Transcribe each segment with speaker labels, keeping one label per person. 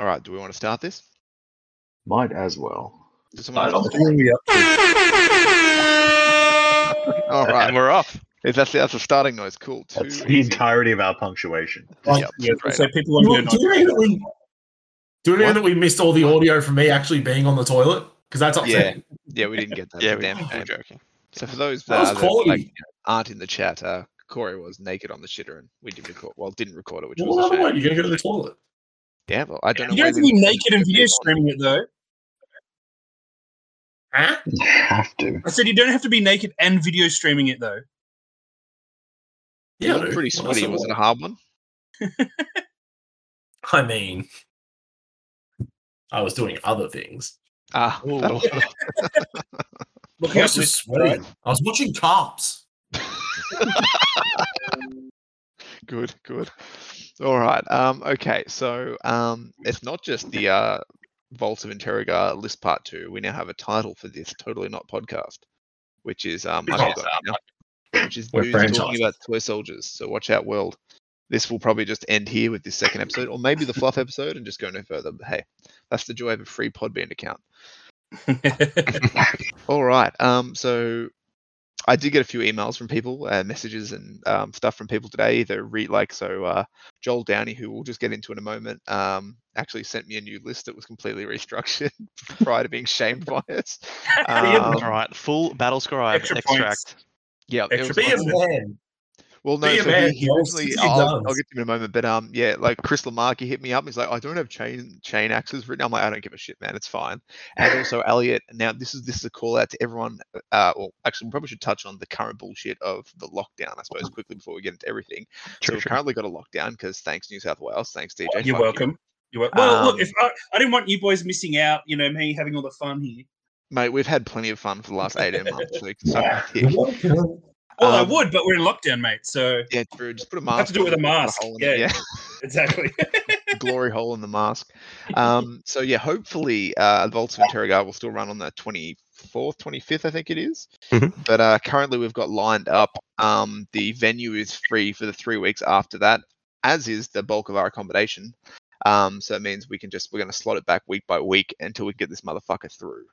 Speaker 1: right, do we want to start this?
Speaker 2: Might as well.
Speaker 1: Does
Speaker 3: I
Speaker 1: someone
Speaker 3: don't
Speaker 1: else?
Speaker 3: think we
Speaker 1: All right, and we're off. Is that that's a starting noise? Cool. Two.
Speaker 2: That's
Speaker 3: the
Speaker 1: easy.
Speaker 3: entirety of our punctuation.
Speaker 1: Yep,
Speaker 4: yeah,
Speaker 1: straight
Speaker 4: so
Speaker 1: up.
Speaker 4: people won't get
Speaker 5: do you
Speaker 4: annoyed.
Speaker 5: know that we, do you know
Speaker 1: What?
Speaker 5: that we missed all the audio from me actually being on the toilet? Because that's upsetting.
Speaker 1: Yeah, we didn't get that.
Speaker 6: Yeah,
Speaker 1: but
Speaker 6: we
Speaker 1: damn
Speaker 6: damn
Speaker 1: it,
Speaker 6: are
Speaker 1: man.
Speaker 6: joking.
Speaker 1: So for those
Speaker 5: That was
Speaker 1: uh, that like,
Speaker 5: quality.
Speaker 1: aren't in the chat, uh, Corey was naked on the shitter, and we did record. Well, didn't record it, which
Speaker 5: Well,
Speaker 1: was a
Speaker 5: another way,
Speaker 1: shame.
Speaker 5: you're going to go to the toilet.
Speaker 1: Yeah, well, I don't know.
Speaker 4: You don't
Speaker 1: where
Speaker 4: have to be
Speaker 1: the-
Speaker 4: naked and video streaming it though.
Speaker 5: Huh?
Speaker 2: You have to.
Speaker 4: I said you don't have to be naked and video streaming it though.
Speaker 1: You
Speaker 5: Yeah,
Speaker 1: looked
Speaker 5: dude.
Speaker 1: pretty
Speaker 5: Well, that's
Speaker 1: sweaty.
Speaker 5: not
Speaker 1: Was it a
Speaker 5: what-
Speaker 1: hard one?
Speaker 5: I mean, I was doing other things.
Speaker 1: Ah, that'll-
Speaker 4: Looking
Speaker 5: I
Speaker 4: up
Speaker 5: was just sweating. I was watching Cops.
Speaker 1: good, good. All right. Um, okay, so um, it's not just the uh, Vaults of Interrogar list part two. We now have a title for this totally not podcast, which is um, I've got it now, which is
Speaker 3: We're
Speaker 1: news
Speaker 3: franchised.
Speaker 1: talking about toy soldiers. So watch out, world. This will probably just end here with this second episode, or maybe the fluff episode, and just go no further. But hey, that's the joy of a free Podbean account.
Speaker 4: with-
Speaker 1: All right. Um, so I did get a few emails from people, uh, messages and um, stuff from people today. Either re- like so, uh, Joel Downey, who we'll just get into in a moment, um, actually sent me a new list that was completely restructured prior to being shamed by us. Um,
Speaker 6: All right, full battle scribe
Speaker 4: Extra
Speaker 6: extract.
Speaker 4: points.
Speaker 1: yeah, it
Speaker 4: Extra
Speaker 1: was
Speaker 5: Be a
Speaker 1: one-
Speaker 5: man.
Speaker 1: well, no,
Speaker 5: Be a
Speaker 1: so
Speaker 5: man,
Speaker 1: he, he
Speaker 5: Joel,
Speaker 1: originally,
Speaker 5: stick to your
Speaker 1: I'll, I'll
Speaker 5: guns.
Speaker 1: get to him in a moment, but um, yeah, like Chris Lamarck, he hit me up. and He's like, I don't have chain chain axes written. I'm like, I don't give a shit, man. It's fine. And also, Elliot. Now, this is this is a call out to everyone. Uh, well, actually, we probably should touch on the current bullshit of the lockdown, I suppose, quickly before we get into everything. so
Speaker 6: True,
Speaker 1: we've
Speaker 6: true.
Speaker 1: currently got a lockdown because thanks New South Wales, thanks DJ. fuck you.
Speaker 4: You're welcome. You're wel- well,
Speaker 1: Um,
Speaker 4: look, if I, I didn't want you boys missing out, you know, me having all the fun here.
Speaker 1: mate. We've had plenty of fun for the last eighteen months. So you can suck
Speaker 3: Yeah.
Speaker 1: my dick.
Speaker 4: Well,
Speaker 1: Um,
Speaker 4: I would, but we're in lockdown, mate. So
Speaker 1: Yeah, true. Just put a mask.
Speaker 4: have to do
Speaker 1: on
Speaker 4: it with a
Speaker 1: and put
Speaker 4: mask,
Speaker 1: hole in it,
Speaker 4: yeah. exactly.
Speaker 1: glory hole in the mask. Um, so yeah, hopefully uh, Vaults of Interrogar will still run on the 24th, 25th, I think it is.
Speaker 6: Mhm.
Speaker 1: But uh, currently we've got lined up. Um, the venue is free for the three weeks after that, as is the bulk of our accommodation. Um, so it means we can just we're going to slot it back week by week until we get this motherfucker through.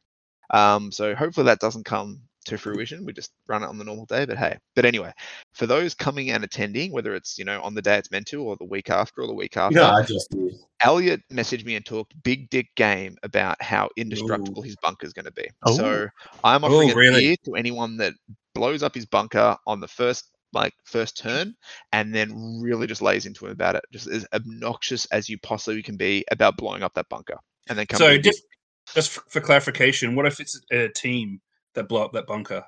Speaker 1: Um, so hopefully that doesn't come to fruition. We just run it on the normal day. But hey, but anyway, for those coming and attending, whether it's you know on the day it's meant to, or the week after, or the week after,
Speaker 5: Yeah, I just did.
Speaker 1: Elliot messaged me and talked big dick game about how indestructible his bunker is going to be.
Speaker 6: Oh.
Speaker 1: So I'm offering
Speaker 4: Oh,
Speaker 1: it
Speaker 4: really?
Speaker 1: here to anyone that blows up his bunker on the first like first turn and then really just lays into him about it, just as obnoxious as you possibly can be about blowing up that bunker, and then come.
Speaker 4: so
Speaker 1: in-
Speaker 4: just, just for for clarification, what if it's a team that blow up that bunker?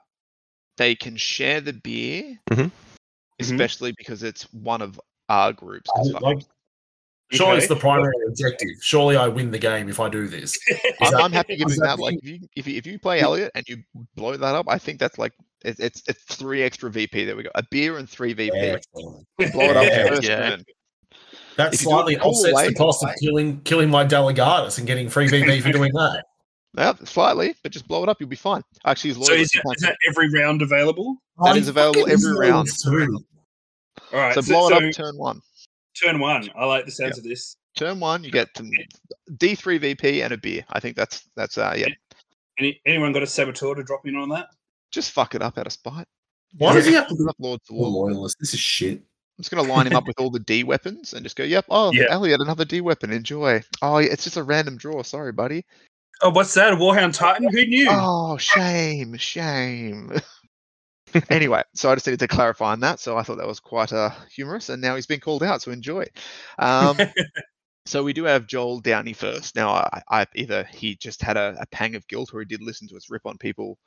Speaker 1: they can share the beer,
Speaker 4: Mm-hmm.
Speaker 6: Mhm.
Speaker 1: especially because it's one of our groups. 'cause fuck,
Speaker 5: Like, surely
Speaker 4: Okay.
Speaker 5: it's the primary objective. Surely I win the game if I do this.
Speaker 1: I'm,
Speaker 5: that-
Speaker 1: I'm happy
Speaker 5: is
Speaker 1: giving
Speaker 5: that
Speaker 1: that. Like, if you, if you if you play Elliot and you blow that up, I think that's like it, it's it's three extra VP. There we go. A beer and three VP. Blow it up
Speaker 5: Yeah,
Speaker 1: first
Speaker 6: yeah.
Speaker 1: turn.
Speaker 5: That
Speaker 1: If you do it
Speaker 5: slightly
Speaker 1: the whole
Speaker 5: offsets
Speaker 1: way-
Speaker 5: the cost of killing killing my delegatus and getting free VP for doing that.
Speaker 1: Yeah, slightly, but just blow it up. You'll be fine. Actually, he's
Speaker 4: So
Speaker 1: loyal.
Speaker 4: is that, is that every round available?
Speaker 1: That is available
Speaker 5: fucking
Speaker 1: every round.
Speaker 5: too.
Speaker 4: All right.
Speaker 1: so blow it up turn one.
Speaker 4: turn one. I like the sounds of this.
Speaker 1: Turn one, you get some D3 VP and a beer. I think that's that's uh yeah.
Speaker 4: Any, anyone got a saboteur to drop in on that?
Speaker 1: Just fuck it up out of spite.
Speaker 5: Why does he have to
Speaker 1: Fuck
Speaker 5: be
Speaker 1: up Lord's
Speaker 5: a
Speaker 1: War.
Speaker 5: loyalist? This is shit.
Speaker 1: I'm just gonna line him up with all the D weapons and just go, yep. Oh,
Speaker 4: Yeah.
Speaker 1: Elliot, another D weapon. Enjoy. Oh, yeah, it's just a random draw. Sorry, buddy.
Speaker 4: Oh, what's that? A Warhound Titan? Who knew?
Speaker 1: Oh, shame, shame. anyway, so I just needed to clarify on that. So I thought that was quite uh, humorous, and now he's been called out, so enjoy. Um, so we do have Joel Downey first. Now, I, I either he just had a, a pang of guilt, or he did listen to us rip on people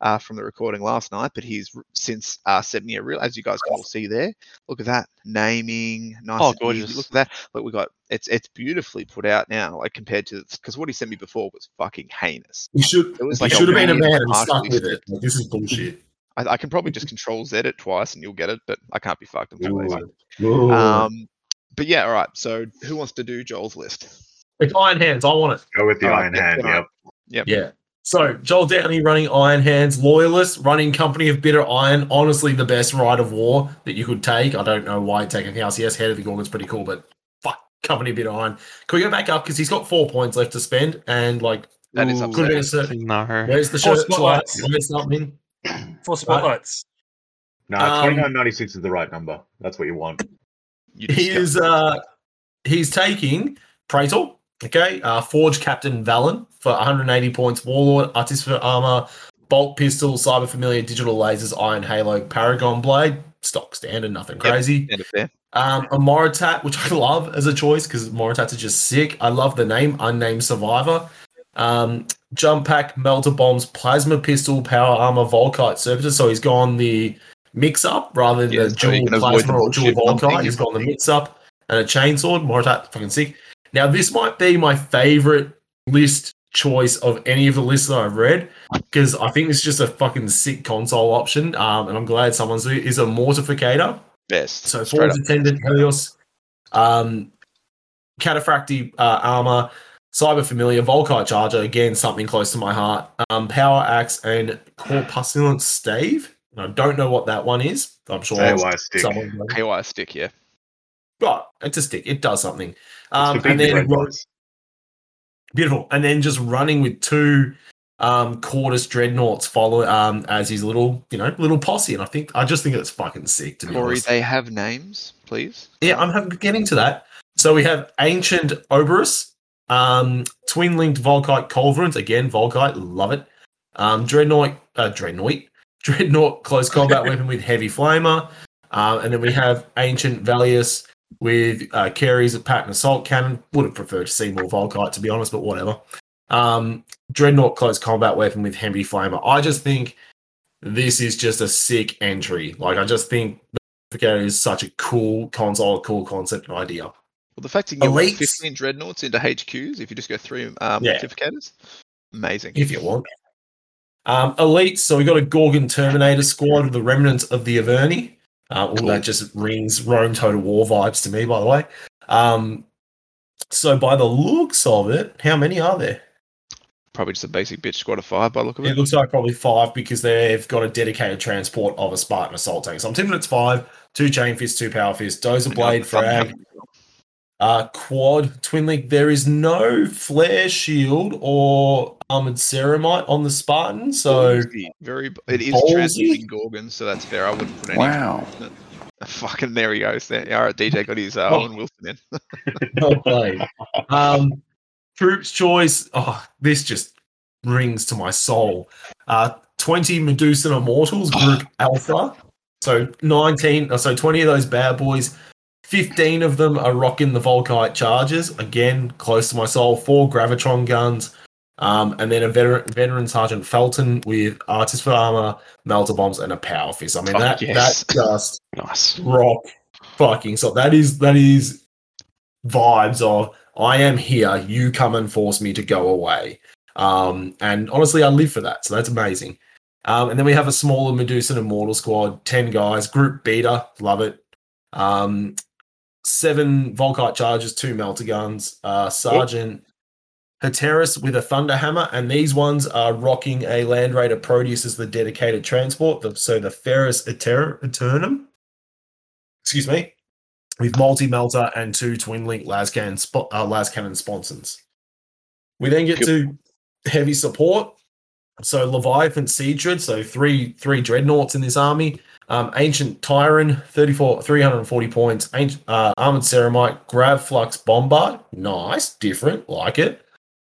Speaker 1: uh, from the recording last night, but he's r- since uh, sent me a real, as you guys can all see there. Look at that naming, nice.
Speaker 6: Oh,
Speaker 1: and easy.
Speaker 6: gorgeous.
Speaker 1: Look at that. Look, we got it's it's beautifully put out now, like compared to because what he sent me before was fucking heinous.
Speaker 5: He should
Speaker 1: It was
Speaker 5: he
Speaker 1: like a
Speaker 5: should have been a
Speaker 1: weird
Speaker 5: man and stuck
Speaker 1: partially
Speaker 5: with it. Like, this is bullshit.
Speaker 1: I, I can probably just control Z it twice and you'll get it, but I can't be fucked. I'm too lazy.
Speaker 5: Ooh.
Speaker 1: Um, but yeah, all right. So who wants to do Joel's list?
Speaker 5: it's Iron Hands. I want it.
Speaker 3: Go with the
Speaker 1: Oh,
Speaker 3: iron
Speaker 1: yeah,
Speaker 3: hand.
Speaker 1: yeah.
Speaker 3: Yep.
Speaker 5: Yeah. So Joel Downey running Iron Hands, loyalist, running Company of Bitter Iron. Honestly, the best ride of war that you could take. I don't know why taking House. Yes, Head of the Gorgon's pretty cool, but fuck company of bitter iron. Can we go back up because he's got four points left to spend and like
Speaker 1: That is
Speaker 3: Ooh,
Speaker 5: could have been
Speaker 1: upsetting. Oh,
Speaker 5: a certain.
Speaker 3: No.
Speaker 5: Where's the
Speaker 4: Four
Speaker 5: shirt?
Speaker 4: spotlights.
Speaker 5: Where's something?
Speaker 4: Four spotlights.
Speaker 2: No,
Speaker 5: Um,
Speaker 2: 2996 is the right number. That's what you want.
Speaker 1: You
Speaker 5: He
Speaker 1: disgust-
Speaker 5: is uh he's taking Praetor, okay, uh Forge Captain Valen for 180 points, Warlord, Artist for Armor, Bolt Pistol, Cyber Familiar, Digital Lasers, Iron Halo, Paragon Blade, stock standard, nothing
Speaker 1: Yep.
Speaker 5: crazy.
Speaker 1: End of there.
Speaker 5: Um a Moritat, which I love as a choice because Moritats are just sick. I love the name, Unnamed Survivor. Um Jump Pack, Melter Bombs, Plasma Pistol, Power Armor, Volkite Servitor. So he's gone the mix up rather than
Speaker 1: Yeah,
Speaker 5: the
Speaker 1: so you
Speaker 5: dual
Speaker 1: can avoid
Speaker 5: plasma
Speaker 1: the
Speaker 5: or dual
Speaker 1: bullshit bumping
Speaker 5: Volkite.
Speaker 1: and
Speaker 5: He's gone the mix up and a chainsword. Moritat, fucking sick. Now, this might be my favorite list choice of any of the lists that I've read because I think it's just a fucking sick console option. Um, and I'm glad someone's doing it. Is a Mortificator.
Speaker 1: Best.
Speaker 5: So
Speaker 1: Straight
Speaker 5: Forge
Speaker 1: up.
Speaker 5: Attendant, Helios, um, Cataphracty uh, Armor, Cyber Familiar, Volkite Charger, again, something close to my heart, um, Power Axe, and Corpusculent Stave. And I don't know what that one is. I'm sure
Speaker 2: Say why stick.
Speaker 5: someone knows.
Speaker 1: KY stick, yeah.
Speaker 5: Right, it's a stick. It does something.
Speaker 2: It's
Speaker 5: Um,
Speaker 2: for
Speaker 5: and
Speaker 2: big
Speaker 5: then
Speaker 2: red
Speaker 5: ro-
Speaker 2: ones.
Speaker 5: beautiful. And then just running with two um, Cordis Dreadnoughts follow um, as his little, you know, little posse. And I think I just think it's fucking sick to be
Speaker 1: Corey,
Speaker 5: honest.
Speaker 1: they have names, please.
Speaker 5: Yeah, I'm hav- getting to that. So we have Ancient Oberus, um, Twin Linked Volkite Culverins. Again, Volkite, love it. Um, Dreadnought, uh, Dreadnought, Dreadnought Close Combat Weapon with Heavy Flamer. Um, and then we have Ancient Valius with uh, carries a pattern assault cannon. Would have preferred to see more Volkite, to be honest, but whatever. Um, Dreadnought Close Combat Weapon with Heavy Flamer. I just think this is just a sick entry. Like, I just think Forget is such a cool console, cool concept and idea.
Speaker 1: Well, the fact that you can get
Speaker 5: Elites.
Speaker 1: what, 15 dreadnoughts into HQs, if you just go through uh,
Speaker 5: Yeah.
Speaker 1: multiplicators, amazing.
Speaker 5: If you want. Um, elites, so we got a Gorgon Terminator squad with the remnants of the Averni. Uh, all that just rings Rome Total War vibes to me, by the way. Um, so by the looks of it, how many are there?
Speaker 1: Probably just a basic bitch squad of five by the look of
Speaker 5: It
Speaker 1: it.
Speaker 5: looks like probably five because they've got a dedicated transport of a Spartan assault tank. So I'm tipping it's five, two chain fists, two power fists, dozer blade, frag, Uh, quad twin link. There is no flare shield or armored ceramite on the Spartan, so
Speaker 1: Ballsy, very. b- It is
Speaker 5: Ballsy.
Speaker 1: transiting Gorgons, so that's fair. I wouldn't put any.
Speaker 2: Wow.
Speaker 1: Fucking there he goes. There, all right, DJ got his uh,
Speaker 5: Oh.
Speaker 1: Owen Wilson in.
Speaker 5: well played. Oh, Um, troops choice. Oh, this just rings to my soul. Uh, twenty Medusan Immortals Group Alpha. So nineteen. uh, So twenty of those bad boys. Fifteen of them are rocking the Volkite charges. Again, close to my soul. Four Gravitron guns. Um, and then a veteran, veteran Sergeant Felton with Artist for Armor, Melter Bombs, and a Power Fist. I mean,
Speaker 1: Oh,
Speaker 5: that,
Speaker 1: yes.
Speaker 5: that just
Speaker 3: Nice.
Speaker 5: rock fucking so that is that is vibes of i am here you come and force me to go away um and honestly i live for that so that's amazing um and then we have a smaller medusa immortal squad 10 guys group beta love it um seven volkite charges two melter guns uh sergeant Heteris with a thunder hammer, and these ones are rocking a Land Raider Proteus as the dedicated transport. The, so the Ferris Eter- Eternum, excuse me, with multi melter and two twin link Lascan spo- uh, Lascan sponsons. We then get
Speaker 1: Yep.
Speaker 5: to heavy support. So Leviathan Seedred, so three three dreadnoughts in this army. Um, Ancient Tyran, 34, 340 points. Ancient, uh, Armored Ceramite, Grav Flux Bombard. Nice, different, like it.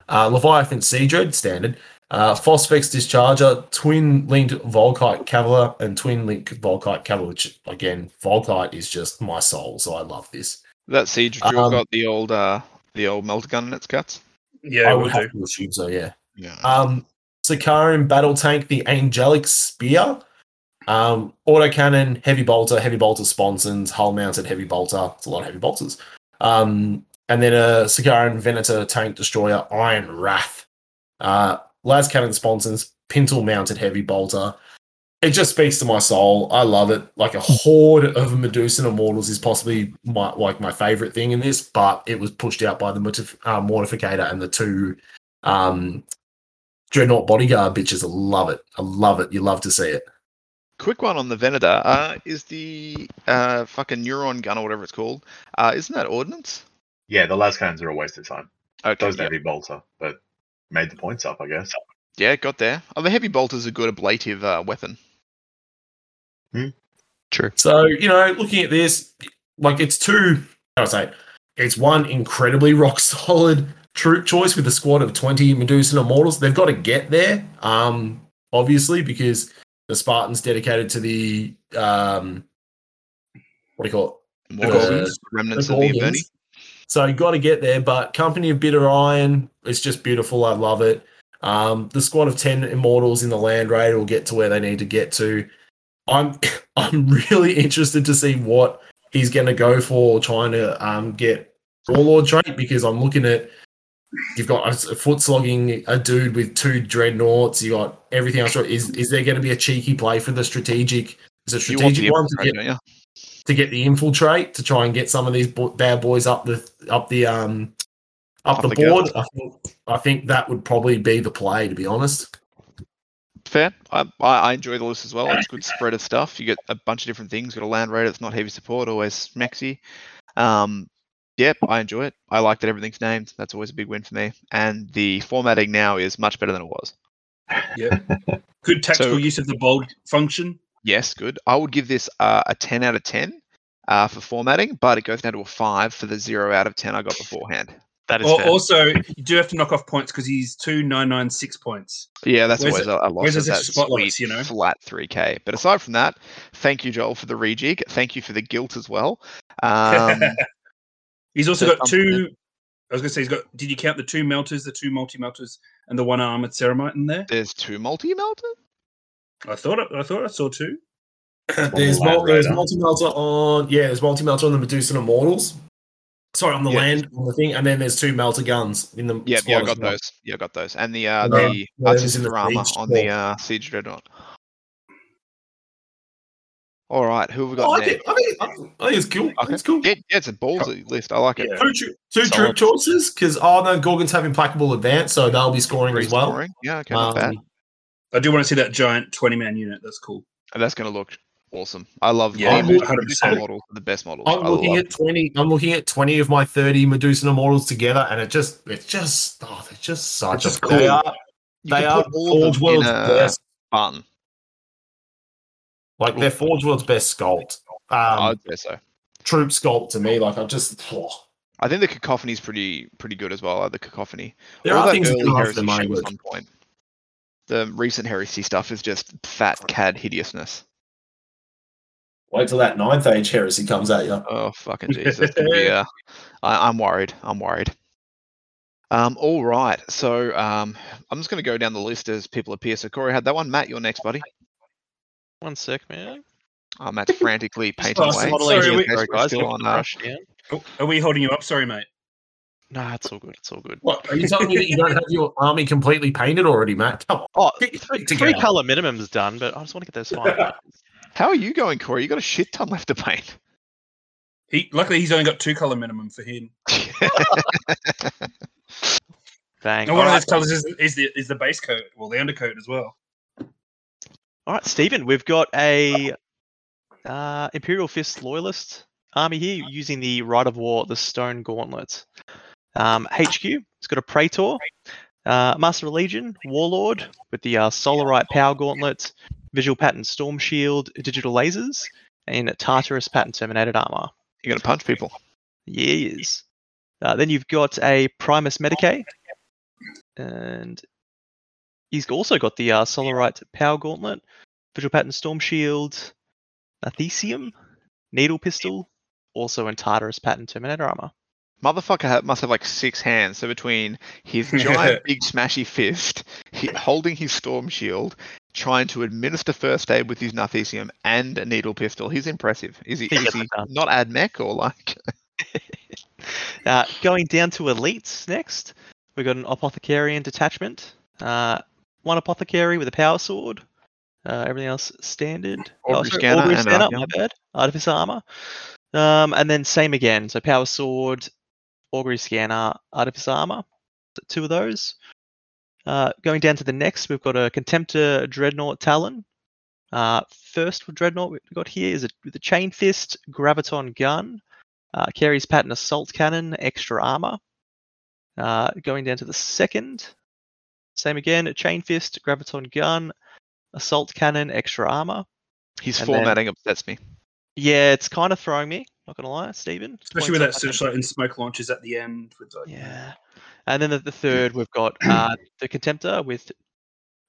Speaker 5: Uh, Leviathan Sea Dread, standard. Uh, Phosphex Discharger, Twin Linked Volkite Cavalier, and Twin Linked Volkite Cavalier, which, again, Volkite is just my soul, so I love this.
Speaker 1: That siege drill
Speaker 5: Um,
Speaker 1: got the old uh, the old melter gun in its guts. Uh,
Speaker 4: Yeah,
Speaker 5: I
Speaker 4: we'll
Speaker 5: would
Speaker 4: do.
Speaker 5: have to assume so, yeah.
Speaker 1: Yeah.
Speaker 5: Um, Sakarim Battle Tank, the Angelic Spear, um, Autocannon, Heavy Bolter, Heavy Bolter Sponsons, Hull Mounted Heavy Bolter. It's a lot of heavy bolters. Um, and then a Sakarin Venator Tank Destroyer, Iron Wrath, uh, Las Cannon Sponsons, Pintle Mounted Heavy Bolter. It just speaks to my soul. I love it. Like a horde of Medusan Immortals is possibly my like my favorite thing in this, but it was pushed out by the Mortif- uh, Mortificator and the two um, Dreadnought bodyguard bitches. I love it. I love it. You love to see it.
Speaker 1: Quick one on the Venator. Uh, is the uh, fucking neuron gun or whatever it's called? Uh, isn't that ordnance?
Speaker 2: Yeah, the las cannons are a waste of time.
Speaker 1: Okay.
Speaker 2: Those
Speaker 1: yeah.
Speaker 2: heavy bolts are, but made the points up, I guess.
Speaker 1: Yeah, got there. Oh, the heavy bolter's a good ablative uh, weapon.
Speaker 2: Hmm.
Speaker 1: True.
Speaker 5: So, you know, looking at this, like it's two, I would say, it's one incredibly rock solid troop choice with a squad of 20 Medusan Immortals. They've got to get there, um, obviously, because the Spartans dedicated to the, um, what do you call it?
Speaker 1: More
Speaker 5: Gorgons.
Speaker 1: the remnants
Speaker 5: the
Speaker 1: of the
Speaker 5: Gorgons.
Speaker 1: Averni.
Speaker 5: So you got to get there, but Company of Bitter Iron is just beautiful. I love it. Um, the squad of ten immortals in the Land Raid will get to where they need to get to. I'm I'm really interested to see what he's going to go for trying to um, get Warlord trait because I'm looking at you've got a, s- a foot slogging a dude with two dreadnoughts. You got everything else. Is is there going to be a cheeky play for the strategic? Is a
Speaker 1: You want the
Speaker 5: strategic one to
Speaker 1: infantry,
Speaker 5: get
Speaker 1: don't you?
Speaker 5: to get the infiltrate to try and get some of these bo- bad boys up the up the um up,
Speaker 1: Up
Speaker 5: the,
Speaker 1: the
Speaker 5: board. I think, I think that would probably be the play, to be honest.
Speaker 1: Fair. I, I, I enjoy the list as well. It's a good spread of stuff. You get a bunch of different things. You've got a land raider that's not heavy support, always maxi. Um, yep, I enjoy it. I like that everything's named. That's always a big win for me. And the formatting now is much better than it was.
Speaker 4: Good tactical
Speaker 1: So-
Speaker 4: use of the bold function.
Speaker 1: Yes, good. I would give this uh, a 10 out of 10 uh, for formatting, but it goes down to a 5 for the 0 out of 10 I got beforehand. That is
Speaker 4: Al-
Speaker 1: fair.
Speaker 4: also, you do have to knock off points because he's two nine nine six points.
Speaker 1: Yeah, that's always
Speaker 4: Where's it-
Speaker 1: a, a loss.
Speaker 4: where's
Speaker 1: is
Speaker 4: those
Speaker 1: that
Speaker 4: extra spotlights,
Speaker 1: sweet
Speaker 4: you know?
Speaker 1: flat three K. But aside from that, thank you, Joel, for the rejig. Thank you for the guilt as well. Um,
Speaker 4: He's also
Speaker 1: There's
Speaker 4: got two. I was going to say he's got. Did you count the two melters, the two multi melters, and the one armored ceramite in there?
Speaker 1: there's two multi melter.
Speaker 4: I thought. I, I thought I saw two.
Speaker 5: There's
Speaker 2: Land
Speaker 5: mul- there's
Speaker 2: Raider.
Speaker 5: multi melter on yeah, there's multi melter on the Medusan Immortals. Sorry, on the
Speaker 1: Yeah.
Speaker 5: land on the thing, and then there's two melter guns in the
Speaker 1: Yeah, yeah, I
Speaker 5: as
Speaker 1: got
Speaker 5: well.
Speaker 1: those. Yeah, I got those. And the uh,
Speaker 5: And then-
Speaker 1: the
Speaker 5: then there's in
Speaker 1: artistic
Speaker 5: the
Speaker 1: armor
Speaker 5: siege
Speaker 1: on the
Speaker 5: squad.
Speaker 1: uh, siege dreadnought. All right, who have we got
Speaker 5: Oh, I like
Speaker 1: next?
Speaker 5: it. I think, I think it's cool. I think it's cool.
Speaker 1: Yeah, yeah, it's a ballsy list. I like it.
Speaker 4: Yeah.
Speaker 5: Two, tru- two
Speaker 1: Solid.
Speaker 5: troop choices because oh no, Gorgons have implacable advance, so they'll be scoring
Speaker 1: Free
Speaker 5: as well.
Speaker 1: scoring. Yeah, okay, not bad.
Speaker 5: Um,
Speaker 4: I do want to see that giant twenty man unit. That's cool.
Speaker 1: And that's going to look awesome. I love
Speaker 4: Yeah,
Speaker 1: the Medusa
Speaker 4: 100%.
Speaker 1: models. are The best models.
Speaker 5: I'm
Speaker 1: I
Speaker 5: looking
Speaker 1: love
Speaker 5: at twenty. I'm looking at twenty of my thirty Medusa Immortals together, and it just, it's just, oh, they're just such
Speaker 4: It's just
Speaker 5: a
Speaker 4: cool.
Speaker 5: They are,
Speaker 1: You
Speaker 5: they
Speaker 1: could
Speaker 5: are
Speaker 1: put all of
Speaker 5: Forge
Speaker 1: them
Speaker 5: World's
Speaker 1: in a
Speaker 5: best.
Speaker 1: Spartan.
Speaker 5: Like they're Forge World's best sculpt, um,
Speaker 1: I'd say so.
Speaker 5: troop sculpt to me. Like I just, oh.
Speaker 1: I think the cacophony is pretty pretty good as well. uh, The cacophony.
Speaker 5: there
Speaker 1: All
Speaker 5: are
Speaker 1: that
Speaker 5: things that
Speaker 1: early
Speaker 5: go after
Speaker 1: heresy
Speaker 5: the money.
Speaker 1: shit was
Speaker 5: Luke.
Speaker 1: on point. The recent heresy stuff is just fat cad hideousness.
Speaker 5: Wait till that ninth age heresy comes at you.
Speaker 1: Oh fucking jeez, that's gonna be. Uh, I, I'm worried. I'm worried. Um, all right, so um, I'm just gonna go down the list as people appear. So Corey had that one. Matt, you're next, buddy.
Speaker 3: One sec, man.
Speaker 1: Uh, Matt's frantically painting
Speaker 4: pass the
Speaker 1: away.
Speaker 4: model Sorry, we-
Speaker 1: Eric's
Speaker 3: guys,
Speaker 1: still
Speaker 3: you're
Speaker 1: on.
Speaker 3: gonna
Speaker 1: Uh,
Speaker 3: rush down.
Speaker 4: Oh, Are we holding you up? Sorry, mate.
Speaker 3: Nah, it's all good. It's all good.
Speaker 5: What are you telling me that you don't have your army completely painted already, Matt? Come on,
Speaker 3: Oh,
Speaker 5: get your shit
Speaker 3: three
Speaker 5: together.
Speaker 3: color minimum's done, but I just want to get those final. markers.
Speaker 1: how are you going, Corey? You got a shit ton left to paint.
Speaker 4: He luckily he's only got two color minimum for him.
Speaker 3: Bang.
Speaker 4: And one of
Speaker 3: All right.
Speaker 4: those colors is, is the is the base coat, well the undercoat as well.
Speaker 3: all right, Stephen, we've got a uh, Imperial Fist loyalist army here using the Rite of War, the Stone Gauntlet. Um, HQ, it's got a Praetor, uh, Master of Legion, Warlord with the uh, Solarite Power Gauntlet, Visual Pattern Storm Shield, Digital Lasers, and Tartarus Pattern Terminated Armor.
Speaker 1: You're gonna punch people.
Speaker 3: Years. Uh, then you've got a Primus Medicae, and he's also got the uh, Solarite Power Gauntlet, Visual Pattern Storm Shield, Athesium, Needle Pistol, also in Tartarus Pattern Terminator Armor.
Speaker 1: Motherfucker ha- must have like six hands. So between his giant, big, smashy fist, he, holding his storm shield, trying to administer first aid with his Narthesium and a needle pistol, he's impressive. Is he,
Speaker 3: He
Speaker 1: is
Speaker 3: gets
Speaker 1: he
Speaker 3: it done.
Speaker 1: not ad mech or like?
Speaker 3: Uh, going down to elites next, we've got an apothecary and detachment. Uh, one apothecary with a power sword. Uh, everything else standard.
Speaker 1: Augury scanner
Speaker 3: Augury
Speaker 1: and uh,
Speaker 3: scanner,
Speaker 1: Archeon.
Speaker 3: my bad. Artifice armor. Um, and then same again. So power sword, augury scanner, artifice armor. So Two of those. Uh, going down to the next, we've got a contemptor dreadnought talon. Uh, first dreadnought we've got here is a, with a chain fist, graviton gun, Uh, carries pattern assault cannon, extra armor. Uh, going down to the second. Same again, chain fist, graviton gun, assault cannon, extra armor.
Speaker 1: His
Speaker 3: And then-
Speaker 1: formatting upsets me.
Speaker 3: Yeah, it's kind of throwing me. Not gonna lie, Stephen.
Speaker 4: Especially with that searchlight and smoke launches at the end. With like,
Speaker 3: Yeah. And then the, the third, we've got uh, the Contemptor with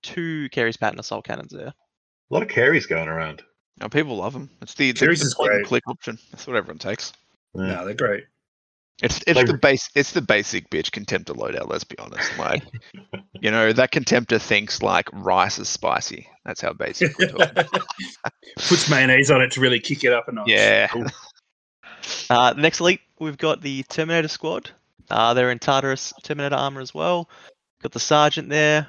Speaker 3: two carries pattern assault cannons there.
Speaker 2: A lot of carries going around.
Speaker 1: Now, people love him. It's the, the,
Speaker 4: Cherries
Speaker 1: the
Speaker 4: is
Speaker 1: point and
Speaker 4: great.
Speaker 1: click option. That's what everyone takes.
Speaker 4: No, they're great.
Speaker 1: It's it's
Speaker 2: Like-
Speaker 1: the base it's the basic bitch contemptor loadout. Let's be honest. Like, you know that contemptor thinks like rice is spicy. That's how basic we're talking.
Speaker 4: Puts mayonnaise on it to really kick it up a notch.
Speaker 1: yeah,
Speaker 3: Uh, the next elite, we've got the Terminator squad. Uh, they're in Tartarus Terminator armor as well. Got the Sergeant there,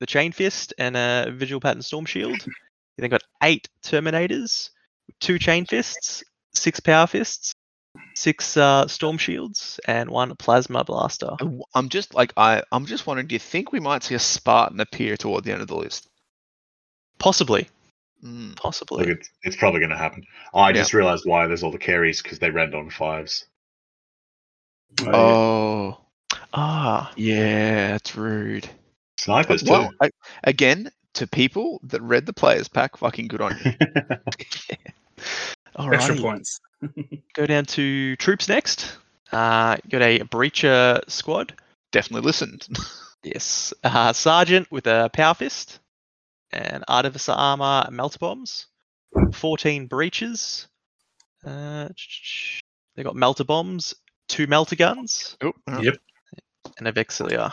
Speaker 3: the Chain Fist, and a Visual Pattern Storm Shield. You then got eight Terminators, two Chain Fists, six Power Fists, six uh, Storm Shields, and one Plasma Blaster.
Speaker 1: I w- I'm just like I I'm just wondering. Do you think we might see a Spartan appear toward the end of the list?
Speaker 3: Possibly,
Speaker 1: Mm.
Speaker 3: possibly.
Speaker 2: Look, it's, it's probably going to happen. I
Speaker 1: Yeah.
Speaker 2: just realized why there's all the carries because they ran on fives.
Speaker 4: Oh,
Speaker 1: Oh
Speaker 3: Ah,
Speaker 1: yeah, that's rude.
Speaker 2: Snipers too.
Speaker 1: Well, I, again, to people that read the players pack, fucking good on you.
Speaker 3: all
Speaker 4: yeah.
Speaker 3: right.
Speaker 4: extra points.
Speaker 3: Go down to troops next. Uh, got a Breacher squad.
Speaker 1: Definitely listened.
Speaker 3: Yes. Uh, Sergeant with a power fist, and artificer armor, melter bombs, 14 breaches. Uh, they got melter bombs, two melter guns,
Speaker 1: Oh, alright.
Speaker 4: Yep.
Speaker 3: and a Vexilia.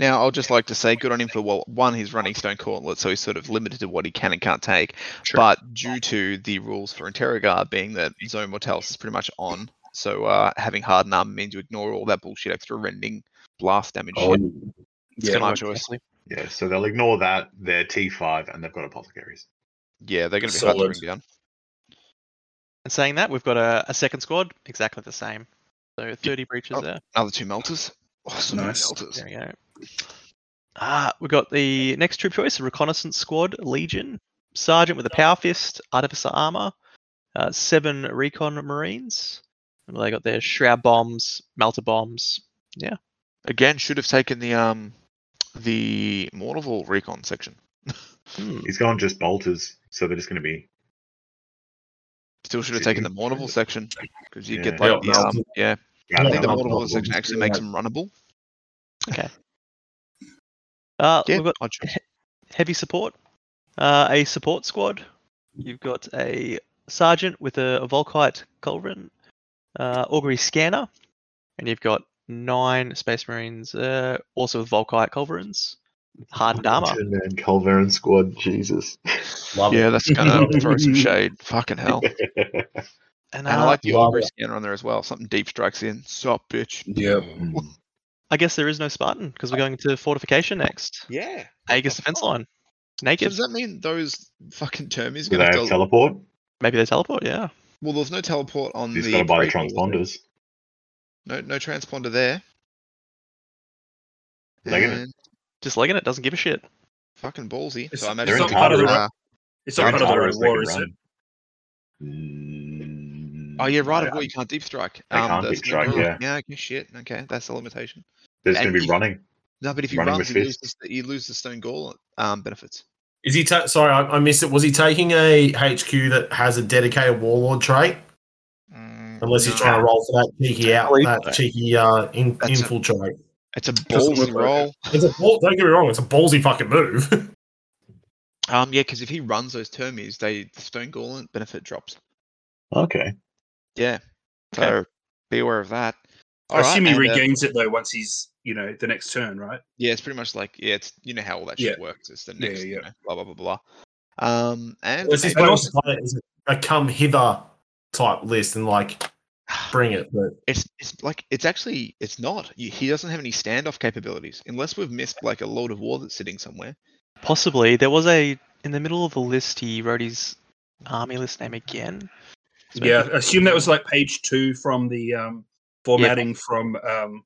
Speaker 1: Now, I'll just like to say, good on him for well, one, he's running Stone Gauntlet, so he's sort of limited to what he can and can't take. But due to the rules for Interrogar being that Zone Mortalis is pretty much on, so uh, having hardened armor means you ignore all that bullshit extra rending blast damage.
Speaker 5: Oh,
Speaker 1: shit.
Speaker 3: It's
Speaker 1: Yeah,
Speaker 3: gonna
Speaker 1: my
Speaker 3: work
Speaker 1: choice.
Speaker 3: nicely.
Speaker 2: yeah, so they'll ignore that. They're T5 and they've got apothecaries.
Speaker 1: Yeah, they're going to be hard to
Speaker 4: Solid.
Speaker 1: bring down.
Speaker 3: And saying that, we've got a, a second squad, exactly the same. So 30 breaches
Speaker 1: Oh,
Speaker 3: there.
Speaker 1: Another two melters. Awesome
Speaker 4: Nice.
Speaker 1: melters.
Speaker 3: There we go. Ah, we've got the next troop choice, reconnaissance squad, Legion, sergeant with a power fist, artificer armor, uh, seven recon marines. And They got their shroud bombs, melter bombs.
Speaker 1: Again, should have taken the um the Mornival recon section.
Speaker 3: Hmm,
Speaker 2: He's gone just bolters, so they're just going to be.
Speaker 1: Still should have taken the
Speaker 2: Didn't.
Speaker 1: Mornival section because you get
Speaker 2: Yeah.
Speaker 1: like
Speaker 5: Yeah,
Speaker 1: the,
Speaker 5: no.
Speaker 1: um, yeah.
Speaker 2: Yeah,
Speaker 1: I
Speaker 5: No,
Speaker 1: think the
Speaker 5: no,
Speaker 1: Mortal
Speaker 5: no,
Speaker 1: Kombat section
Speaker 5: no,
Speaker 1: actually
Speaker 5: no.
Speaker 1: makes them runnable.
Speaker 3: Uh,
Speaker 1: Yeah,
Speaker 3: We've got
Speaker 1: odd choice.
Speaker 3: heavy support, uh, a support squad. You've got a sergeant with a, Volkite Culverin, uh, augury scanner, and you've got nine Space Marines, uh, also with Volkite Culverins, hardened armor.
Speaker 2: Man, Culverin squad, Jesus.
Speaker 5: Love
Speaker 1: yeah,
Speaker 5: it.
Speaker 1: that's gonna throw some shade. Fucking hell. And
Speaker 3: And uh,
Speaker 1: I like the
Speaker 5: Love
Speaker 1: Aubrey
Speaker 5: it.
Speaker 1: scanner on there as well. Something deep strikes in. Sup, bitch.
Speaker 5: Yeah.
Speaker 3: I guess there is no Spartan because we're going to fortification next.
Speaker 1: Yeah.
Speaker 3: Aegis defense line.
Speaker 1: So
Speaker 3: Naked.
Speaker 1: does that mean those fucking termies
Speaker 2: Do
Speaker 1: gonna
Speaker 2: they
Speaker 1: have
Speaker 2: have
Speaker 1: to
Speaker 2: teleport?
Speaker 3: Maybe they teleport. Yeah.
Speaker 1: Well there's no teleport on
Speaker 2: He's
Speaker 1: the
Speaker 2: got to buy the
Speaker 1: prequel, is there? No
Speaker 2: transponders.
Speaker 1: no transponder there.
Speaker 2: They're gonna-
Speaker 1: And
Speaker 3: Just legging it. Doesn't give a shit.
Speaker 1: fucking ballsy.
Speaker 4: It's-
Speaker 1: So I
Speaker 4: they're
Speaker 1: imagine
Speaker 2: in Tartarus.
Speaker 1: uh,
Speaker 4: It's not
Speaker 2: They're
Speaker 4: part of the
Speaker 2: Tartarus,
Speaker 4: Road
Speaker 2: they can
Speaker 4: War, is it?
Speaker 2: run. Mm,
Speaker 1: Oh yeah, right of war
Speaker 2: yeah.
Speaker 1: you can't deep strike.
Speaker 2: They can't
Speaker 1: there's
Speaker 2: deep
Speaker 1: no
Speaker 2: strike,
Speaker 1: rule.
Speaker 2: yeah.
Speaker 1: Yeah, okay, shit. Okay, that's the limitation.
Speaker 2: There's going to
Speaker 1: and
Speaker 2: be
Speaker 1: you-
Speaker 2: running.
Speaker 1: No, but if you
Speaker 2: Running
Speaker 1: run,
Speaker 2: with
Speaker 1: you
Speaker 2: fists.
Speaker 1: lose, the, you lose the stone gauntlet um, benefits.
Speaker 5: Is he? Ta- Sorry, I, I missed it. Was he taking a HQ that has a dedicated warlord trait? Unless he's
Speaker 1: No.
Speaker 5: trying to roll for that cheeky out,
Speaker 3: believe
Speaker 5: that
Speaker 3: so.
Speaker 5: cheeky uh, in,
Speaker 1: That's a-
Speaker 5: infiltrate.
Speaker 1: It's a
Speaker 4: Doesn't
Speaker 1: ballsy
Speaker 4: look like
Speaker 1: roll.
Speaker 5: It's a ball, don't get me wrong, it's a ballsy fucking move.
Speaker 1: Um, yeah, because if he runs those termies, they the stone gauntlet benefit drops.
Speaker 2: Okay.
Speaker 1: Yeah, so
Speaker 3: Okay.
Speaker 1: be aware of that.
Speaker 4: I assume he
Speaker 1: and, uh,
Speaker 4: regains it though once he's you know the next turn, right?
Speaker 1: yeah, it's pretty much like yeah, it's you know how all that shit works. It's the
Speaker 4: Yeah,
Speaker 1: next
Speaker 4: yeah,
Speaker 1: you know, blah blah blah blah. Um, and
Speaker 5: Unless he's
Speaker 1: maybe-
Speaker 5: playing
Speaker 4: also-
Speaker 5: with players, it's a come hither type list and like bring it. But
Speaker 1: it's it's like it's actually it's not. You- He doesn't have any standoff capabilities unless we've missed like a Lord of War that's sitting somewhere.
Speaker 3: Possibly there was a in the middle of the list. He wrote his army list name again. So maybe-
Speaker 4: Yeah, I assume that was like page two from the um, formatting from um,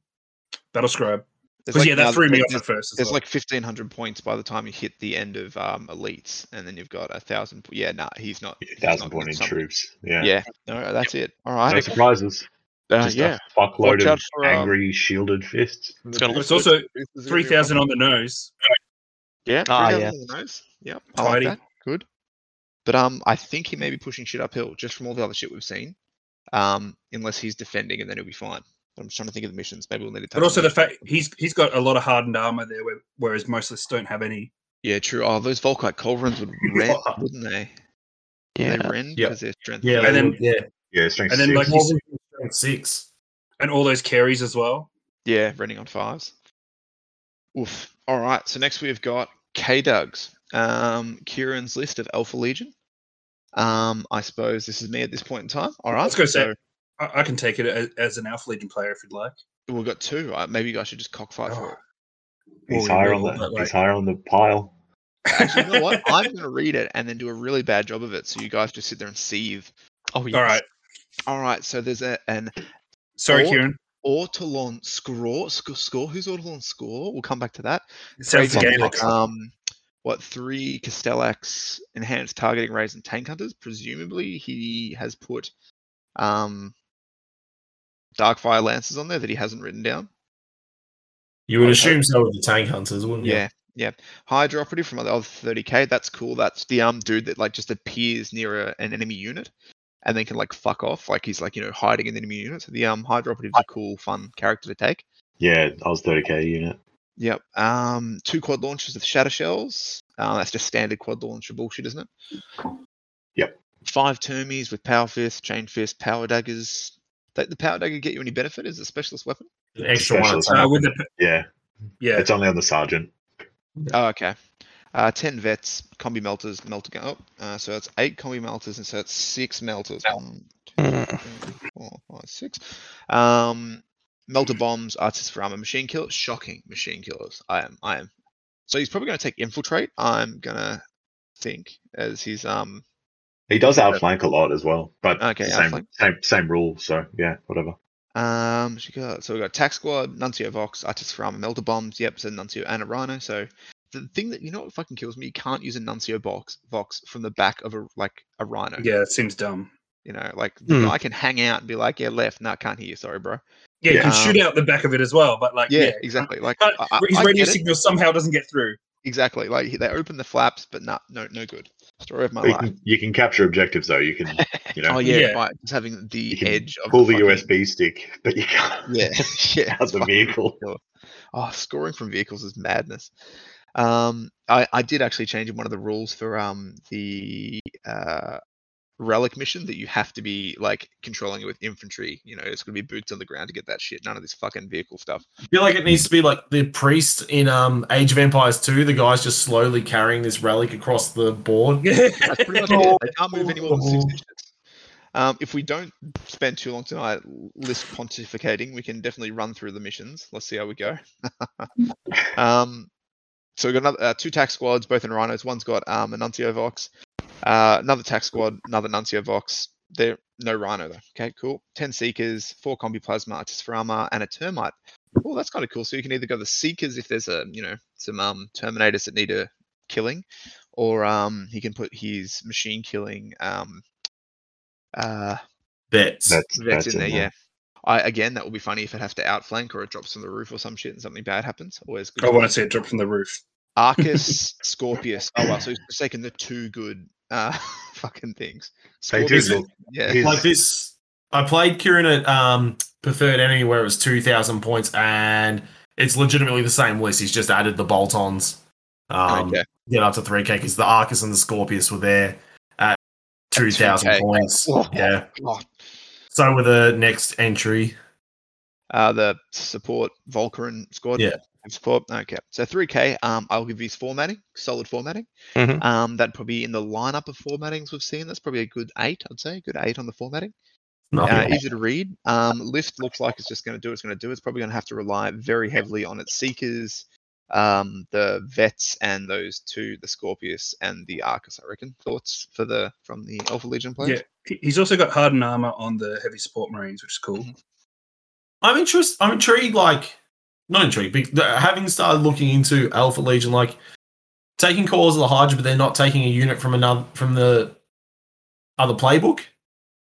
Speaker 4: Battle Scribe.
Speaker 1: There's
Speaker 4: Because yeah, that
Speaker 1: another-
Speaker 4: threw me
Speaker 1: there's-
Speaker 4: off at first. as
Speaker 1: There's
Speaker 4: well.
Speaker 1: like 1500 points by the time you hit the end of um, elites, and then you've got a thousand. Yeah, nah, he's not. he's not
Speaker 2: thousand
Speaker 1: good
Speaker 2: point
Speaker 1: at
Speaker 2: in
Speaker 1: some-
Speaker 2: troops. Yeah.
Speaker 1: Yeah, no, that's it. All
Speaker 2: No
Speaker 1: right.
Speaker 2: surprises.
Speaker 1: Uh,
Speaker 2: Just
Speaker 1: yeah.
Speaker 2: a fuckload
Speaker 1: Watch out
Speaker 2: of
Speaker 1: for, um,
Speaker 2: angry shielded fists.
Speaker 3: It's gonna
Speaker 4: It's also three thousand on the nose.
Speaker 1: Yeah.
Speaker 3: Ah,
Speaker 1: 3,000
Speaker 3: yeah.
Speaker 1: on the nose. Yep. I like
Speaker 4: Tidy.
Speaker 1: that. Good. But um, I think he may be pushing shit uphill just from all the other shit we've seen. Um, unless he's defending, and then he'll be fine. But I'm just trying to think of the missions. Maybe we'll need to. touch
Speaker 4: But
Speaker 1: on
Speaker 4: also the
Speaker 1: that.
Speaker 4: fact he's he's got a lot of hardened armor there, where, whereas most lists don't have any.
Speaker 1: Yeah, true. Oh, those Volkite culverins would rend, wouldn't they?
Speaker 3: Yeah.
Speaker 1: They rend
Speaker 5: Yep.
Speaker 1: because they're strength.
Speaker 5: Yeah,
Speaker 1: three.
Speaker 4: And
Speaker 5: they
Speaker 4: then-
Speaker 5: would, yeah,
Speaker 2: Yeah, strength
Speaker 4: And then,
Speaker 2: six.
Speaker 4: like, he's-
Speaker 5: six.
Speaker 4: and all those carries as well.
Speaker 1: Yeah, running on fives. Oof. All right. So next we've got K Dug's, um, Kieran's list of Alpha Legion. Um, I suppose this is me at this point in time. All right.
Speaker 4: Let's go
Speaker 1: So
Speaker 4: set. I, I can take it as, as an Alpha Legion player if you'd like.
Speaker 1: we've got two. Uh, maybe I should just cockfight
Speaker 4: Oh.
Speaker 1: for it.
Speaker 2: he's
Speaker 4: Well, we
Speaker 2: higher
Speaker 4: will
Speaker 2: on
Speaker 4: all
Speaker 2: the he's
Speaker 4: that, like-
Speaker 2: higher on the pile.
Speaker 1: Actually, you know what? I'm going to read it and then do a really bad job of it. So you guys just sit there and seethe.
Speaker 3: Oh, yes.
Speaker 4: All right.
Speaker 1: All right. So there's a, an
Speaker 4: Sorry,
Speaker 1: Or-
Speaker 4: Kieran.
Speaker 1: Autolon score, score. Score. Who's Autolon score? We'll come back to that.
Speaker 4: It sounds
Speaker 1: Craven,
Speaker 4: Gaelic.
Speaker 1: Um, what three Castellax enhanced targeting rays and tank hunters? Presumably, he has put um, Darkfire lances on there that he hasn't written down.
Speaker 5: You would
Speaker 1: Okay.
Speaker 5: assume so with the tank hunters, wouldn't you?
Speaker 1: Yeah, yeah. Hydra operative from the other 30k. That's cool. That's the um dude that like just appears near a, an enemy unit, and then can like fuck off. Like he's like you know hiding in the enemy unit. So the um Hydra operative's a cool, fun character to take.
Speaker 2: Yeah, I was thirty k unit.
Speaker 1: Yep. Um, two quad launches of shatter shells. Uh, that's just standard quad launcher bullshit, isn't it?
Speaker 2: Yep.
Speaker 1: Five termies with power fist, chain fist, power daggers. Th- the power dagger get you any benefit as a specialist weapon?
Speaker 5: An extra one.
Speaker 2: Specialist.
Speaker 4: Uh, with the
Speaker 2: Yeah,
Speaker 4: yeah,
Speaker 2: it's only on the sergeant.
Speaker 1: Oh, okay. Uh, ten vets, combi melters, melter gun. Oh, uh, so that's eight combi melters, and so that's six melters. One, two,
Speaker 3: Mm.
Speaker 1: three, four, five, six. Um, melter bombs, artists for armor, machine killers. Shocking, machine killers. I am. I am. So he's probably going to take infiltrate. I'm gonna think as his um.
Speaker 2: He does outflank a lot as well, but
Speaker 1: Okay,
Speaker 2: same,
Speaker 1: outflank.
Speaker 2: same same rule. So yeah, whatever.
Speaker 1: Um, she got so we got Tax Squad, Nuncio Vox, Artist for Armor, Melter Bombs. Yep, so Nuncio and a Rhino. So the thing that you know what fucking kills me, you can't use a Nuncio Box Vox from the back of a like a Rhino.
Speaker 4: yeah, it seems dumb.
Speaker 1: You know, like the
Speaker 3: Hmm.
Speaker 1: guy can hang out and be like, yeah, left. No, I can't hear you. Sorry, bro.
Speaker 4: Yeah, you
Speaker 1: Yeah.
Speaker 4: can shoot out the back of it as well, but like
Speaker 1: Yeah,
Speaker 4: yeah,
Speaker 1: exactly. Like
Speaker 4: But
Speaker 1: I, I,
Speaker 4: his
Speaker 1: I
Speaker 4: radio
Speaker 1: get it,
Speaker 4: signal somehow doesn't get through.
Speaker 1: Exactly. Like he- they open the flaps, but no, no, no good. Story of my
Speaker 2: You
Speaker 1: life.
Speaker 2: can, you can capture objectives though. You can you know
Speaker 1: Oh yeah,
Speaker 4: Yeah.
Speaker 1: by just having
Speaker 2: You
Speaker 1: the
Speaker 2: can
Speaker 1: edge of
Speaker 2: pull the
Speaker 1: fucking-
Speaker 2: USB stick, but you can't
Speaker 1: Yeah, yeah.
Speaker 2: out the
Speaker 1: fuck.
Speaker 2: vehicle.
Speaker 1: Oh, scoring from vehicles is madness. Um, I, I did actually change in one of the rules for um the uh, relic mission that you have to be like controlling it with infantry. You know, it's gonna be boots on the ground to get that shit. None of this fucking vehicle stuff.
Speaker 5: I feel like it needs to be like the priest in um Age of Empires 2, the guy's just slowly carrying this relic across the board.
Speaker 1: That's pretty much it. They can't move any more than six inches. Um, if we don't spend too long tonight list pontificating, we can definitely run through the missions. Let's see how we go. um, so we've got another, uh, two tax squads, both in rhinos. One's got um, a Nuncio Vox, uh, another tax squad, another Nuncio Vox. There, no rhino though. Okay, cool. Ten seekers, four combi plasma, artist for armor, and a termite. Oh, that's kind of cool. So you can either go the seekers if there's a you know some um, terminators that need a killing, or um, he can put his machine killing um, uh,
Speaker 5: That's
Speaker 2: That's
Speaker 1: that's, in there, yeah. I again, that will be funny if it has to outflank or it drops from the roof or some shit and something bad happens. Always good.
Speaker 4: Oh, I
Speaker 1: to
Speaker 4: want
Speaker 1: know.
Speaker 4: to see it drop from the roof.
Speaker 1: Arcus, Scorpius. Oh wow, so he's taken the two good uh, fucking things.
Speaker 2: They do
Speaker 1: Scorpius,
Speaker 2: look.
Speaker 1: yeah,
Speaker 2: his-
Speaker 5: like this. I played Kieran at um preferred enemy where it was two thousand points, and it's legitimately the same list. He's just added the bolt-ons. Um,
Speaker 1: okay.
Speaker 5: get up to three k because the Arcus and the Scorpius were there at two thousand
Speaker 1: 2K.
Speaker 5: points.
Speaker 1: Oh,
Speaker 5: Yeah.
Speaker 1: God.
Speaker 5: So with the next entry,
Speaker 1: Uh, the support Volcarin squad.
Speaker 5: Yeah.
Speaker 1: Support. Okay. So 3K. Um, I'll give you his formatting, solid formatting.
Speaker 3: Mhm.
Speaker 1: Um, that probably in the lineup of formattings we've seen, that's probably a good eight, I'd say, good eight on the formatting. uh,
Speaker 5: nothing.
Speaker 1: easy to read. Um, Lyft looks like it's just going to do what it's going to do. It's probably going to have to rely very heavily on its seekers, um, the vets, and those two, the Scorpius and the Arcus. I reckon. Thoughts for the from the Alpha Legion players?
Speaker 4: Yeah, He- he's also got hardened
Speaker 1: Mm-hmm.
Speaker 4: armor on the heavy support marines, which is cool.
Speaker 1: Mhm.
Speaker 5: I'm interested. I'm intrigued. Like not intrigued. bec- th- Having started looking into Alpha Legion, like taking cores of the Hydra, but they're not taking a unit from another from the other playbook.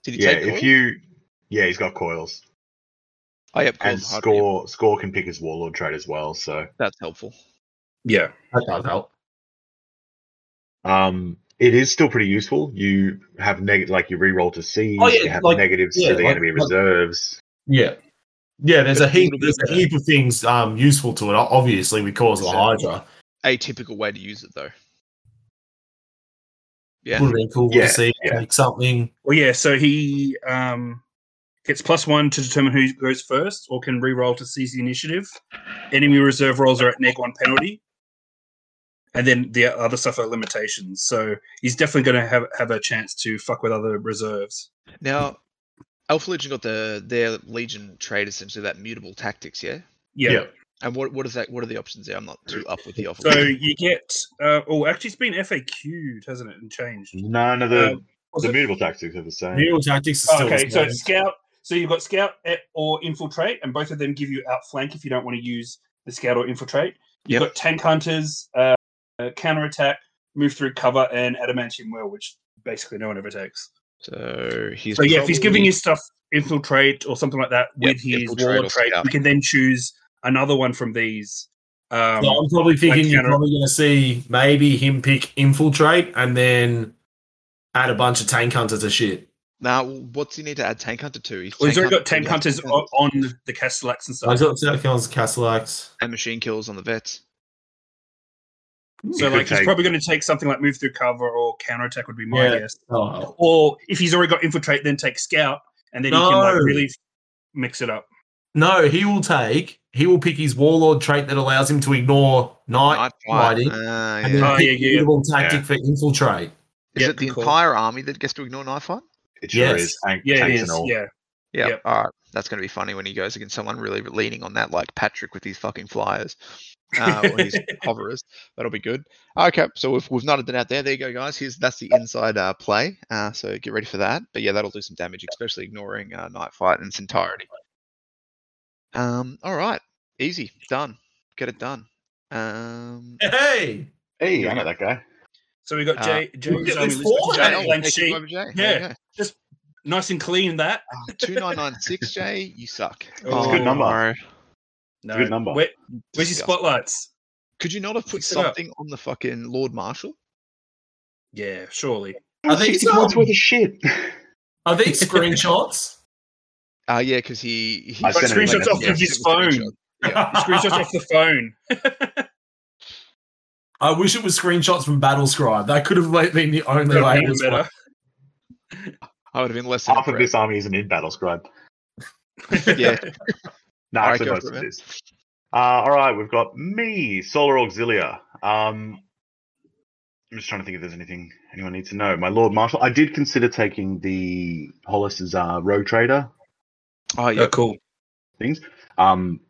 Speaker 1: Did you
Speaker 2: Yeah,
Speaker 1: take
Speaker 2: if
Speaker 1: coil?
Speaker 2: you yeah, he's got coils.
Speaker 1: Oh, yep, cool.
Speaker 2: And score score can pick his warlord trait as well. So
Speaker 1: That's helpful.
Speaker 4: Yeah.
Speaker 5: That does help.
Speaker 2: um it is still pretty useful. You have negative like you re-roll to siege,
Speaker 5: Oh, yeah,
Speaker 2: you have
Speaker 5: like-
Speaker 2: negatives
Speaker 5: yeah,
Speaker 2: to the
Speaker 5: like-
Speaker 2: enemy
Speaker 5: like-
Speaker 2: reserves.
Speaker 5: Yeah, yeah. There's a heap.
Speaker 1: Little bit
Speaker 5: There's a
Speaker 1: better.
Speaker 5: heap of things um, useful to it. o- Obviously, with cores of the
Speaker 1: Exactly.
Speaker 5: Hydra,
Speaker 1: Atypical way to use it, though. Yeah.
Speaker 5: would have been cool
Speaker 2: Yeah,
Speaker 5: to see
Speaker 2: yeah.
Speaker 5: like something.
Speaker 4: Well, yeah. So he um, gets plus one to determine who goes first, or can re-roll to seize the initiative. Enemy reserve rolls are at neg one penalty, and then the other stuff are limitations. So he's definitely going to have have a chance to fuck with other reserves.
Speaker 1: Now, Alpha Legion got the their Legion trade essentially that mutable tactics, yeah.
Speaker 4: Yeah.
Speaker 5: Yeah.
Speaker 1: And what what is that? What are the options there? I'm not too up with the Alpha.
Speaker 4: So
Speaker 1: Legion.
Speaker 4: you get. Uh, oh, actually, it's been FAQ'd, hasn't it, and changed.
Speaker 2: None of
Speaker 5: uh,
Speaker 2: the
Speaker 4: Um, was
Speaker 2: the
Speaker 4: it-
Speaker 2: mutable tactics are the same.
Speaker 5: Mural tactics. Is still
Speaker 4: okay,
Speaker 5: the
Speaker 4: so
Speaker 5: same.
Speaker 4: scout. So you've got scout eh, or infiltrate, and both of them give you outflank if you don't want to use the scout or infiltrate. You've
Speaker 1: Yep.
Speaker 4: got tank hunters, uh, counter attack, move through cover, and adamantium well, which basically no one ever takes.
Speaker 1: So he's
Speaker 4: so yeah, if he's giving
Speaker 1: probably-
Speaker 4: his stuff infiltrate or something like that
Speaker 1: Yep,
Speaker 4: with his
Speaker 1: infiltrate or
Speaker 4: warlord trait,
Speaker 1: scout.
Speaker 4: we can then choose another one from these. Um,
Speaker 5: So I'm probably thinking you're
Speaker 4: counter-
Speaker 5: probably going to see maybe him pick infiltrate and then add a bunch of tank hunters to shit.
Speaker 1: Nah, well, what's he need to add Tank Hunter to? He's
Speaker 4: well, he's already got
Speaker 1: Hunter-
Speaker 4: tank hunters o- on the castellax and
Speaker 5: I
Speaker 4: stuff.
Speaker 5: got Decepticons, Castellax.
Speaker 1: and machine kills on the vets.
Speaker 4: So
Speaker 2: You could
Speaker 4: like he's
Speaker 2: take-
Speaker 4: probably going to take something like move through cover or counter attack would be my
Speaker 5: Yeah.
Speaker 4: guess.
Speaker 5: Oh,
Speaker 4: or if he's already got infiltrate, then take scout, and then you can like
Speaker 5: No.
Speaker 4: really f- mix it up.
Speaker 5: no, he will take. He will pick his warlord trait that allows him to ignore night,
Speaker 1: Night
Speaker 5: fighting.
Speaker 1: Ah,
Speaker 5: and
Speaker 1: yeah.
Speaker 5: then
Speaker 4: Oh,
Speaker 5: pick
Speaker 4: yeah,
Speaker 5: the
Speaker 4: yeah.
Speaker 5: mutable tactic for infiltrate.
Speaker 1: is
Speaker 4: yeah,
Speaker 1: it the
Speaker 4: good call.
Speaker 1: entire army that gets to ignore knife fight?
Speaker 2: It sure
Speaker 5: Yes.
Speaker 2: is. Tank,
Speaker 4: Yeah, it
Speaker 2: tanks
Speaker 4: is.
Speaker 2: and all.
Speaker 4: Yeah,
Speaker 1: Yeah.
Speaker 4: Yep.
Speaker 1: All right. That's going to be funny when he goes against someone really leaning on that, like Patrick with his fucking flyers uh, or his hoverers. That'll be good. Okay. So we've, we've nutted that out there. There you go, guys. Here's that's the inside uh, play. Uh, so get ready for that. But yeah, that'll do some damage, especially ignoring uh, Night Fight in its entirety. Um. All right. Easy. Done. Get it done. Um.
Speaker 5: Hey,
Speaker 2: Hey, I know that guy.
Speaker 4: so we got
Speaker 1: Uh,
Speaker 4: Jay,
Speaker 5: look
Speaker 4: James
Speaker 5: at
Speaker 4: army
Speaker 5: this
Speaker 4: list,
Speaker 5: format.
Speaker 4: which is
Speaker 5: Oh,
Speaker 4: a blank
Speaker 1: thank you,
Speaker 4: sheet,
Speaker 1: Bobby J. There you
Speaker 4: Yeah.
Speaker 1: go.
Speaker 4: nice and clean. That
Speaker 1: Uh, 2996, Jay. You suck. Um,
Speaker 4: Oh,
Speaker 2: It's a good number.
Speaker 3: no.
Speaker 4: no
Speaker 2: good number.
Speaker 4: Where, where's your
Speaker 1: Disgusting.
Speaker 4: spotlights?
Speaker 1: Could you not have put
Speaker 4: Fix it up.
Speaker 1: something on the fucking Lord Marshal?
Speaker 4: Yeah, surely.
Speaker 5: Are these,
Speaker 2: 60
Speaker 5: um,
Speaker 2: points worth of shit.
Speaker 5: are these screenshots?
Speaker 1: Uh, yeah, because he, he
Speaker 2: I
Speaker 4: Like
Speaker 2: sent him a
Speaker 4: screenshots
Speaker 2: message.
Speaker 4: off
Speaker 2: Yeah,
Speaker 4: of his phone. Screenshots off the phone.
Speaker 5: I wish it was screenshots from Battlescribe. That could have been the only way.
Speaker 4: Even
Speaker 5: this
Speaker 4: better.
Speaker 1: I would have been less.
Speaker 2: Half of
Speaker 1: impressed.
Speaker 2: this army isn't in battle scribe.
Speaker 1: Yeah.
Speaker 2: No,
Speaker 1: Alright,
Speaker 2: actually,
Speaker 1: go
Speaker 2: most
Speaker 1: for it,
Speaker 2: of it
Speaker 1: man.
Speaker 2: is. Uh, all right, we've got me, Solar Auxilia. Um, I'm just trying to think if there's anything anyone needs to know. My Lord Marshal, I did consider taking the Hollis's uh, Rogue Trader
Speaker 1: Oh yeah,
Speaker 4: Oh, cool.
Speaker 2: things. Um,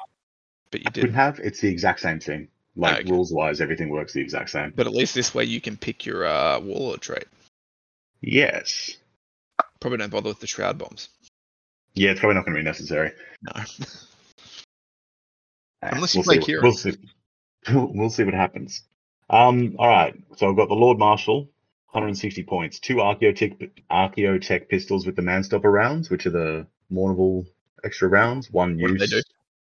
Speaker 1: but you
Speaker 2: I could
Speaker 1: did.
Speaker 2: have. It's the exact same thing. Like
Speaker 1: Okay.
Speaker 2: rules wise, everything works the exact same.
Speaker 1: But at least this way you can pick your uh, warlord trait.
Speaker 2: Yes.
Speaker 1: Probably don't bother with the shroud bombs.
Speaker 2: Yeah, it's probably not going to be necessary.
Speaker 1: No.
Speaker 2: Eh,
Speaker 1: Unless you
Speaker 2: we'll see
Speaker 1: play
Speaker 2: what- We'll see. We'll see what happens. Um, all right. So I've got the Lord Marshal, 160 points, two Archaeotech, Archaeotech pistols with the Manstopper rounds, which are the Mournival extra rounds. One
Speaker 1: What do
Speaker 2: use,
Speaker 1: they do?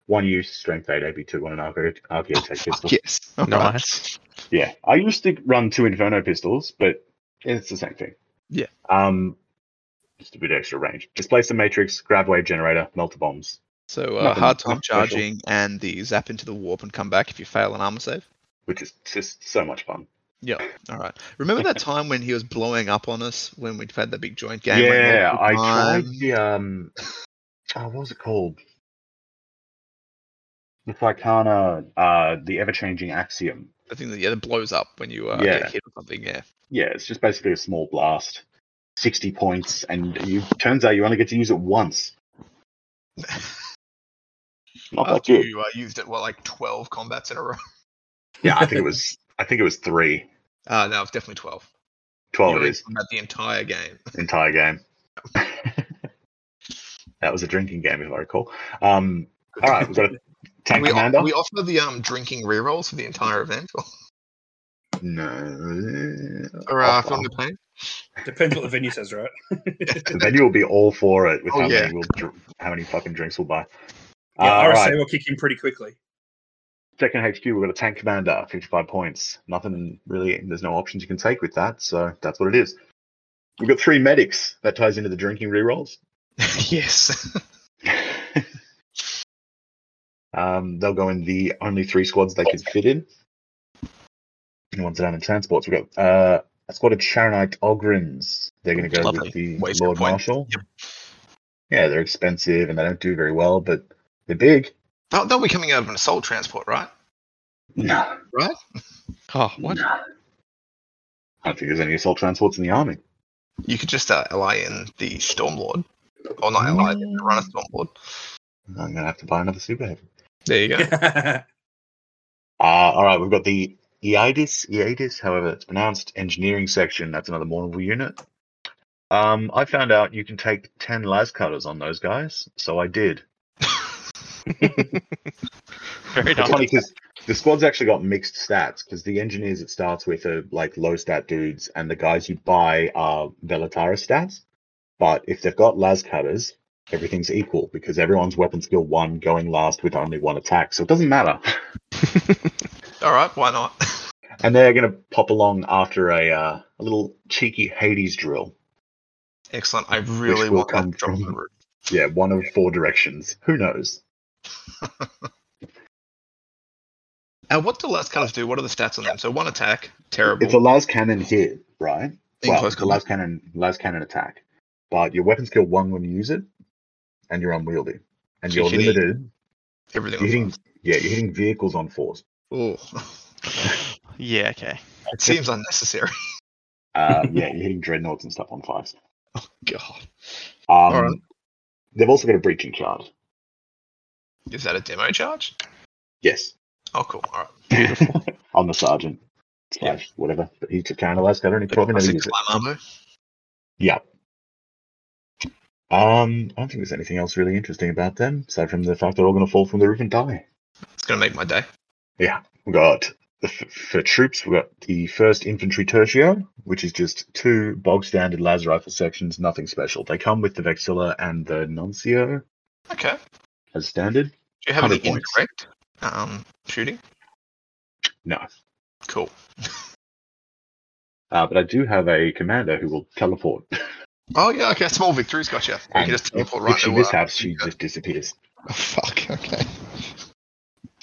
Speaker 2: one use, strength eight, AP2 on an Archaeo- Archaeotech
Speaker 1: Oh,
Speaker 2: pistol.
Speaker 1: Yes. All right.
Speaker 3: Nice.
Speaker 2: Yeah, I used to run two Inferno pistols, but it's the same thing.
Speaker 1: Yeah.
Speaker 2: Um, just a bit extra range. Displace the Matrix, grab wave generator, melter bombs.
Speaker 1: So uh,
Speaker 2: Nothing-
Speaker 1: hard time
Speaker 2: nothing special.
Speaker 1: charging and the zap into the warp and come back if you fail an armor save.
Speaker 2: which is just so much fun.
Speaker 1: All right. Remember that time when he was blowing up on us when we had that big joint game? when we
Speaker 2: yeah,
Speaker 1: all
Speaker 2: I
Speaker 1: took time?
Speaker 2: tried the um, oh, what was it called? The Thycana, uh, the ever-changing axiom.
Speaker 1: The thing that yeah, that blows up when you uh,
Speaker 2: Yeah.
Speaker 1: get hit or something. Yeah.
Speaker 2: Yeah, it's just basically a small blast, sixty points, and you turns out you only get to use it once. Not that
Speaker 1: After
Speaker 2: good.
Speaker 1: you uh, used it, what, like 12 combats in a row?
Speaker 2: Yeah, I think it was. I think it was three.
Speaker 1: Uh, no, it's definitely 12.
Speaker 2: Twelve
Speaker 1: You
Speaker 2: it is
Speaker 1: About the entire game.
Speaker 2: entire game. that was a drinking game, if I recall. Um, all right, we've got a Tank
Speaker 1: we, o-
Speaker 2: Commander?
Speaker 1: we offer the um, drinking rerolls for the entire event or,
Speaker 3: Uh,
Speaker 2: No.
Speaker 1: or uh,
Speaker 2: Offer.
Speaker 1: from the plane.
Speaker 4: Depends what the venue says, right?
Speaker 2: then you'll be all for it with
Speaker 1: Oh,
Speaker 2: how,
Speaker 1: yeah.
Speaker 2: many we'll, dr- how many fucking drinks we'll buy. Uh,
Speaker 4: Yeah,
Speaker 2: all
Speaker 4: RSA
Speaker 2: Ah, right.
Speaker 4: will kick in pretty quickly.
Speaker 2: Second HQ, we've got a tank commander, 55 points. Nothing really, there's no options you can take with that, so that's what it is. We've got three medics. That ties into the drinking rerolls.
Speaker 1: yes.
Speaker 2: um, they'll go in the only three squads they can fit in. And ones that have transports. We've got uh, a squad of Charonite Ogrins. They're going to go
Speaker 3: Lovely.
Speaker 2: with the
Speaker 1: Waste
Speaker 2: Lord
Speaker 1: point.
Speaker 2: Marshal.
Speaker 1: Yep.
Speaker 2: Yeah, they're expensive and they don't do very well, but they're big.
Speaker 1: They'll, they'll be coming out of an assault transport, right?
Speaker 2: No,
Speaker 3: Oh, what?
Speaker 2: no. I don't think there's any assault transports in the army.
Speaker 1: You could just uh, ally in the Stormlord. Or not ally, in, run a Stormlord.
Speaker 2: I'm going to have to buy another super heavy.
Speaker 1: There you go.
Speaker 2: Uh, all right, we've got the EADIS, EADIS, however it's pronounced, engineering section. That's another Mournable unit. Um, I found out you can take 10 las cutters on those guys, so I did.
Speaker 3: Very
Speaker 2: It's
Speaker 3: nice.
Speaker 2: funny because the squad's actually got mixed stats because the engineers it starts with are like low stat dudes, and the guys you buy are Velatara stats. But if they've got las cutters, everything's equal because everyone's weapon skill one going last with only one attack, so it doesn't matter.
Speaker 1: All right, why not?
Speaker 2: And they're going to pop along after a uh, a little cheeky Hades drill.
Speaker 1: Excellent. I really
Speaker 2: will
Speaker 1: want that
Speaker 2: come
Speaker 1: to drop
Speaker 2: from-
Speaker 1: my roof.
Speaker 2: Yeah, one of four directions. Who knows?
Speaker 1: Uh, what do last colors do? What are the stats on them? So one attack, terrible.
Speaker 2: It's a las cannon hit, right?
Speaker 1: In
Speaker 2: well,
Speaker 1: close
Speaker 2: it's a las cannon, las cannon attack. But your weapon skill one when you use it, and you're unwieldy, and
Speaker 1: So
Speaker 2: you're
Speaker 1: you're hitting-
Speaker 2: limited.
Speaker 1: Everything.
Speaker 2: You're hitting,
Speaker 1: was
Speaker 2: yeah, you're hitting vehicles on force.
Speaker 1: fine. Ooh.
Speaker 3: Yeah, okay.
Speaker 1: it seems unnecessary.
Speaker 2: Uh, yeah, you're hitting dreadnoughts and stuff on fives.
Speaker 1: God,
Speaker 2: Um,
Speaker 1: right.
Speaker 2: They've also got a breaching charge.
Speaker 1: is that a demo charge?
Speaker 2: Yes,
Speaker 1: Oh, cool. All right.
Speaker 3: Beautiful.
Speaker 2: on the sergeant slash whatever. But he's a counter las cannon. He probably never
Speaker 1: Six
Speaker 2: uses it.
Speaker 1: climb armor.
Speaker 2: Yeah. Um, I don't think there's anything else really interesting about them, aside from the fact they're all going to fall from the roof and die.
Speaker 1: It's gonna make my day.
Speaker 2: We've got, the, f- for troops, we've got the 1st Infantry Tertio, which is just two bog standard laser rifle sections, nothing special. They come with the Vexilla and the Nuncio
Speaker 1: Okay. Do
Speaker 2: as standard.
Speaker 1: you have any
Speaker 2: 100 points.
Speaker 1: indirect um, shooting?
Speaker 2: No.
Speaker 1: Cool.
Speaker 2: Uh, but I do have a commander who will teleport.
Speaker 1: Oh yeah. Okay. Small victories. Gotcha. You
Speaker 2: And
Speaker 1: can just teleport
Speaker 2: if,
Speaker 1: right
Speaker 2: if she
Speaker 1: to, uh,
Speaker 2: mishaps, she just disappears.
Speaker 1: Oh, fuck. Okay.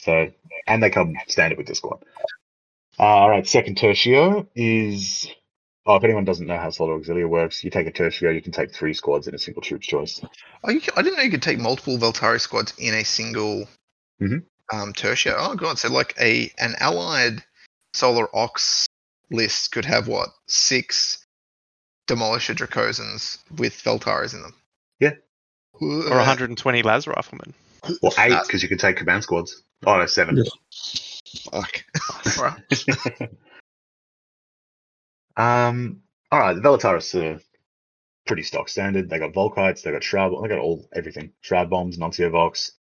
Speaker 2: So, and they come standard with this squad. Uh, all right, second tertio is. Oh, if anyone doesn't know how Solar Auxilia works, you take a tertio, you can take three squads in a single troops choice.
Speaker 1: Oh, you can, I didn't know you could take multiple Veltari squads in a single
Speaker 2: Mhm.
Speaker 1: um, tertia. Oh god, so like a an allied Solar Ox list could have what six Demolisher Dracosans with Veltaris in them.
Speaker 2: Yeah.
Speaker 3: Or 120 las riflemen.
Speaker 2: Well, eight,
Speaker 1: That's-
Speaker 2: because you can take command squads. Oh, no, seven.
Speaker 5: Yeah.
Speaker 1: Fuck. All right.
Speaker 2: Um, all right, the Velataris are pretty stock standard. They got Volkites, they got Shroud, they got all everything. Shroud bombs, Nuncio Vox.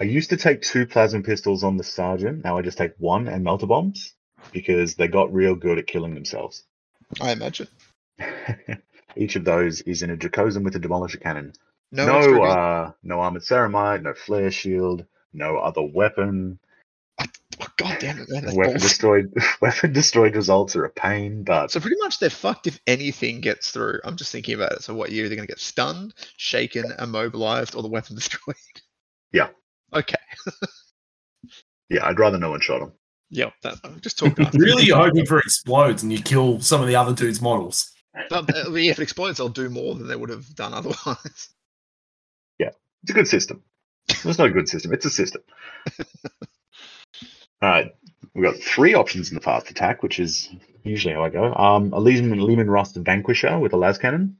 Speaker 2: I used to take two plasma pistols on the sergeant. Now I just take one and melter bombs because they got real good at killing themselves.
Speaker 1: I imagine.
Speaker 2: Each of those is in a Dracosan with a Demolisher Cannon.
Speaker 1: No,
Speaker 2: No,
Speaker 1: one's revealed-
Speaker 2: uh, no armored ceramite, no flare shield, no other weapon.
Speaker 1: oh, god damn it, man. That's
Speaker 2: Weapon
Speaker 1: balls.
Speaker 2: destroyed. weapon destroyed results are a pain, but
Speaker 1: So pretty much they're fucked if anything gets through. I'm just thinking about it. So what year they're gonna get stunned, shaken, immobilized, or the weapon destroyed?
Speaker 2: Yeah.
Speaker 1: Okay.
Speaker 2: yeah, I'd rather no one shot him.
Speaker 1: Yep. That, I'm just talking. after.
Speaker 5: Really, you're hoping for explodes and you kill some of the other dude's models.
Speaker 1: Well, I mean, if it explodes, they'll do more than they would have done otherwise.
Speaker 2: It's a good system. It's not a good system. It's a system. All right, we've got three options in the fast attack, which is usually how I go. Um, a Lehman, Lehman Rust Vanquisher with a las cannon.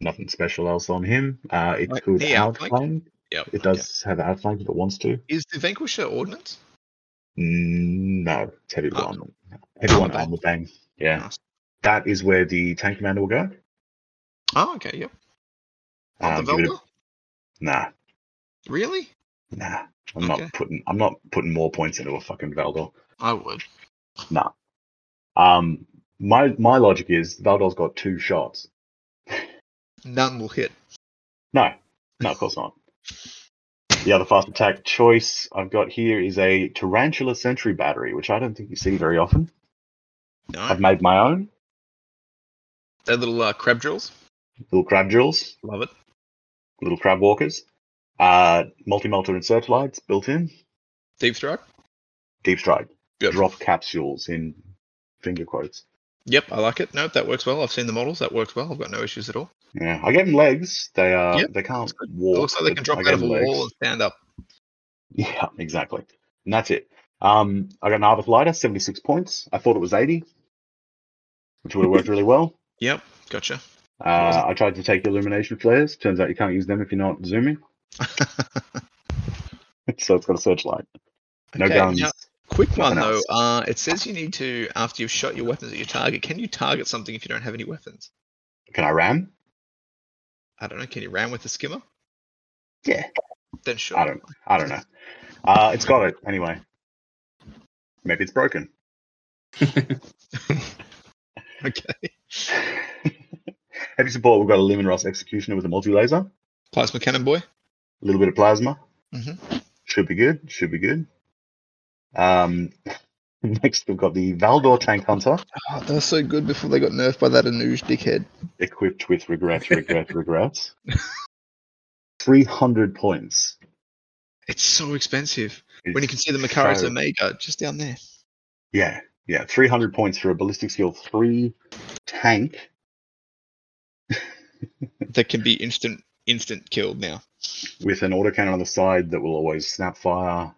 Speaker 2: Nothing special else on him. Uh, it
Speaker 1: Like
Speaker 2: could
Speaker 1: the outflank?
Speaker 2: outflank.
Speaker 1: Yep.
Speaker 2: It does have outflank if it wants to.
Speaker 1: Is the Vanquisher ordnance?
Speaker 2: Mm, No, it's heavy
Speaker 1: Oh.
Speaker 2: one. Heavy one
Speaker 1: Okay.
Speaker 2: armor bang. Yeah.
Speaker 1: Nice.
Speaker 2: That is where the tank commander will go.
Speaker 1: Oh, okay, yep. Not
Speaker 2: Um,
Speaker 1: the
Speaker 2: give it a-
Speaker 1: Velda?
Speaker 2: nah.
Speaker 1: Really?
Speaker 2: Nah, I'm
Speaker 1: Okay.
Speaker 2: not putting. I'm not putting more points into a fucking Valdor.
Speaker 1: I would.
Speaker 2: Nah. Um, my my logic is Valdor's got two shots.
Speaker 1: None will hit.
Speaker 2: No, no, of course not. The other fast attack choice I've got here is a Tarantula Sentry battery, which I don't think you see very often.
Speaker 1: No.
Speaker 2: I've made my own
Speaker 1: They're little uh, crab drills.
Speaker 2: little crab drills,
Speaker 1: Love it.
Speaker 2: little crab walkers, uh, multi melter insert lights built in,
Speaker 1: Deep strike.
Speaker 2: deep strike,
Speaker 1: Good.
Speaker 2: drop capsules in finger quotes.
Speaker 1: Yep, I like it. Nope, that works well. I've seen the models. That works well. I've got no issues at all.
Speaker 2: Yeah, I gave them legs. They uh,
Speaker 1: Yep,
Speaker 2: they can't
Speaker 1: looks good.
Speaker 2: walk.
Speaker 1: it looks like they
Speaker 2: but
Speaker 1: can drop
Speaker 2: I
Speaker 1: out
Speaker 2: gave
Speaker 1: of a
Speaker 2: them legs.
Speaker 1: wall and stand up.
Speaker 2: Yeah, exactly. And that's it. Um, I got an Arbor Lighter, 76 points. I thought it was 80, which would have worked really well.
Speaker 1: Yep, gotcha.
Speaker 2: Uh, I tried to take illumination flares. Turns out you can't use them if you're not zooming. so it's got a searchlight. No
Speaker 1: Okay,
Speaker 2: guns.
Speaker 1: now- Quick one
Speaker 2: Nothing
Speaker 1: though.
Speaker 2: else.
Speaker 1: Uh, it says you need to after you've shot your weapons at your target. Can you target something if you don't have any weapons?
Speaker 2: Can I ram?
Speaker 1: I don't know. Can you ram with the skimmer?
Speaker 2: Yeah.
Speaker 1: Then sure.
Speaker 2: I don't. I don't know. Uh, it's got it anyway. Maybe it's broken.
Speaker 1: Okay.
Speaker 2: Heavy support. We've got a Lumen Ross Executioner with a multi laser, a
Speaker 1: Plasma cannon boy.
Speaker 2: little bit of plasma.
Speaker 1: Mhm.
Speaker 2: Should be good. Should be good. Um, next we've got the Valdor Tank Hunter,
Speaker 1: Oh, they were so good before they got nerfed by that Anuj dickhead.
Speaker 2: equipped with regrets, regrets, regrets. Three hundred points.
Speaker 1: It's so expensive. When
Speaker 2: It's
Speaker 1: you can see the Makaris
Speaker 2: so-
Speaker 1: Omega just down there.
Speaker 2: Yeah, yeah, 300 points for a ballistic skill three tank.
Speaker 1: That can be instant instant killed now.
Speaker 2: with an autocannon on the side that will always snap fire.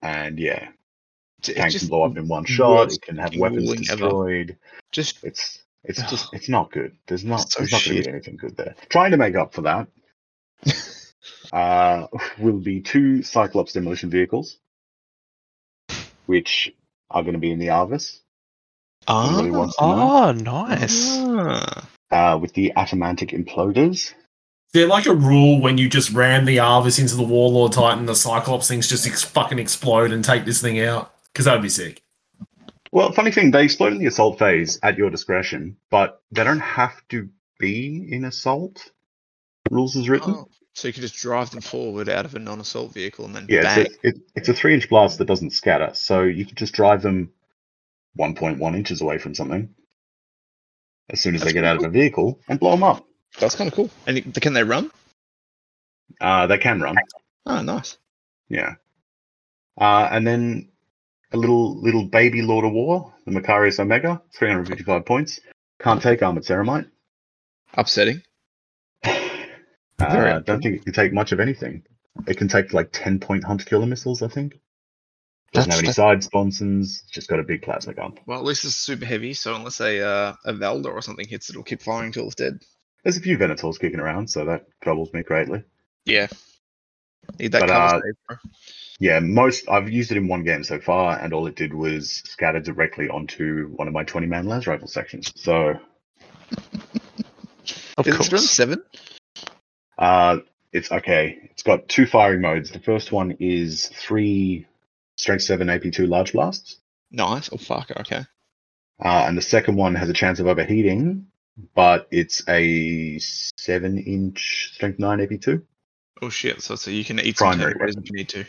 Speaker 2: And yeah,
Speaker 1: It's- it's
Speaker 2: tanks
Speaker 1: just-
Speaker 2: blow up in one shot.
Speaker 1: worst
Speaker 2: It can have weapons
Speaker 1: ruling ever.
Speaker 2: destroyed.
Speaker 1: Just
Speaker 2: It's it's just it's not good. There's not
Speaker 1: So
Speaker 2: there's not going to
Speaker 1: shit.
Speaker 2: be anything good there. Trying to make up for that uh, will be two Cyclops demolition vehicles, which are going to be in the Arvis
Speaker 1: ah,
Speaker 2: Everybody wants-
Speaker 3: Oh, nice.
Speaker 1: ah.
Speaker 2: uh, with the Atamantic imploders.
Speaker 5: They're like a rule when you just ram the Arvis into the Warlord Titan, the Cyclops things just ex- fucking explode and take this thing out. Because that'd be sick.
Speaker 2: Well, funny thing, they explode in the assault phase at your discretion, but they don't have to be in assault. Rules is written.
Speaker 1: Oh, So you can just drive them forward out of a non-assault vehicle and then
Speaker 2: yeah,
Speaker 1: bang.
Speaker 2: it's a, it, it's a three-inch blast that doesn't scatter, so you can just drive them 1.1 inches away from something as soon as
Speaker 1: That's
Speaker 2: they get
Speaker 1: pretty
Speaker 2: out of a vehicle and blow them up.
Speaker 1: That's kind of cool. And it- can they run?
Speaker 2: Uh, they can run,
Speaker 1: Oh, nice.
Speaker 2: yeah. Uh, and then a little little baby Lord of War, the Macarius Omega, 355 points. Can't take armored ceramite.
Speaker 1: Upsetting.
Speaker 2: Uh, I don't think it can take much of anything. It can take like 10 point hunter killer missiles, I think. Doesn't
Speaker 1: That's-
Speaker 2: have any
Speaker 1: that-
Speaker 2: side sponsons, just got a big plasma gun.
Speaker 1: Well, at least it's super heavy, so unless a uh, a Valda or something hits, it'll keep firing till it's dead.
Speaker 2: There's a few Venators kicking around, so that troubles me greatly.
Speaker 1: Yeah. Need that
Speaker 2: But,
Speaker 1: cover
Speaker 2: uh,
Speaker 1: save, bro.
Speaker 2: Yeah, most I've used it in one game so far, and all it did was scatter directly onto one of my 20 man las rifle sections. So
Speaker 3: Of
Speaker 1: Is it still in
Speaker 3: course.
Speaker 1: seven?
Speaker 2: uh, it's okay. It's got two firing modes. The first one is three strength 7 AP2 large blasts.
Speaker 1: Nice. Oh, fuck. Okay.
Speaker 2: Uh, and the second one has a chance of overheating, but it's a seven inch strength nine AP2.
Speaker 1: Oh, shit. So, so you can eat some
Speaker 2: Primary
Speaker 1: turtle
Speaker 2: weapon.
Speaker 1: if you need to.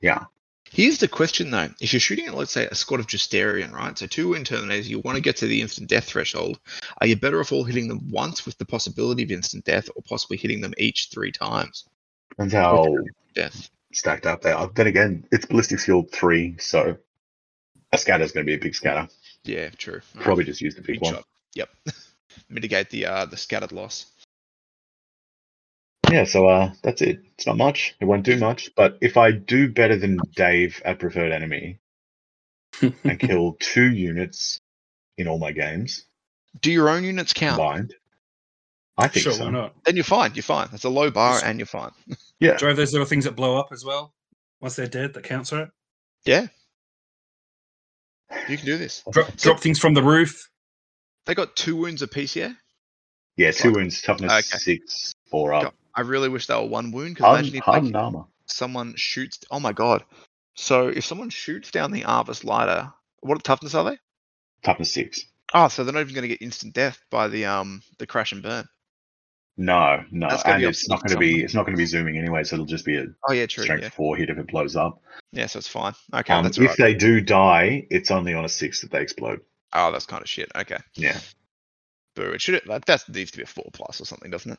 Speaker 2: Yeah.
Speaker 1: Here's the question, though. If you're shooting at, let's say, a squad of Justerian, right? So two in Terminators, you want to get to the instant death threshold. Are you better off all hitting them once with the possibility of instant death or possibly hitting them each three times?
Speaker 2: Depends how
Speaker 1: Death.
Speaker 2: stacked up they are. Then again, it's ballistic skill three, so a scatter is going to be a big scatter.
Speaker 1: Yeah, true. Alright.
Speaker 2: Probably just use the big
Speaker 1: Mm. Big
Speaker 2: one.
Speaker 1: shot. Yep. Mitigate the uh, the scattered loss.
Speaker 2: Yeah, so uh, that's it. It's not much. It won't do much. But if I do better than Dave at preferred enemy and kill two units in all my games
Speaker 1: Do your own units count?
Speaker 2: combined, I think
Speaker 4: sure,
Speaker 2: so.
Speaker 4: why not?
Speaker 1: Then you're fine. You're fine. That's a low bar, and you're fine.
Speaker 2: Yeah,
Speaker 4: Drive those little things that blow up as well. Once they're dead, that counts, right?
Speaker 1: Yeah. You can do this.
Speaker 4: Drop, drop things from the roof.
Speaker 1: They got two wounds apiece, yeah.
Speaker 2: yeah. Two
Speaker 1: Like-
Speaker 2: wounds, toughness
Speaker 1: Okay.
Speaker 2: six, four up.
Speaker 1: I really wish they were one wound because
Speaker 2: Hardened,
Speaker 1: imagine if they
Speaker 2: hardened armor.
Speaker 1: someone shoots. Oh my god! So if someone shoots down the Arvis lighter, what toughness are they?
Speaker 2: Toughness six.
Speaker 1: Oh, so they're not even going to get instant death by the um the crash and burn.
Speaker 2: No, no,
Speaker 1: That's gonna
Speaker 2: and
Speaker 1: be a
Speaker 2: it's not going to be
Speaker 1: something.
Speaker 2: it's not going to be zooming anyway, so it'll just be a
Speaker 1: Oh yeah, true.
Speaker 2: strength
Speaker 1: Yeah.
Speaker 2: four hit if it blows up.
Speaker 1: yeah, so it's fine. Okay,
Speaker 2: Um,
Speaker 1: that's
Speaker 2: if
Speaker 1: right.
Speaker 2: they do die, it's only on a six that they explode.
Speaker 1: Oh, that's kind of shit. Okay.
Speaker 2: Yeah.
Speaker 1: Boo! It should that that needs to be a four plus or something, doesn't it?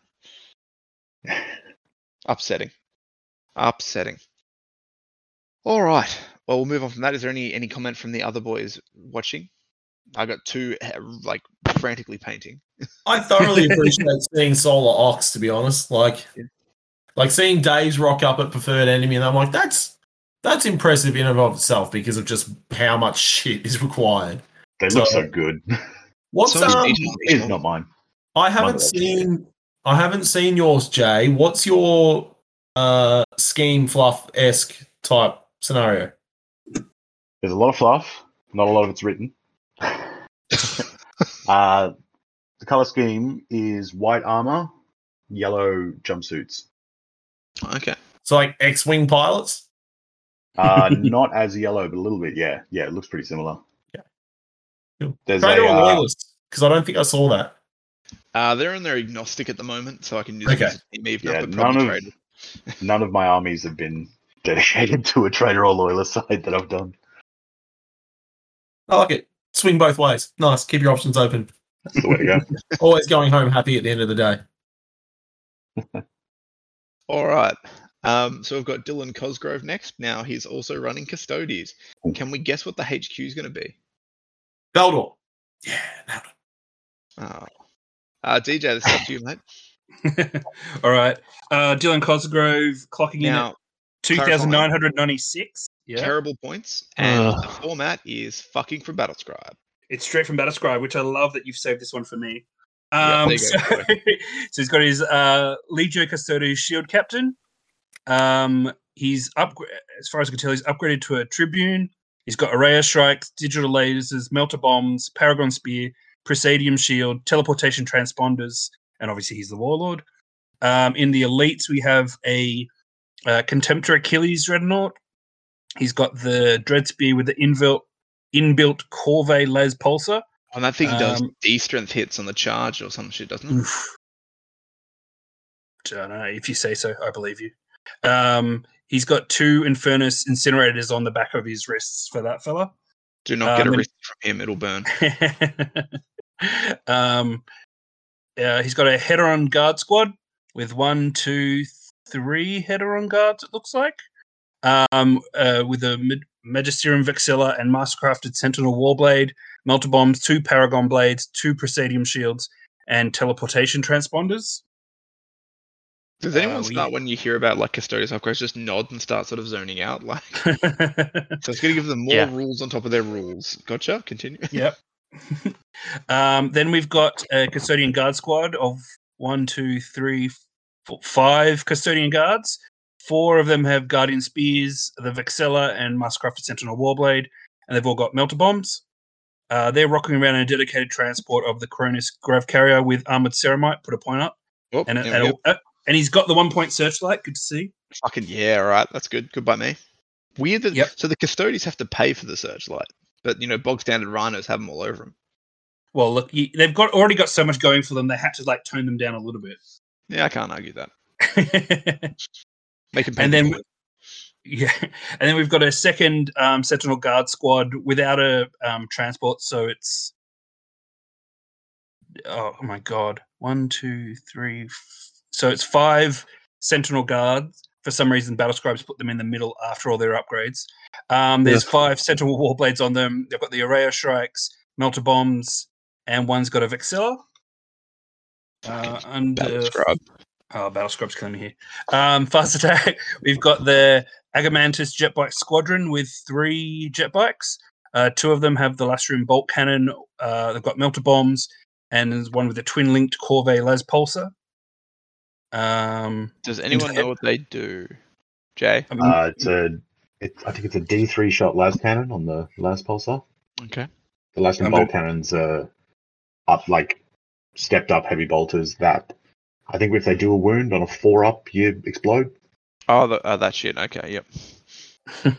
Speaker 1: Upsetting. Upsetting. All right. Well, we'll move on from that. Is there any any comment from the other boys watching? I got two eh, like frantically painting.
Speaker 5: I thoroughly appreciate seeing Solar Ox, to be honest. Like,
Speaker 1: Yeah.
Speaker 5: like seeing Dave's rock up at preferred enemy, and I'm like, that's that's impressive in and of itself because of just how much shit is required.
Speaker 2: They look
Speaker 5: So-
Speaker 2: so good.
Speaker 5: What's
Speaker 1: So is
Speaker 5: um,
Speaker 1: Asian-
Speaker 2: it's not mine.
Speaker 5: I haven't
Speaker 2: Monday.
Speaker 5: seen I haven't seen yours, Jay. What's your uh scheme fluff esque type scenario?
Speaker 2: There's a lot of fluff. Not a lot of it's written. uh, the color scheme is white armor, yellow jumpsuits.
Speaker 1: Okay.
Speaker 5: So like X Wing pilots?
Speaker 2: Uh, not as yellow, but a little bit. Yeah, yeah, it looks pretty similar.
Speaker 5: Yeah. Cool.
Speaker 2: There's
Speaker 5: Traitor
Speaker 2: a,
Speaker 5: or
Speaker 2: uh,
Speaker 5: loyalists? Because I don't think I saw that.
Speaker 1: Uh, they're in their agnostic at the moment, so I can use
Speaker 5: Okay.
Speaker 1: them as a team even
Speaker 2: yeah,
Speaker 1: if they're probably
Speaker 2: none of
Speaker 1: traded.
Speaker 2: none of my armies have been dedicated to a traitor or loyalist side that I've done.
Speaker 5: I like it. Swing both ways. Nice. Keep your options open.
Speaker 2: That's the way to go.
Speaker 5: Always going home happy at the end of the day.
Speaker 1: All right. Um, so we've got Dylan Cosgrove next. Now he's also running Custodies. Can we guess what the HQ is going to be?
Speaker 5: Beldor. Yeah, Beldor.
Speaker 1: Oh. Uh, DJ, this is up to you, mate.
Speaker 4: All right. Uh, Dylan Cosgrove clocking in
Speaker 1: Now,
Speaker 4: at 2,996. Yeah.
Speaker 1: terrible points, and the
Speaker 3: Ugh.
Speaker 1: format is fucking from Battlescribe.
Speaker 4: It's straight from Battlescribe, which I love that you've saved this one for me.
Speaker 1: Yeah,
Speaker 4: Um,
Speaker 1: there you
Speaker 4: so,
Speaker 1: go.
Speaker 4: so he's got his uh, Legio Custodio Shield Captain. Um, he's up, as far as I can tell, he's upgraded to a Tribune. He's got Array of Strikes, Digital Lasers, Melter Bombs, Paragon Spear, Presidium Shield, Teleportation Transponders, and obviously he's the Warlord. Um, in the Elites, we have a uh, Contemptor Achilles Dreadnought. He's got the Dread Spear with the inbuilt inbuilt Corvée Las Pulsar.
Speaker 1: And that thing does
Speaker 4: Um, mm,
Speaker 1: D strength hits on the charge or some shit, doesn't it?
Speaker 4: Oof. Don't know if you say so. I believe you. Um, he's got two Infernus incinerators on the back of his wrists for that fella.
Speaker 1: Do not get
Speaker 4: Um,
Speaker 1: a
Speaker 4: and-
Speaker 1: risk from him; it'll burn.
Speaker 4: um, uh, he's got a header on guard squad with one, two, three header on guards. It looks like. Um, uh, with a Mag- Magisterium Vexilla and Mastercrafted Sentinel Warblade, Melter Bombs, two Paragon Blades, two Presidium Shields, and Teleportation Transponders.
Speaker 1: Does
Speaker 4: Uh,
Speaker 1: anyone
Speaker 4: we-
Speaker 1: start when you hear about like Custodius upgrades, just nod and start sort of zoning out? Like, so it's going to give them more
Speaker 3: Yeah.
Speaker 1: rules on top of their rules. Gotcha. Continue.
Speaker 4: yep. um, then we've got a custodian guard squad of one, two, three, four, five custodian guards. Four of them have guardian spears, the Vexella and Mastercrafted Sentinel Warblade, and they've all got melter bombs. Uh, they're rocking around in a dedicated transport of the Cronus Grav Carrier with armored ceramite. Put a point up,
Speaker 1: Oh,
Speaker 4: and
Speaker 1: there
Speaker 4: and,
Speaker 1: we go.
Speaker 4: uh, and he's got the one point searchlight. Good to see.
Speaker 1: fucking yeah, all right. That's good. Good by me. Weird that
Speaker 4: Yep.
Speaker 1: so the custodians have to pay for the searchlight, but you know bog standard rhinos have them all over them.
Speaker 4: Well, look, you, they've got already got so much going for them. They had to like tone them down a little
Speaker 1: Yeah, I can't argue that.
Speaker 4: bit.
Speaker 1: Make them pay.
Speaker 4: and
Speaker 1: the
Speaker 4: then
Speaker 1: bill.
Speaker 4: yeah and then we've got a second um, sentinel guard squad without a um, transport so it's oh my god one two three f- so it's five sentinel guards for some reason battle scribes put them in the middle after all their upgrades um, there's five sentinel warblades on them they've got the array of strikes melter bombs and one's got a vexilla uh,
Speaker 1: Fucking
Speaker 4: under
Speaker 1: Battle Scribe.
Speaker 4: Oh, Battle Scrub's killing me here. Um, fast attack. We've got the Agamantis jet bike squadron with three jet bikes. Uh, two of them have the Lastrium bolt cannon. Uh, they've got melter bombs, and there's one with a twin linked Corvée Las Pulsar. Um,
Speaker 1: Does anyone know what they do? Jay.
Speaker 4: I mean,
Speaker 2: Uh, it's a, it, I think it's a D three shot las cannon on the las pulsar.
Speaker 1: Okay.
Speaker 2: The last
Speaker 4: I'm
Speaker 2: bolt
Speaker 4: gonna-
Speaker 2: cannons are up like stepped up heavy bolters that I think if they do a wound on a four up you explode.
Speaker 3: Oh, the, oh, that shit. Okay, yep.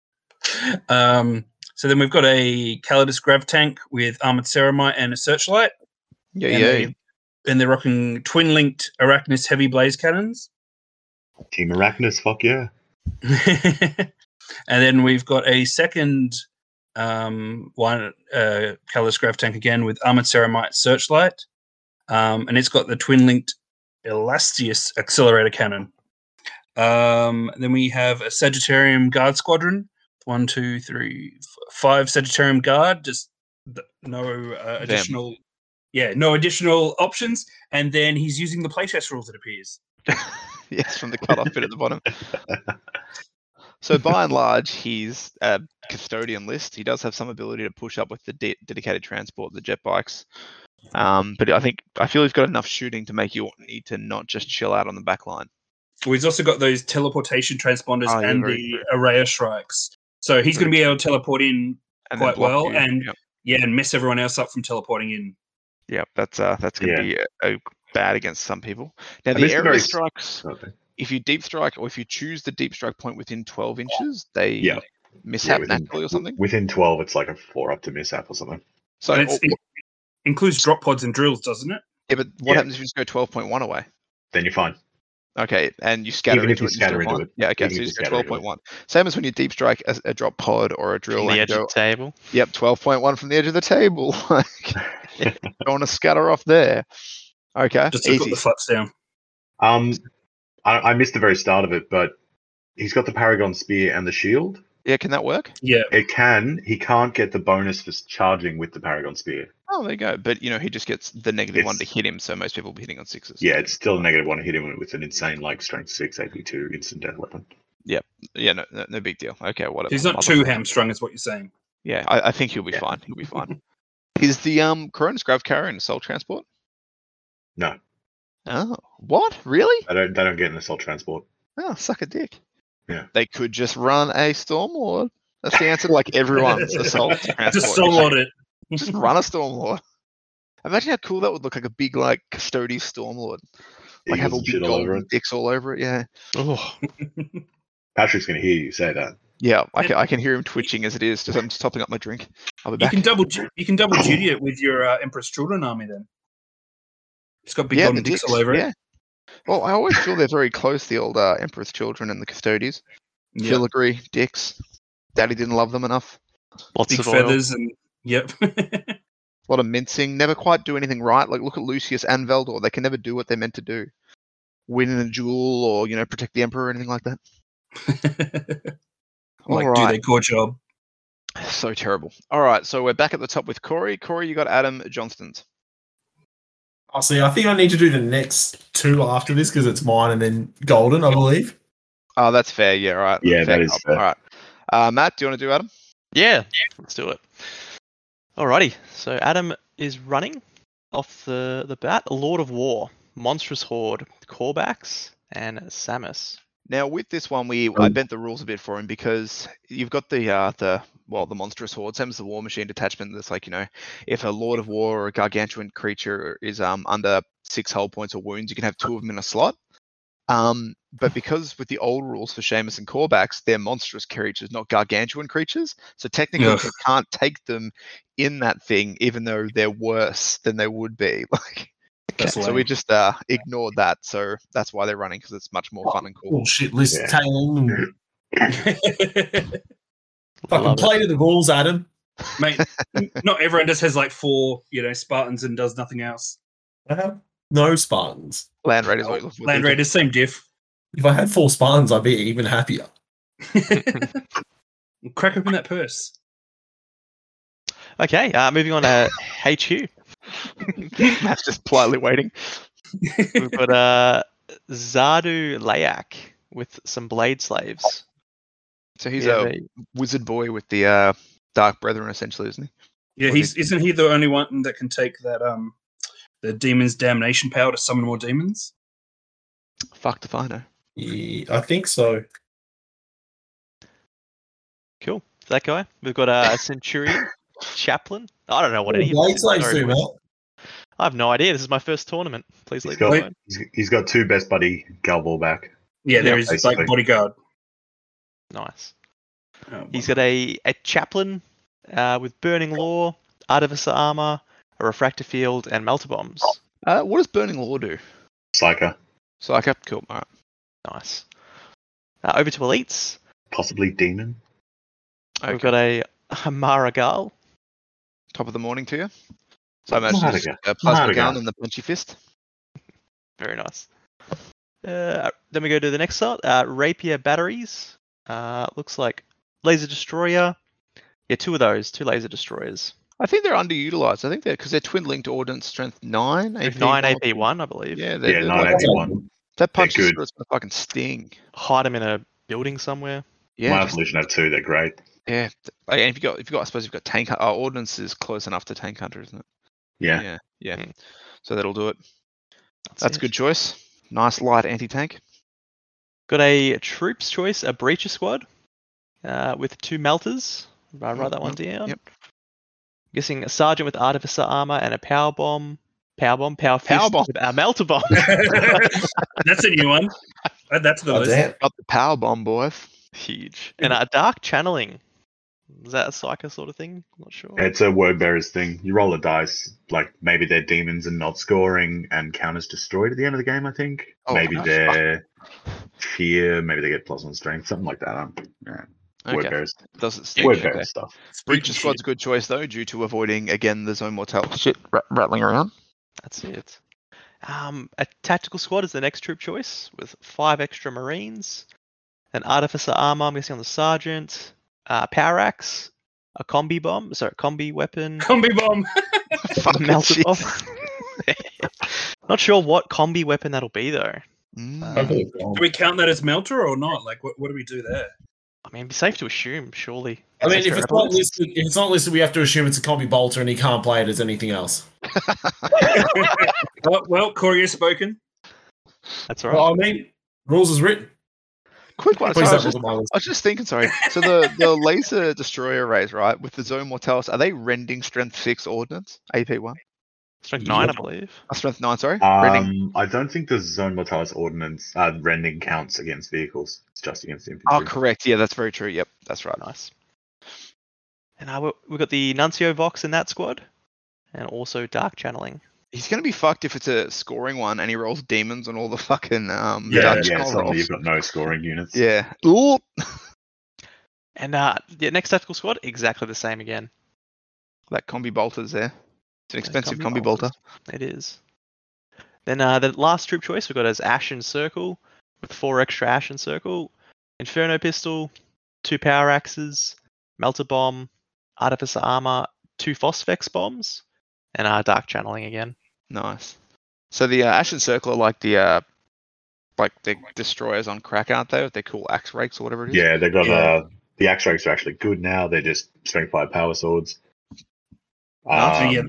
Speaker 4: um, so then we've got a Calidus Grav tank with armored ceramite and a searchlight.
Speaker 1: Yeah,
Speaker 4: And,
Speaker 1: yeah.
Speaker 4: they, and they're rocking twin linked Arachnus heavy blaze cannons.
Speaker 2: Team Arachnus, fuck yeah.
Speaker 4: and then we've got a second um, one, uh, Calidus Grav tank again with armored ceramite searchlight. Um, and it's got the twin linked Elastius accelerator cannon. Um, then we have a Sagittarium guard squadron. One, two, three, f- five Sagittarium guard. Just th- no uh, additional. Yeah, no additional options. And then he's using the playtest rules. It appears.
Speaker 1: yes, from the cutoff bit at the bottom. So by and large, he's a custodian list. He does have some ability to push up with the de- dedicated transport, the jet bikes. Um, but I think I feel he's got enough shooting to make you need to not just chill out on the back line.
Speaker 4: Well, he's also got those teleportation transponders
Speaker 1: Oh, yeah,
Speaker 4: and
Speaker 1: very
Speaker 4: the
Speaker 1: true.
Speaker 4: array of strikes. So he's going to be able to teleport in.
Speaker 1: And then
Speaker 4: Quite
Speaker 1: block
Speaker 4: well,
Speaker 1: you.
Speaker 4: and-
Speaker 1: yep,
Speaker 4: Yeah, and mess everyone else up from teleporting in.
Speaker 1: Yep, that's uh, that's going
Speaker 2: Yeah.
Speaker 1: to be uh, uh, bad against some people. Now
Speaker 2: And
Speaker 1: the
Speaker 2: this is
Speaker 1: area
Speaker 2: very s-
Speaker 1: strikes.
Speaker 2: Okay.
Speaker 1: If you deep strike, or if you choose the deep strike point within 12 inches, they
Speaker 2: Yeah.
Speaker 1: mishap
Speaker 2: within-
Speaker 1: naturally or something.
Speaker 2: Within 12, it's like a 4 up to mishap or something.
Speaker 1: So
Speaker 4: And it's-
Speaker 1: or-
Speaker 4: it includes drop pods and drills, doesn't it?
Speaker 1: yeah, but what
Speaker 2: yeah.
Speaker 1: happens if you just go 12.1 away?
Speaker 2: Then you're fine.
Speaker 1: Okay, and you scatter
Speaker 2: Even if
Speaker 1: into
Speaker 2: you
Speaker 1: it. and still
Speaker 2: scatter into
Speaker 1: find-
Speaker 2: it.
Speaker 1: Yeah, okay,
Speaker 2: Even
Speaker 1: so
Speaker 2: if
Speaker 1: you
Speaker 2: you
Speaker 1: just go
Speaker 2: scatter into it.
Speaker 1: 12.1. Same as when you deep strike a, a drop pod or a drill
Speaker 3: From the
Speaker 1: and
Speaker 3: edge
Speaker 1: go,
Speaker 3: of the table.
Speaker 1: yep, 12.1 from the edge of the table. Like, don't want to scatter off there. Okay,
Speaker 4: Just to put
Speaker 1: easy.
Speaker 4: the flaps down.
Speaker 2: Um, I, I missed the very start of it, but he's got the Paragon Spear and the Shield.
Speaker 1: Yeah, can that work?
Speaker 4: Yeah.
Speaker 2: It can. He can't get the bonus for s- charging with the Paragon Spear.
Speaker 1: Oh, there you go. But, you know, he just gets the negative one to
Speaker 2: It's-
Speaker 1: hit him, so most people will be hitting on sixes.
Speaker 2: Yeah, it's still a negative one hit him with an insane, like, strength 6 AP2 instant death weapon.
Speaker 1: Yeah, no, no, no big deal. Okay, whatever.
Speaker 4: He's not
Speaker 1: motherfucker.
Speaker 4: too hamstrung, is what you're saying.
Speaker 1: Yeah, I, I think he'll be
Speaker 2: Yeah.
Speaker 1: fine. He'll be fine. Is the um Cronus Grav carrying assault transport?
Speaker 2: No,
Speaker 1: Oh, what? Really?
Speaker 2: they don't, they don't get an assault transport.
Speaker 1: Oh, suck a dick.
Speaker 2: Yeah.
Speaker 1: They could just run a Stormlord. That's the answer to like everyone's assault transport.
Speaker 4: Just soloed it.
Speaker 1: Just run a Stormlord. Imagine how cool that would look, like a big like custody Stormlord. Like have all
Speaker 2: Eagles
Speaker 1: big
Speaker 2: and shit all over
Speaker 1: golden
Speaker 2: it.
Speaker 1: dicks all over it, yeah.
Speaker 3: Oh,
Speaker 2: Patrick's going to hear you say that.
Speaker 1: Yeah, I can, I can hear him twitching as it is, just I'm just topping up my drink. I'll be
Speaker 4: You
Speaker 1: back.
Speaker 4: can double ju- you can double duty it with your uh, Empress Children army then. It's got big
Speaker 1: yeah,
Speaker 4: golden
Speaker 1: the
Speaker 4: dicks all over
Speaker 1: yeah. Well, I always feel they're very close, the old uh, Emperor's children and the custodies.
Speaker 4: it. Yeah.
Speaker 1: Filigree, dicks. Daddy didn't love them enough.
Speaker 3: lots
Speaker 4: Big
Speaker 3: of oil.
Speaker 4: feathers and yep.
Speaker 1: a lot of mincing, never quite do anything right. Like look at Lucius and Veldor; they can never do what they're meant to do, win in a duel or you know protect the emperor or anything like that.
Speaker 4: like
Speaker 1: All
Speaker 4: do
Speaker 1: right,
Speaker 4: their core job.
Speaker 1: so terrible. All right, so we're back at the top with Corey. Corey, you got Adam Johnston's.
Speaker 5: Oh, see, I think I need to do the next two after this because it's mine and then golden, I believe.
Speaker 1: Oh, that's fair. Yeah, all right.
Speaker 2: Yeah, that is
Speaker 1: cop.
Speaker 2: fair.
Speaker 1: All right, uh, Matt, do you want to do Adam?
Speaker 3: Yeah, let's do it. Alrighty, so Adam is running off the, the bat. Lord of War, Monstrous Horde, Corbacks, and Samus.
Speaker 1: Now with this one, we
Speaker 4: Um,
Speaker 1: I bent the rules a bit for him because you've got the uh, the well the monstrous horde, same as the war machine detachment. That's like you know, if a lord of war or a gargantuan creature is um under six hull points or wounds, you can have two of them in a slot. Um, but because with the old rules for Seamus and Corbacks, they're monstrous creatures, not gargantuan creatures. So technically,
Speaker 4: Ugh.
Speaker 1: you can't take them in that thing, even though they're worse than they would be. Like,
Speaker 4: That's
Speaker 1: so we
Speaker 4: lame.
Speaker 1: just uh, ignored that. So that's why they're running because it's much
Speaker 4: Oh,
Speaker 1: more fun and cool.
Speaker 5: Bullshit Oh, list
Speaker 2: Yeah.
Speaker 5: tail and fucking
Speaker 3: Love it.
Speaker 5: play to the rules, Adam.
Speaker 4: Mate, n- not everyone just has like four, you know, Spartans and does nothing else.
Speaker 2: Uh-huh.
Speaker 5: No Spartans.
Speaker 1: Land Raiders.
Speaker 2: Oh,
Speaker 1: what you're looking for,
Speaker 4: Land
Speaker 1: Deacon.
Speaker 4: Raiders, same diff.
Speaker 5: If I had four Spartans, I'd be even happier.
Speaker 4: Crack open that purse.
Speaker 3: Okay, uh, moving on to HQ.
Speaker 1: Matt's just politely waiting.
Speaker 3: We've got uh, Zardu Layak with some Blade Slaves.
Speaker 1: So he's
Speaker 3: Yeah,
Speaker 1: a
Speaker 3: they-
Speaker 1: wizard boy with the uh, Dark Brethren, essentially, isn't he?
Speaker 4: Yeah,
Speaker 1: Or
Speaker 4: he's isn't he the only one that can take that um the demon's damnation power to summon more demons?
Speaker 1: Fuck if I know.
Speaker 5: Yeah, I think so.
Speaker 3: Cool. Is that guy. We've got uh, a Centurion, Chaplain. I don't know what it is.
Speaker 5: Blade Slaves
Speaker 3: Sorry,
Speaker 5: do,
Speaker 3: boys.
Speaker 5: Matt.
Speaker 3: I have no idea. This is my first tournament. Please
Speaker 2: He's
Speaker 3: leave
Speaker 2: got,
Speaker 3: me
Speaker 4: Wait.
Speaker 3: alone.
Speaker 2: he's- he's got two best buddy Galvor back.
Speaker 4: Yeah, there
Speaker 3: Yeah,
Speaker 4: is
Speaker 2: basically.
Speaker 4: like bodyguard.
Speaker 3: Nice.
Speaker 4: Um,
Speaker 3: He's got a, a chaplain uh, with burning law, artificer armor, a refractor field, and melter bombs.
Speaker 1: Uh, what does Burning Law do?
Speaker 2: Psyker,
Speaker 1: So I kept cool. All right.
Speaker 3: Nice. Uh, over to elites.
Speaker 2: possibly demon.
Speaker 1: Okay.
Speaker 3: We've got a Hamara Gal.
Speaker 1: Top of the morning to you. So I imagine it's
Speaker 2: Mardigar.
Speaker 1: a plasma
Speaker 2: Mardigar.
Speaker 1: gun and the punchy fist.
Speaker 3: Very nice. Uh, then we go to the next slot. Uh, rapier batteries. Uh, looks like laser destroyer. Yeah, two of those. Two laser destroyers.
Speaker 1: I think they're underutilized. I think they're because they're twin linked to ordnance strength nine. AP
Speaker 3: Nine AP one, I believe.
Speaker 1: Yeah, they're,
Speaker 2: Yeah,
Speaker 1: they're
Speaker 2: nine
Speaker 1: like-
Speaker 2: AP one.
Speaker 1: That punchy
Speaker 2: good.
Speaker 1: sword's gonna fucking sting.
Speaker 3: Hide them in a building somewhere.
Speaker 1: Yeah,
Speaker 2: My
Speaker 1: just-
Speaker 2: evolution have two. They're great.
Speaker 1: yeah. th- Like, and if you got, if you got, I suppose you've got tank. hu- Oh, ordnance is close enough to tank hunter, isn't it?
Speaker 2: Yeah. Hmm.
Speaker 1: yeah, yeah.
Speaker 3: Mm.
Speaker 1: So that'll do it.
Speaker 3: That's,
Speaker 1: That's a
Speaker 3: it.
Speaker 1: good choice. Nice light anti tank.
Speaker 3: Got a troops choice, a breacher squad, uh, with two melters. I write that one down.
Speaker 1: yep.
Speaker 3: Guessing a sergeant with artificer armor and a power bomb, power bomb, power fist,
Speaker 1: Power bomb.
Speaker 3: with a melter bomb.
Speaker 4: that's a new one. Add that to the
Speaker 5: Oh,
Speaker 4: list.
Speaker 5: damn.
Speaker 1: Up the power bomb, boys.
Speaker 3: Huge. And a dark channeling. Is that a psycho sort of thing? I'm not sure.
Speaker 2: It's a word bearers thing. You roll a dice. Like maybe they're demons and not scoring, and counters destroyed at the end of the game. I think.
Speaker 1: Oh,
Speaker 2: maybe
Speaker 1: fuck.
Speaker 2: they're fear. Maybe they get plus one strength. Something like that. Um, yeah. Word
Speaker 1: Okay,
Speaker 2: bearers.
Speaker 1: doesn't
Speaker 2: Word
Speaker 1: stink. Okay.
Speaker 2: bearers stuff.
Speaker 4: Speaking
Speaker 1: Breacher
Speaker 4: shit.
Speaker 1: squad's a good choice though, due to avoiding again the zone mortality shit ra- rattling around.
Speaker 3: That's it. Um, a tactical squad is the next troop choice with five extra marines, an artificer armor. I'm guessing on the sergeant, uh, power axe, a combi bomb. Sorry, combi weapon.
Speaker 4: Combi bomb.
Speaker 1: Fucking
Speaker 3: melted
Speaker 1: shit.
Speaker 3: off. Not sure what combi weapon that'll be though.
Speaker 1: Mm.
Speaker 5: I could've gone.
Speaker 4: Do we count that as melter or not? Like, what, what do we do there?
Speaker 3: I mean, it'd be safe to assume, surely.
Speaker 5: I mean,
Speaker 3: Extra
Speaker 5: if it's not
Speaker 3: weapons.
Speaker 5: listed, if it's not listed, we have to assume it's a combi bolter, and he can't play it as anything else.
Speaker 4: well, well, Corey has spoken.
Speaker 3: that's all right.
Speaker 5: Well, I mean, rules is written.
Speaker 1: Quick one.
Speaker 5: Please
Speaker 1: sorry, I,
Speaker 5: don't
Speaker 1: was just,
Speaker 5: look at my list.
Speaker 1: I was just thinking. Sorry. So the the laser destroyer rays, right, with the zone mortalis, are they rending strength six ordnance AP one?
Speaker 3: Strength nine, I believe.
Speaker 1: Uh, strength nine, sorry. rending.
Speaker 2: Um, I don't think the zone mortalis ordinance uh, rending counts against vehicles. It's just against infantry.
Speaker 1: Oh, correct. Yeah, that's very true. Yep, that's right.
Speaker 3: Nice. And uh, we- we've got the Nuncio Vox in that squad, and also Dark Channeling.
Speaker 1: He's gonna be fucked if it's a scoring one and he rolls demons on all the fucking um
Speaker 2: yeah,
Speaker 1: dark
Speaker 2: yeah.
Speaker 1: channel
Speaker 2: suddenly
Speaker 1: rolls.
Speaker 2: you've got no scoring units.
Speaker 1: Yeah. Ooh.
Speaker 3: And uh, the next tactical squad, exactly the same again.
Speaker 1: That combi bolter's there. It's an
Speaker 3: Those
Speaker 1: expensive
Speaker 3: combi
Speaker 1: combi bolter.
Speaker 3: bolters. It is. Then uh, the last troop choice we've got is Ashen Circle, with four extra Ashen Circle, Inferno Pistol, two Power Axes, Melter Bomb, Artificer Armor, two Phosphex Bombs, and uh, Dark Channeling again.
Speaker 1: Nice. So the uh, Ashen Circle are like the uh, like the destroyers on crack, aren't they? With their cool axe rakes or whatever it is.
Speaker 2: Yeah, they've got
Speaker 4: Yeah.
Speaker 2: uh the axe rakes are actually good now. They're just strength five power swords.
Speaker 4: Ah,
Speaker 2: Um,
Speaker 4: yeah.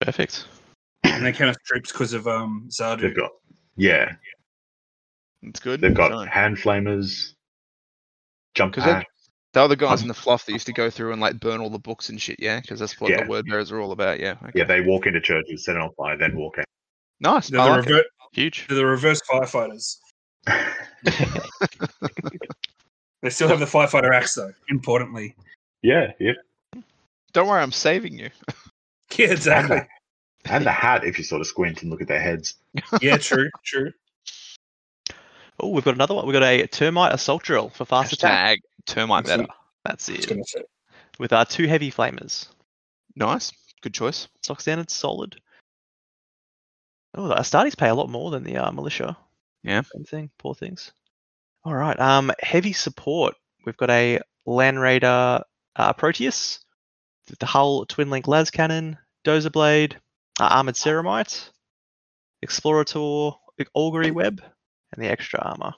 Speaker 3: Perfect.
Speaker 4: And they count as troops because of um Zardu.
Speaker 2: They've got yeah,
Speaker 1: it's good.
Speaker 2: they've got
Speaker 1: Shine.
Speaker 2: hand flamers, jump
Speaker 1: 'Cause they're-
Speaker 2: pack.
Speaker 1: they were the
Speaker 2: um,
Speaker 1: guys in the fluff that used to go through and like burn all the books and shit. Yeah, because that's what
Speaker 2: Yeah.
Speaker 1: the word bearers are all about. Yeah. Okay.
Speaker 2: Yeah, they walk into churches, set it on fire, then walk
Speaker 1: Nice.
Speaker 4: They're
Speaker 1: I
Speaker 5: Oh,
Speaker 4: the,
Speaker 1: like it.
Speaker 4: rever-
Speaker 3: Huge.
Speaker 4: they're the reverse firefighters.
Speaker 2: out.
Speaker 4: They still have the firefighter axe though. Importantly,
Speaker 2: yeah, yeah,
Speaker 1: Don't worry, I'm saving you.
Speaker 4: yeah, exactly.
Speaker 2: and the hat. If you sort of squint and look at their heads,
Speaker 4: yeah, true, true.
Speaker 3: Oh, we've got another one. We've got a Termite Assault Drill for fast attack.
Speaker 1: Hashtag termite better.
Speaker 3: That's
Speaker 4: That's
Speaker 3: it.
Speaker 4: gonna fit.
Speaker 3: With our two Heavy Flamers.
Speaker 1: Nice. Good choice.
Speaker 3: Stock standard, solid. Oh, the Astartes pay a lot more than the uh, militia.
Speaker 1: Yeah.
Speaker 3: Same thing. Poor things. All right. Um, heavy support. We've got a Land Raider uh, Proteus, th- the Hull Twin Link Las Cannon, Dozer Blade, uh, Armored Ceramite, Explorator, Augury Web, and the extra armor.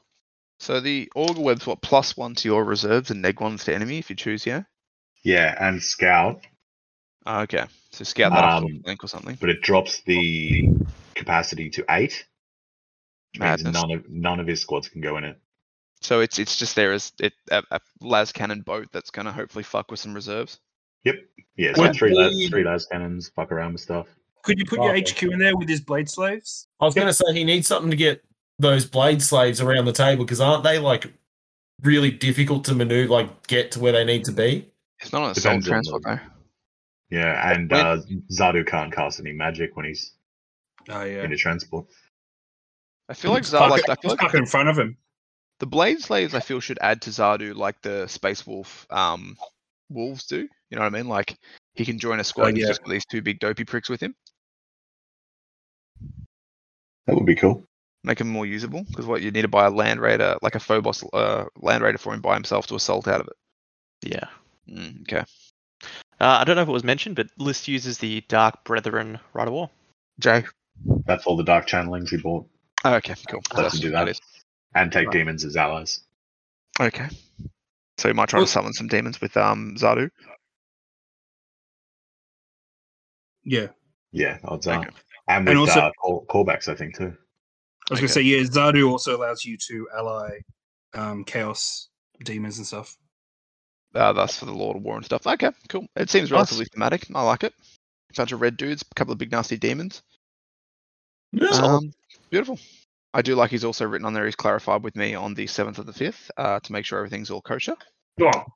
Speaker 1: So the auger web's what plus one to your reserves and neg ones to enemy if you choose. Yeah.
Speaker 2: yeah, and scout,
Speaker 1: Oh, okay. So scout that off
Speaker 2: Um,
Speaker 1: the link or something.
Speaker 2: but it drops the capacity to eight. which means
Speaker 1: Madness.
Speaker 2: None of none of his squads can go in it.
Speaker 1: So it's it's just there as it a, a las cannon boat that's gonna hopefully fuck with some reserves.
Speaker 2: Yeah, so
Speaker 4: Would
Speaker 2: three
Speaker 4: the-
Speaker 2: las, three las cannons, fuck around with stuff.
Speaker 4: Could you put your
Speaker 5: Okay.
Speaker 4: HQ in there with his blade slaves?
Speaker 5: I was going to say he needs something to get those blade slaves around the table because aren't they like really difficult to maneuver, like get to where they need to be?
Speaker 1: It's not an assault
Speaker 2: Depends
Speaker 1: transfer
Speaker 2: on the-
Speaker 1: though.
Speaker 2: Yeah, and
Speaker 1: Wait.
Speaker 2: uh, Zadu can't cast any magic when he's
Speaker 4: Oh yeah.
Speaker 2: into transport.
Speaker 1: I feel like
Speaker 4: Just
Speaker 1: Zard,
Speaker 4: park
Speaker 1: like,
Speaker 4: it-
Speaker 1: I feel
Speaker 4: just
Speaker 1: like
Speaker 4: park it in front of him.
Speaker 1: the blade slaves. I feel should add to Zardu like the space wolf um, wolves do. You know what I mean? Like he can join a
Speaker 2: Oh,
Speaker 1: squad and he's
Speaker 4: yeah.
Speaker 1: just got these two big dopey pricks with him,
Speaker 2: That would be cool.
Speaker 1: make him more usable. Because what you need to buy a land raider, like a Phobos uh, land raider for him by himself to assault out of it.
Speaker 3: Yeah.
Speaker 1: Mm, okay,
Speaker 3: Uh, I don't know if it was mentioned, but List uses the Dark Brethren Rite of War.
Speaker 1: Jay. Oh,
Speaker 2: That's all the dark channelings we bought.
Speaker 1: Okay, cool. So
Speaker 2: Let's
Speaker 1: that's
Speaker 2: do
Speaker 1: what
Speaker 2: that.
Speaker 1: is.
Speaker 2: And take
Speaker 1: Right.
Speaker 2: demons as allies.
Speaker 1: Okay. So you might try
Speaker 4: Well-
Speaker 1: to summon some demons with um Zardu.
Speaker 4: Yeah.
Speaker 2: Yeah, odds are.
Speaker 1: Okay.
Speaker 2: And
Speaker 4: And
Speaker 2: with
Speaker 4: also-
Speaker 2: uh, call, callbacks, I think, too.
Speaker 4: I was
Speaker 1: Okay.
Speaker 4: gonna say, yeah, Zardu also allows you to ally um, chaos demons and stuff.
Speaker 1: Uh, that's for the Lord of War and stuff. Okay, cool. It seems relatively thematic. I like it. Bunch of red dudes, a couple of big nasty demons. Um, beautiful. I do like he's also written on there. He's clarified with me on the seventh of the fifth uh, to make sure everything's all kosher.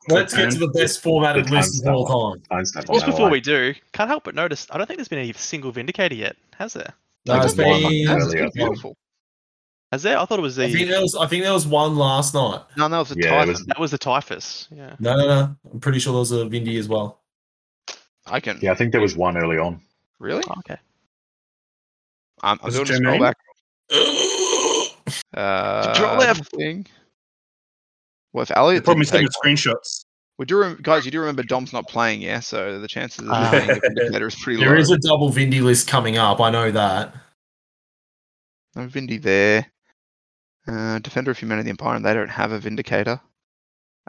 Speaker 5: Let's get to
Speaker 4: And-
Speaker 5: the best formatted
Speaker 2: Good
Speaker 5: list of
Speaker 2: time,
Speaker 5: all time.
Speaker 2: Einstein.
Speaker 3: Just before we do, can't help but notice I don't think there's been any single Vindicator yet. Has there?
Speaker 5: No, it's
Speaker 2: That's one month
Speaker 5: been-
Speaker 2: earlier.
Speaker 1: That's
Speaker 2: yeah.
Speaker 1: beautiful.
Speaker 3: Has there? I thought it was
Speaker 5: I think
Speaker 3: the
Speaker 5: there was. I think there was one last night.
Speaker 1: No, that was a
Speaker 2: Yeah, it
Speaker 1: Titan.
Speaker 2: was-
Speaker 3: that was the Typhus. Yeah.
Speaker 5: No, no, no. I'm pretty sure there was a Vindy as well.
Speaker 1: I can
Speaker 2: Yeah, I think there was one early on.
Speaker 1: really.
Speaker 5: Uh,
Speaker 3: Oh, okay.
Speaker 1: Um, I'm
Speaker 4: Was
Speaker 1: doing
Speaker 4: it
Speaker 1: a scroll
Speaker 4: Jermaine?
Speaker 1: back. Uh,
Speaker 3: Scroll left.
Speaker 1: Thing. Well, if Elliot
Speaker 4: The problem is
Speaker 1: didn't
Speaker 4: taking
Speaker 1: take one-
Speaker 4: screenshots.
Speaker 1: we do, rem- guys. You do remember Dom's not playing, yeah? So the chances of
Speaker 3: Ah.
Speaker 1: him being a Vindicator is pretty low.
Speaker 5: Uh, There is a double Vindy list coming up. I know that.
Speaker 1: No Vindy there. Uh, Defender of Humanity Empire, and they don't have a Vindicator.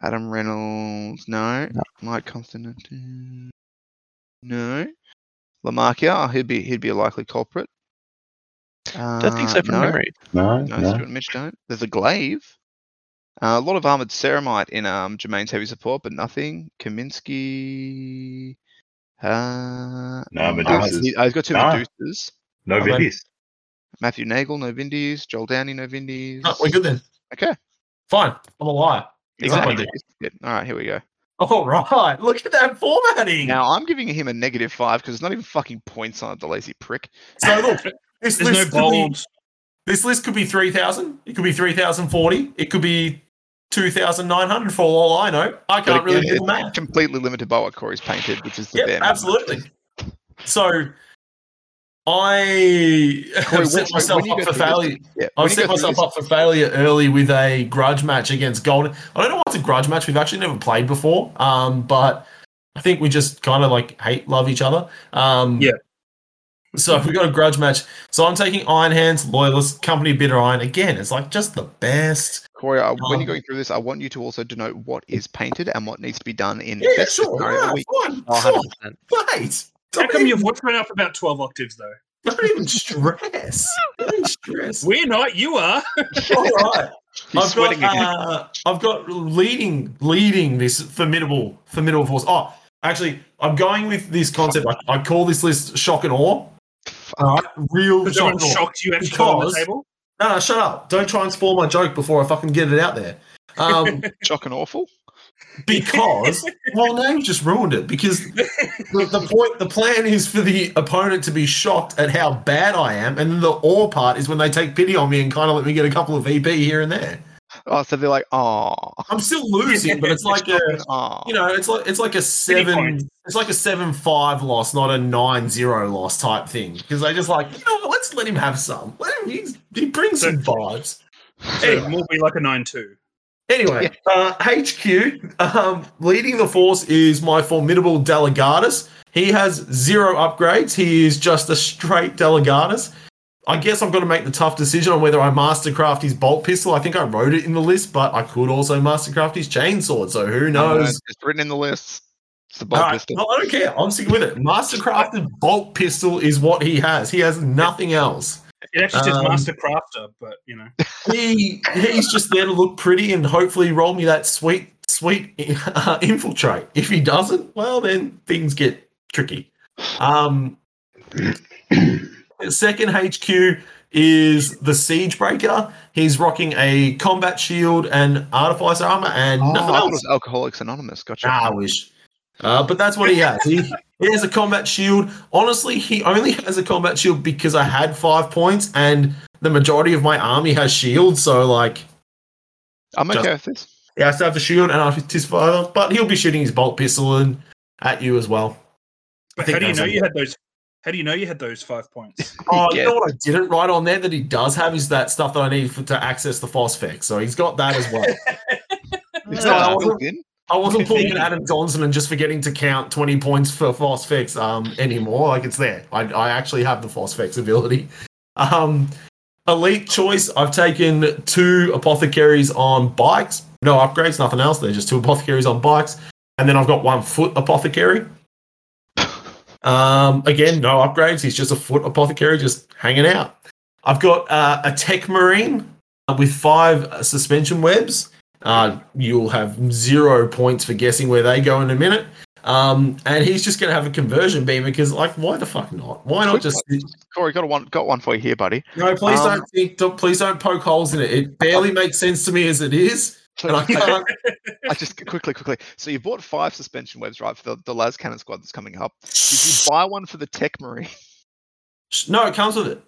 Speaker 1: Adam Reynolds, no. Mike Constantine, no. Lamarkia, oh, he'd be he'd be a likely culprit. Uh,
Speaker 3: Don't think so from
Speaker 1: no.
Speaker 3: memory.
Speaker 2: No,
Speaker 1: No,
Speaker 2: no.
Speaker 1: Stuart and Mitch don't. There's a Glaive. Uh, a lot of armored ceramite in um, Jermaine's heavy support, but nothing. Kaminsky. Uh,
Speaker 2: No,
Speaker 1: Medusa's.
Speaker 2: Medusas.
Speaker 1: he- oh, he's got two
Speaker 2: No.
Speaker 1: Medusas.
Speaker 2: No
Speaker 5: I mean-
Speaker 2: Vindies.
Speaker 1: Matthew Nagel, no Vindies. Joel Downey, no Vindies.
Speaker 5: No, we're good then.
Speaker 1: Okay.
Speaker 5: Fine. I'm alive.
Speaker 1: Exactly.
Speaker 5: Exactly.
Speaker 1: All right, here we go.
Speaker 5: All right. Look at that formatting.
Speaker 1: Now I'm giving him a negative five because it's not even fucking points on it, the lazy prick.
Speaker 5: so look, this
Speaker 4: There's
Speaker 5: list,
Speaker 4: no
Speaker 5: could be,
Speaker 4: bold.
Speaker 5: this list could be 3,000. It could be 3,040. It could be 2,900 for all I know. I
Speaker 1: But
Speaker 5: can't really
Speaker 1: again,
Speaker 5: do the math.
Speaker 1: Completely limited by what Corey's painted, which is the
Speaker 5: Yep,
Speaker 1: bare minimum.
Speaker 5: absolutely. So I
Speaker 1: Corey,
Speaker 5: have set
Speaker 1: when-
Speaker 5: myself
Speaker 1: when you
Speaker 5: up
Speaker 1: go
Speaker 5: for
Speaker 1: through this-
Speaker 5: failure.
Speaker 1: Yeah, when
Speaker 5: I've
Speaker 1: you
Speaker 5: set
Speaker 1: go through
Speaker 5: myself
Speaker 1: this-
Speaker 5: up for failure early with a grudge match against Golden. I don't know what's a grudge match. We've actually never played before, um, but I think we just kind of like hate love each other. Um,
Speaker 4: Yeah.
Speaker 5: So we got a grudge match. So I'm taking Iron Hands, Loyalist, Company of Bitter Iron. Again, it's like just the best.
Speaker 1: Corey, I, when
Speaker 5: Um,
Speaker 1: you're going through this, I want you to also denote what is painted and what needs to be done in
Speaker 5: Yeah,
Speaker 1: best
Speaker 5: sure.
Speaker 1: scenario of the
Speaker 5: Yeah,
Speaker 1: week.
Speaker 5: fine.
Speaker 3: Oh,
Speaker 5: Sure.
Speaker 3: 100%.
Speaker 5: Mate,
Speaker 4: How
Speaker 5: don't
Speaker 4: come your
Speaker 5: even,
Speaker 4: voice went up about twelve octaves though?
Speaker 5: don't even stress. Don't even stress.
Speaker 4: We're not. You are.
Speaker 5: All right.
Speaker 1: He's
Speaker 5: I've
Speaker 1: sweating
Speaker 5: got,
Speaker 1: again.
Speaker 5: uh, I've got leading leading this formidable formidable force. Oh, actually, I'm going with this concept. I, I call this list shock and awe. All right, real
Speaker 4: Because
Speaker 5: shock
Speaker 4: everyone's
Speaker 5: and awe.
Speaker 4: shocked you actually got on the
Speaker 5: Because-
Speaker 4: table.
Speaker 5: No, no, shut up! Don't try and spoil my joke before I fucking get it out there. Um,
Speaker 1: Shock and awful.
Speaker 5: because well, now you just ruined it. Because the, the point, the plan is for the opponent to be shocked at how bad I am, and then the awe part is when they take pity on me and kind of let me get a couple of VP here and there.
Speaker 1: Oh, so they're like, oh,
Speaker 5: I'm still losing, but it's like uh, a,
Speaker 1: oh.
Speaker 5: you know, it's like it's like a seven,
Speaker 4: points.
Speaker 5: it's like a seven five loss, not a nine zero loss type thing. Because they just like, you know, what, let's let him have some. Let him, he's, he brings some vibes.
Speaker 4: So
Speaker 5: Anyway.
Speaker 4: we'll be like a nine two.
Speaker 5: Anyway, uh, HQ um, leading the force is my formidable Delegatus. He has zero upgrades. He is just a straight Delegatus. I guess I've got to make the tough decision on whether I mastercraft his bolt pistol. I think I wrote it in the list, but I could also mastercraft his chainsword. So who
Speaker 1: I don't know,
Speaker 5: knows?
Speaker 1: It's written in the lists. It's the
Speaker 5: All
Speaker 1: bolt
Speaker 5: right,
Speaker 1: pistol.
Speaker 5: No, I don't care. I'm sticking with it. Mastercrafted bolt pistol is what he has. He has nothing else.
Speaker 4: It actually says
Speaker 5: Um,
Speaker 4: Master Crafter, but you know.
Speaker 5: He he's just there to look pretty and hopefully roll me that sweet sweet uh, infiltrate. If he doesn't, well then things get tricky. Um, second HQ is the Siege Breaker. He's rocking a combat shield and artificer armor and
Speaker 1: Oh, I
Speaker 5: nothing
Speaker 1: thought it
Speaker 5: else.
Speaker 1: was Alcoholics Anonymous. Gotcha.
Speaker 5: Ah, I wish. Uh, but that's what he has. He, he has a combat shield. Honestly, he only has a combat shield because I had five points and the majority of my army has shields. So, like,
Speaker 1: I'm
Speaker 5: just-
Speaker 1: okay with this.
Speaker 5: yeah, I still have the shield and I have his fire, but he'll be shooting his bolt pistol and at you as well.
Speaker 4: But
Speaker 5: think
Speaker 4: how do you
Speaker 5: that's
Speaker 4: know
Speaker 5: it.
Speaker 4: you had those? How do you know you had those five points?
Speaker 5: Oh,
Speaker 1: Yeah.
Speaker 5: you know what I didn't write on there that he does have is that stuff that I need for, to access the phosphex. So he's got that as well.
Speaker 1: Is
Speaker 5: So I
Speaker 1: that
Speaker 5: wasn't-
Speaker 1: built in?
Speaker 5: I wasn't
Speaker 3: Good
Speaker 5: looking at
Speaker 3: thinking.
Speaker 5: Adam Johnson and just forgetting to count 20 points for Phosphix um, anymore. Like, it's there. I, I actually have the Phosphix ability. Um, elite choice. I've taken two apothecaries on bikes. No upgrades, nothing else. They're just two apothecaries on bikes. And then I've got one foot apothecary. Um, again, no upgrades. He's just a foot apothecary, just hanging out. I've got uh, a tech marine uh, with five uh, suspension webs. Uh, you'll have zero points for guessing where they go in a minute. Um, and he's just going to have a conversion beam because, like, why the fuck not? Why not just?
Speaker 1: Corey, got a one, got one for you here, buddy.
Speaker 5: No, please
Speaker 1: Um,
Speaker 5: don't, think, don't. Please don't poke holes in it. It barely makes sense to me as it is, and I can't.
Speaker 1: I just quickly, quickly. So you bought five suspension webs, right, for the, the Las Cannon squad that's coming up. Did you buy one for the Tech Marine?
Speaker 5: No, it comes with it.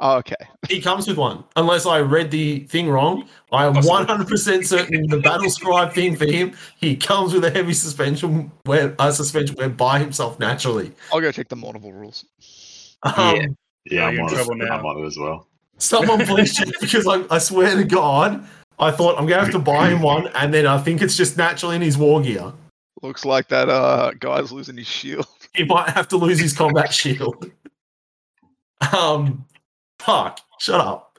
Speaker 1: Oh, okay.
Speaker 5: He comes with one, unless I read the thing wrong. I am
Speaker 4: Possibly.
Speaker 5: one hundred percent certain the battle scribe thing for him. He comes with a heavy suspension web, uh, suspension web by himself naturally.
Speaker 1: I'll go check the Mournival rules.
Speaker 5: Um,
Speaker 2: Yeah. Yeah,
Speaker 4: Oh,
Speaker 2: I'm
Speaker 4: you're in
Speaker 2: on,
Speaker 4: trouble
Speaker 2: it,
Speaker 4: now.
Speaker 2: I'm on it as well.
Speaker 5: Someone please check because I, I swear to God, I thought I'm gonna have to buy him one, and then I think it's just naturally in his war gear.
Speaker 1: Looks like that uh guy's losing his shield.
Speaker 5: He might have to lose his combat shield. Um, fuck, shut up.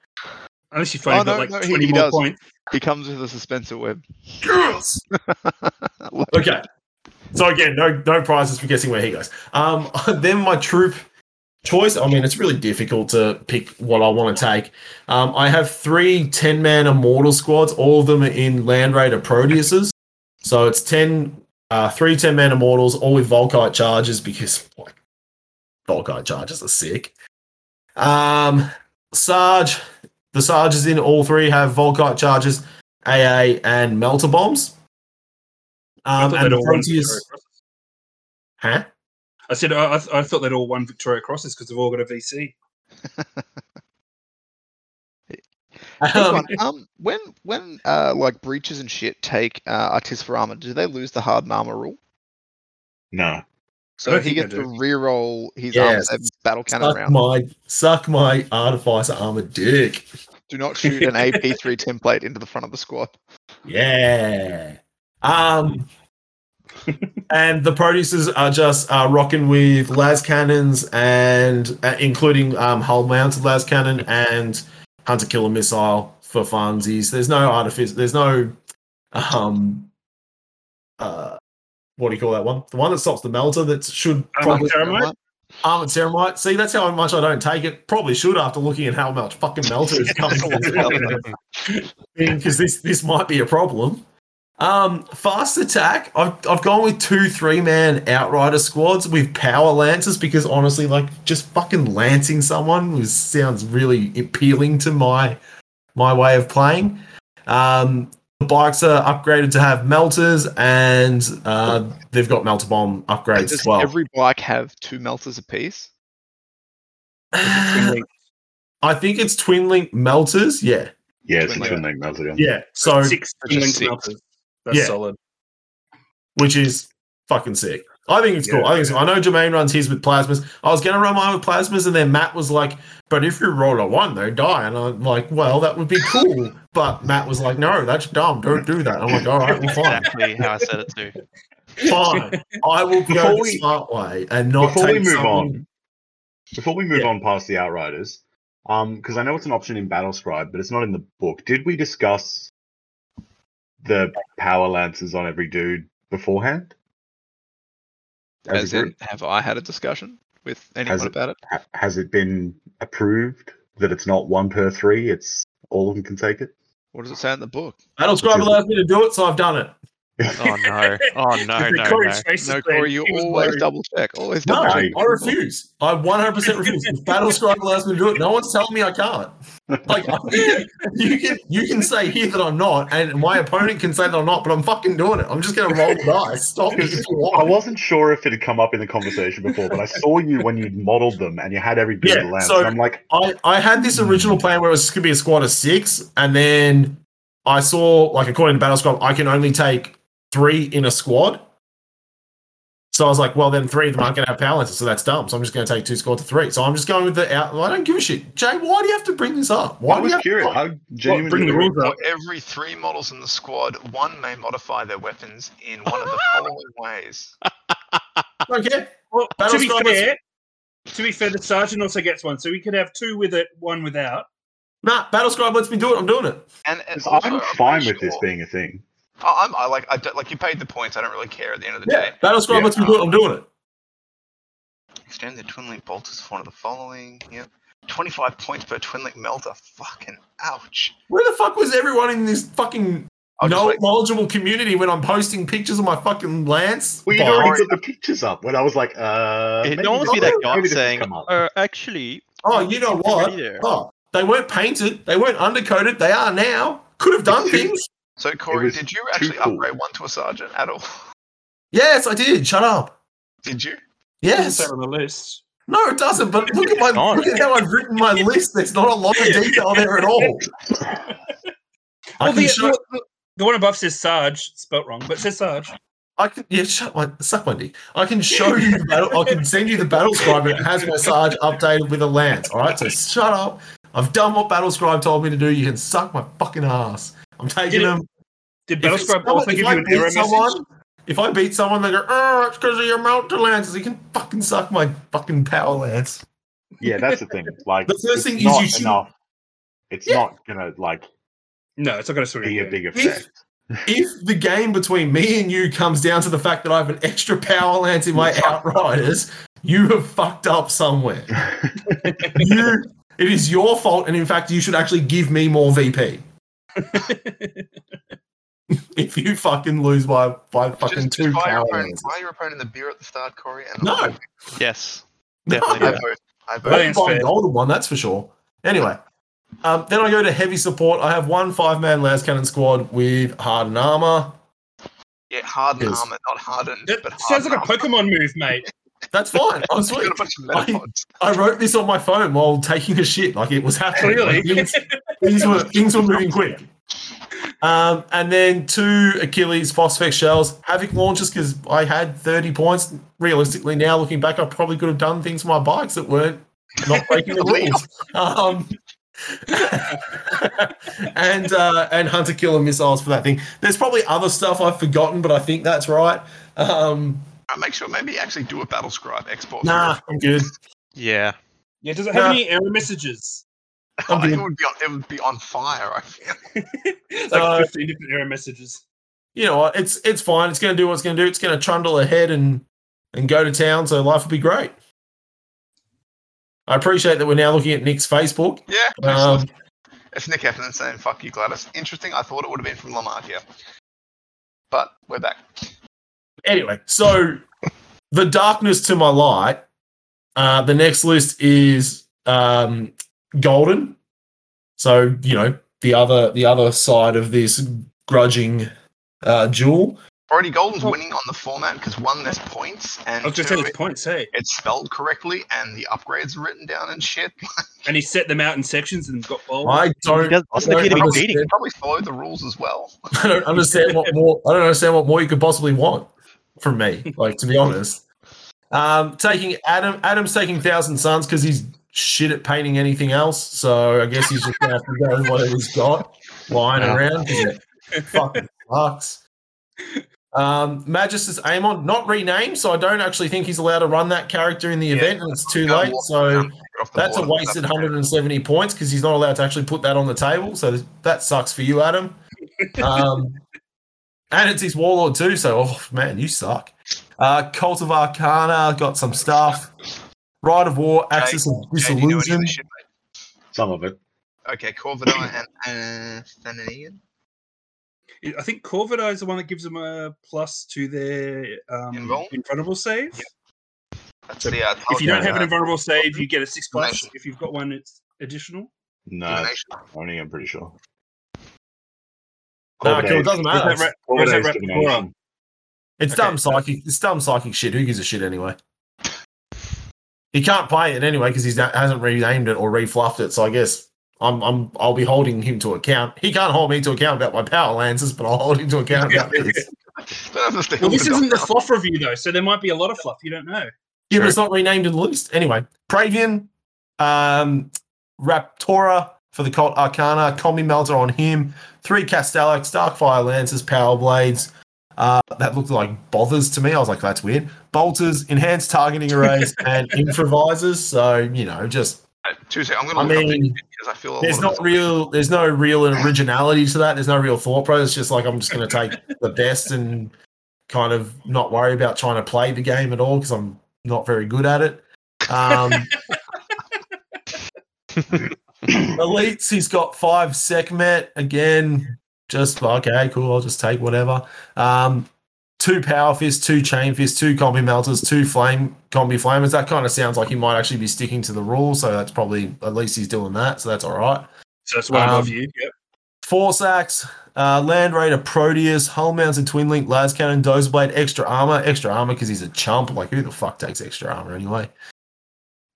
Speaker 4: Unless you finally
Speaker 1: Oh,
Speaker 4: got
Speaker 1: no,
Speaker 4: like
Speaker 1: no, he-
Speaker 4: twenty
Speaker 1: he
Speaker 4: more
Speaker 1: does.
Speaker 4: points.
Speaker 1: He comes with a suspensor web.
Speaker 5: Yes.
Speaker 1: Like-
Speaker 5: Okay. So again, no no prizes for guessing where he goes. Um, then my troop choice. I mean, it's really difficult to pick what I want to take. Um, I have three 10 man immortal squads. All of them are in Land Raider Proteuses. So it's 10, uh, three 10 man immortals, all with Volkite charges because like, Volkite charges are sick. Um, Sarge, the Sarges in all three have Volkite charges, AA, and Melter bombs.
Speaker 4: I
Speaker 5: Um,
Speaker 4: thought
Speaker 5: and
Speaker 4: they'd
Speaker 5: the
Speaker 4: all won
Speaker 5: Proteus.
Speaker 4: Victoria Crosses.
Speaker 5: Huh?
Speaker 4: I said I, I, th- I thought they'd all won Victoria Crosses because they've all got a VC.
Speaker 1: Quick
Speaker 5: Um,
Speaker 1: one, um, when when uh, like breaches and shit take uh, Artis for armor, do they lose the hard armor rule?
Speaker 2: No.
Speaker 1: So
Speaker 4: don't
Speaker 1: he
Speaker 4: think
Speaker 1: gets
Speaker 4: they
Speaker 1: to
Speaker 4: do.
Speaker 1: reroll his
Speaker 5: Yeah,
Speaker 1: armor
Speaker 5: s-
Speaker 1: saving battle cannon
Speaker 5: suck
Speaker 1: round.
Speaker 5: my suck my artificer armor dick.
Speaker 1: Do not shoot an AP3 template into the front of the squad.
Speaker 5: Yeah. Um. and the producers are just uh, rocking with las cannons and uh, including um, hull mounted las cannon and hunter killer missile for funsies. There's no artifice. There's no um. Uh, what do you call that one? The one that stops the melter that should probably
Speaker 4: Termite?
Speaker 5: Armored Ceramite. See, that's how much I don't take it. Probably should after looking at how much fucking Melter is coming because this this might be a problem. Um, fast attack. I've I've gone with two three man outrider squads with power lances because honestly, like just fucking lancing someone was, sounds really appealing to my my way of playing. Um, the bikes are upgraded to have melters, and uh, they've got melter bomb upgrades
Speaker 1: Does
Speaker 5: as well.
Speaker 1: every bike have two melters apiece?
Speaker 5: I think it's twin link melters. Yeah,
Speaker 2: Yeah, it's
Speaker 1: Twin
Speaker 2: a twin link melter gun.
Speaker 5: yeah. So
Speaker 4: six
Speaker 1: Just
Speaker 4: England
Speaker 1: six.
Speaker 4: smelters. That's
Speaker 5: Oh, Yeah.
Speaker 4: solid.
Speaker 5: which is fucking sick. I think it's cool.
Speaker 4: Yeah.
Speaker 5: I think it's, I know Jermaine runs his with plasmas. I was going to run mine with plasmas, and then Matt was like, "But if you roll a one, they die." And I'm like, "Well, that would be cool." but Matt was like, "No, that's dumb. Don't do that." I'm like, "All right, well, fine,
Speaker 3: Exactly how I said it too.
Speaker 5: fine. I will go
Speaker 2: Before
Speaker 5: the
Speaker 2: we-
Speaker 5: smart way and not
Speaker 2: before we
Speaker 5: take
Speaker 2: move
Speaker 5: something-
Speaker 2: on, Before we move
Speaker 5: Yeah.
Speaker 2: on past the Outriders, because I know it's an option in Battle Scribe, but it's not in the book. Did we discuss the power lances on every dude beforehand? As
Speaker 1: As
Speaker 2: a
Speaker 1: in,
Speaker 2: group?
Speaker 1: have I had a discussion with anyone
Speaker 2: it-
Speaker 1: about it?
Speaker 2: Ha- Has it been approved that it's not one per three? It's all of them can take it.
Speaker 1: What does it say in the book?
Speaker 5: Battle Scribe allows me to do it, so I've done it.
Speaker 3: Oh no! Oh no!
Speaker 4: Because
Speaker 3: no!
Speaker 4: Corey's
Speaker 3: no.
Speaker 4: face is
Speaker 1: No,
Speaker 4: there,
Speaker 1: Corey, you
Speaker 4: he was
Speaker 1: always
Speaker 4: worried.
Speaker 1: double check. Always
Speaker 5: No,
Speaker 1: double check.
Speaker 5: I, I refuse. I 100% refuse. If Battle Scribe allows me to do it, no one's telling me I can't. Like, you can, you can say here that I'm not, and my opponent can say that I'm not, but I'm fucking doing it. I'm just going to roll the dice. Stop me if you
Speaker 2: I
Speaker 5: want.
Speaker 2: wasn't sure if it had come up in the conversation before, but I saw you when you modeled them and you had every bit of
Speaker 5: Yeah,
Speaker 2: the land.
Speaker 5: so-
Speaker 2: and I'm like,
Speaker 5: I, I had this original plan where it was going to be a squad of six, and then I saw, like, according to Battle Scribe, I can only take three in a squad. So I was like, well, then three of them aren't going to have power lenses, so that's dumb. So I'm just going to take two squad to three. So I'm just going with the out. I don't give a shit. Jay, why do you have to bring this up? Why
Speaker 2: I
Speaker 5: do
Speaker 2: was
Speaker 5: you have
Speaker 2: curious.
Speaker 5: To,
Speaker 2: I genuinely
Speaker 4: bring the rules
Speaker 6: For
Speaker 4: up.
Speaker 6: every three models in the squad, one may modify their weapons in one of the following ways.
Speaker 5: okay.
Speaker 4: Well,
Speaker 5: Battle
Speaker 4: to be
Speaker 5: Scribe is-
Speaker 4: fair, to be fair, the sergeant also gets one, so we could have two with it, one without.
Speaker 5: Nah, Battle Scribe lets me do it. I'm doing it.
Speaker 6: And and
Speaker 2: 'Cause
Speaker 6: also,
Speaker 2: I'm
Speaker 6: pretty
Speaker 2: fine with this
Speaker 6: sure-
Speaker 2: being a thing.
Speaker 6: I, I'm I like I don't, like you paid the points. I don't really care at the end of the day.
Speaker 5: Battle Scribe
Speaker 2: Yeah.
Speaker 5: lets me do it. I'm doing it.
Speaker 6: Extend the twin link bolters for one of the following. Yep. 25 points per twin link melter. Fucking ouch.
Speaker 5: Where the fuck was everyone in this fucking
Speaker 6: I'll just
Speaker 5: no
Speaker 6: wait.
Speaker 5: knowledgeable community when I'm posting pictures of my fucking lance?
Speaker 2: Well, you'd
Speaker 5: Bye.
Speaker 2: already put the pictures up when I was like, uh.
Speaker 3: It
Speaker 2: maybe
Speaker 3: normally
Speaker 2: this-
Speaker 3: be that
Speaker 2: maybe
Speaker 3: guy
Speaker 2: this has
Speaker 3: saying,
Speaker 2: come up.
Speaker 3: "Uh, actually,
Speaker 5: oh, you know what?
Speaker 3: already there.
Speaker 5: Oh, they weren't painted. They weren't undercoated. They are now. Could have done
Speaker 2: It's too-
Speaker 5: things.
Speaker 6: So Corey,
Speaker 2: was
Speaker 6: did you actually
Speaker 2: cool.
Speaker 6: upgrade one to a sergeant at all?
Speaker 5: Yes, I did. Shut up.
Speaker 6: Did you?
Speaker 5: Yes.
Speaker 4: on the list.
Speaker 5: No, it doesn't. But look at my
Speaker 3: No.
Speaker 5: look at how I've written my list. There's not a lot of detail there at all. I
Speaker 4: Well,
Speaker 5: can
Speaker 4: the,
Speaker 5: show-
Speaker 4: the- the one above says Sarge, spelt wrong, but it says Sarge.
Speaker 5: I can yeah, shut my suck my dick. I can show you the battle. I can send you the battle scribe. and It has my sarge updated with a lance. All right, so shut up. I've done what battle scribe told me to do. You can suck my fucking ass. I'm taking
Speaker 4: Did it-
Speaker 5: them.
Speaker 4: Did
Speaker 5: If,
Speaker 4: Battle
Speaker 5: it's
Speaker 4: Scribe
Speaker 5: someone-
Speaker 4: also
Speaker 5: if
Speaker 4: give you
Speaker 5: I
Speaker 4: an
Speaker 5: beat
Speaker 4: error
Speaker 5: someone,
Speaker 4: message?
Speaker 5: if I beat someone, they go, "Oh, it's because of your mounted lances." You can fucking suck my fucking power lance.
Speaker 2: yeah, that's the thing. Like,
Speaker 5: The
Speaker 2: it's
Speaker 5: first thing is
Speaker 2: not
Speaker 5: you should-
Speaker 2: enough. It's
Speaker 5: Yeah.
Speaker 2: not gonna like
Speaker 4: No, it's not going to swing.
Speaker 2: be a
Speaker 4: again.
Speaker 2: big effect.
Speaker 5: If the game between me and you comes down to the fact that I have an extra power lance in my outriders, you have fucked up somewhere. you, it is your fault, and in fact, you should actually give me more VP. if you fucking lose by by fucking
Speaker 6: Just,
Speaker 5: two
Speaker 6: just buy, your
Speaker 5: power
Speaker 6: opponent,
Speaker 5: lances.
Speaker 6: buy your opponent the beer at the start, Corey. And
Speaker 5: No.
Speaker 6: I'll-
Speaker 3: yes,
Speaker 5: No.
Speaker 3: definitely."
Speaker 6: I
Speaker 3: do.
Speaker 6: vote. I vote.
Speaker 5: I
Speaker 4: Well,
Speaker 5: didn't buy a
Speaker 4: fair.
Speaker 5: golden one, that's for sure. Anyway, um, then I go to heavy support. I have one five man las cannon squad with hardened armor.
Speaker 6: Yeah, hardened
Speaker 5: Yes.
Speaker 6: armor, not hardened.
Speaker 4: That
Speaker 6: but
Speaker 4: sounds
Speaker 6: hardened
Speaker 4: like a Pokemon move, mate.
Speaker 5: That's fine. I'm
Speaker 6: armor.
Speaker 5: sweet.
Speaker 6: Got a bunch of metapods.
Speaker 5: I wrote this on my phone while taking a shit. Like it was happening.
Speaker 4: Clearly.
Speaker 5: Like, things, things were things were moving quick. Um, and then two Achilles phosphex shells, havoc launches because I had 30 points. Realistically, now looking back, I probably could have done things with my bikes that weren't not breaking the rules. Um, and uh, and hunter killer missiles for that thing. There's probably other stuff I've forgotten, but I think that's right. Um,
Speaker 6: I'll make sure maybe actually do a battle scribe export.
Speaker 5: nah, I'm good.
Speaker 3: yeah.
Speaker 4: Yeah, does it have
Speaker 5: No.
Speaker 4: any error messages?
Speaker 6: Oh,
Speaker 5: I'm
Speaker 6: it
Speaker 5: good.
Speaker 6: would be on, it would be on fire. I feel.
Speaker 4: It's
Speaker 5: Uh,
Speaker 4: like 15 different error messages.
Speaker 5: you know, what, it's it's fine. It's going to do what it's going to do. It's going to trundle ahead and and go to town. So life will be great. I appreciate that we're now looking at Nick's Facebook.
Speaker 6: Yeah.
Speaker 5: Um,
Speaker 6: excellent. it's Nick Heffernan saying "fuck you, Gladys." Interesting. I thought it would have been from Lamartia, but we're back.
Speaker 5: anyway, so the darkness to my light. Uh, the next list is um, golden. So you know the other the other side of this grudging uh, jewel.
Speaker 6: Already, Golden's winning on the format because one, there's points, and
Speaker 4: I was going
Speaker 6: two,
Speaker 4: to say there's
Speaker 6: it-
Speaker 4: points, hey.
Speaker 6: it's spelled correctly, and the upgrades are written down and shit.
Speaker 4: And he set them out in sections and got bold.
Speaker 5: I
Speaker 3: He
Speaker 5: don't.
Speaker 3: does- doesn't
Speaker 5: I
Speaker 3: appear to be
Speaker 5: don't
Speaker 3: cheating.
Speaker 5: understand-
Speaker 6: Probably followed the rules as well.
Speaker 5: I don't understand what more. I don't understand what more you could possibly want from me. Like to be honest, um, taking Adam. Adam's taking Thousand Suns because he's shit at painting anything else. So I guess he's just gonna have to go with whatever he's got lying
Speaker 3: Yeah.
Speaker 5: around. 'cause it fucking sucks. Um, Magister's Amon not renamed, so I don't actually think he's allowed to run that character in the event, and it's too
Speaker 6: Go
Speaker 5: late.
Speaker 6: walk
Speaker 5: So
Speaker 6: around, get off the
Speaker 5: that's a
Speaker 6: board.
Speaker 5: wasted 170 points because he's not allowed to actually put that on the table. So that sucks for you, Adam. Um, and it's his warlord too. So oh man, you suck. Uh, Cult of Arcana got some stuff. Rite of War, Axis of
Speaker 6: Jay, do you know any of this
Speaker 5: Disillusion.
Speaker 6: shit,
Speaker 2: Some of it.
Speaker 6: mate? Okay, Corvidon and Athenian.
Speaker 4: I think Corvidai is the one that gives them a plus to their um,
Speaker 6: Invul?
Speaker 4: invulnerable save.
Speaker 6: That's
Speaker 4: So
Speaker 6: the, uh,
Speaker 4: If you don't have an
Speaker 6: uh,
Speaker 4: invulnerable save, you get a six plus.
Speaker 6: Nice.
Speaker 4: If you've got one, it's additional.
Speaker 2: No,
Speaker 6: divination.
Speaker 2: only I'm pretty sure.
Speaker 5: No, it doesn't
Speaker 4: Where's
Speaker 5: matter.
Speaker 4: that
Speaker 5: It's,
Speaker 4: ra- where's that
Speaker 2: Corvidai's
Speaker 4: Raptor aura?
Speaker 2: divination.
Speaker 5: it's
Speaker 4: okay.
Speaker 5: dumb psychic. It's dumb psychic shit. Who gives a shit anyway? He can't play it anyway because he hasn't renamed it or refluffed it. So I guess I'm, I'm I'll be holding him to account. He can't hold me to account about my power lances, but I'll hold him to account about this.
Speaker 6: Don't have to
Speaker 4: Well, this
Speaker 6: open it
Speaker 4: isn't the
Speaker 6: up.
Speaker 4: fluff review though, so there might be a lot of fluff. You don't know.
Speaker 5: Yeah, but it's not renamed in the list. Anyway, Pravian, um, Raptora for the Cult Arcana, Combi Melter on him, three Castalic, Starkfire Lances, Power Blades. Uh, that looked like bothers to me. I was like, that's weird. Bolters, enhanced targeting arrays, and improvisers. So, you know, just,
Speaker 6: Uh, Tuesday, I'm
Speaker 5: I
Speaker 6: going to look
Speaker 5: mean,
Speaker 6: because I feel a
Speaker 5: there's
Speaker 6: lot of
Speaker 5: not real, there's no real originality to that. There's no real thought process. It's just like, I'm just going to take the best and kind of not worry about trying to play the game at all because I'm not very good at it. Um, Elites, he's got five Sekmet again. Just okay, cool. I'll just take whatever. Um, two power fists, two chain fists, two combi melters, two flame combi flamers. That kind of sounds like he might actually be sticking to the rules. So that's probably at least he's doing that. So that's all right.
Speaker 4: So that's one
Speaker 5: Um,
Speaker 4: above you. Yep.
Speaker 5: Force axe, uh, land raider, Proteus, hull mounted twin link, las cannon, dozeblade, extra armor, extra armor because he's a chump. Like who the fuck takes extra armor anyway?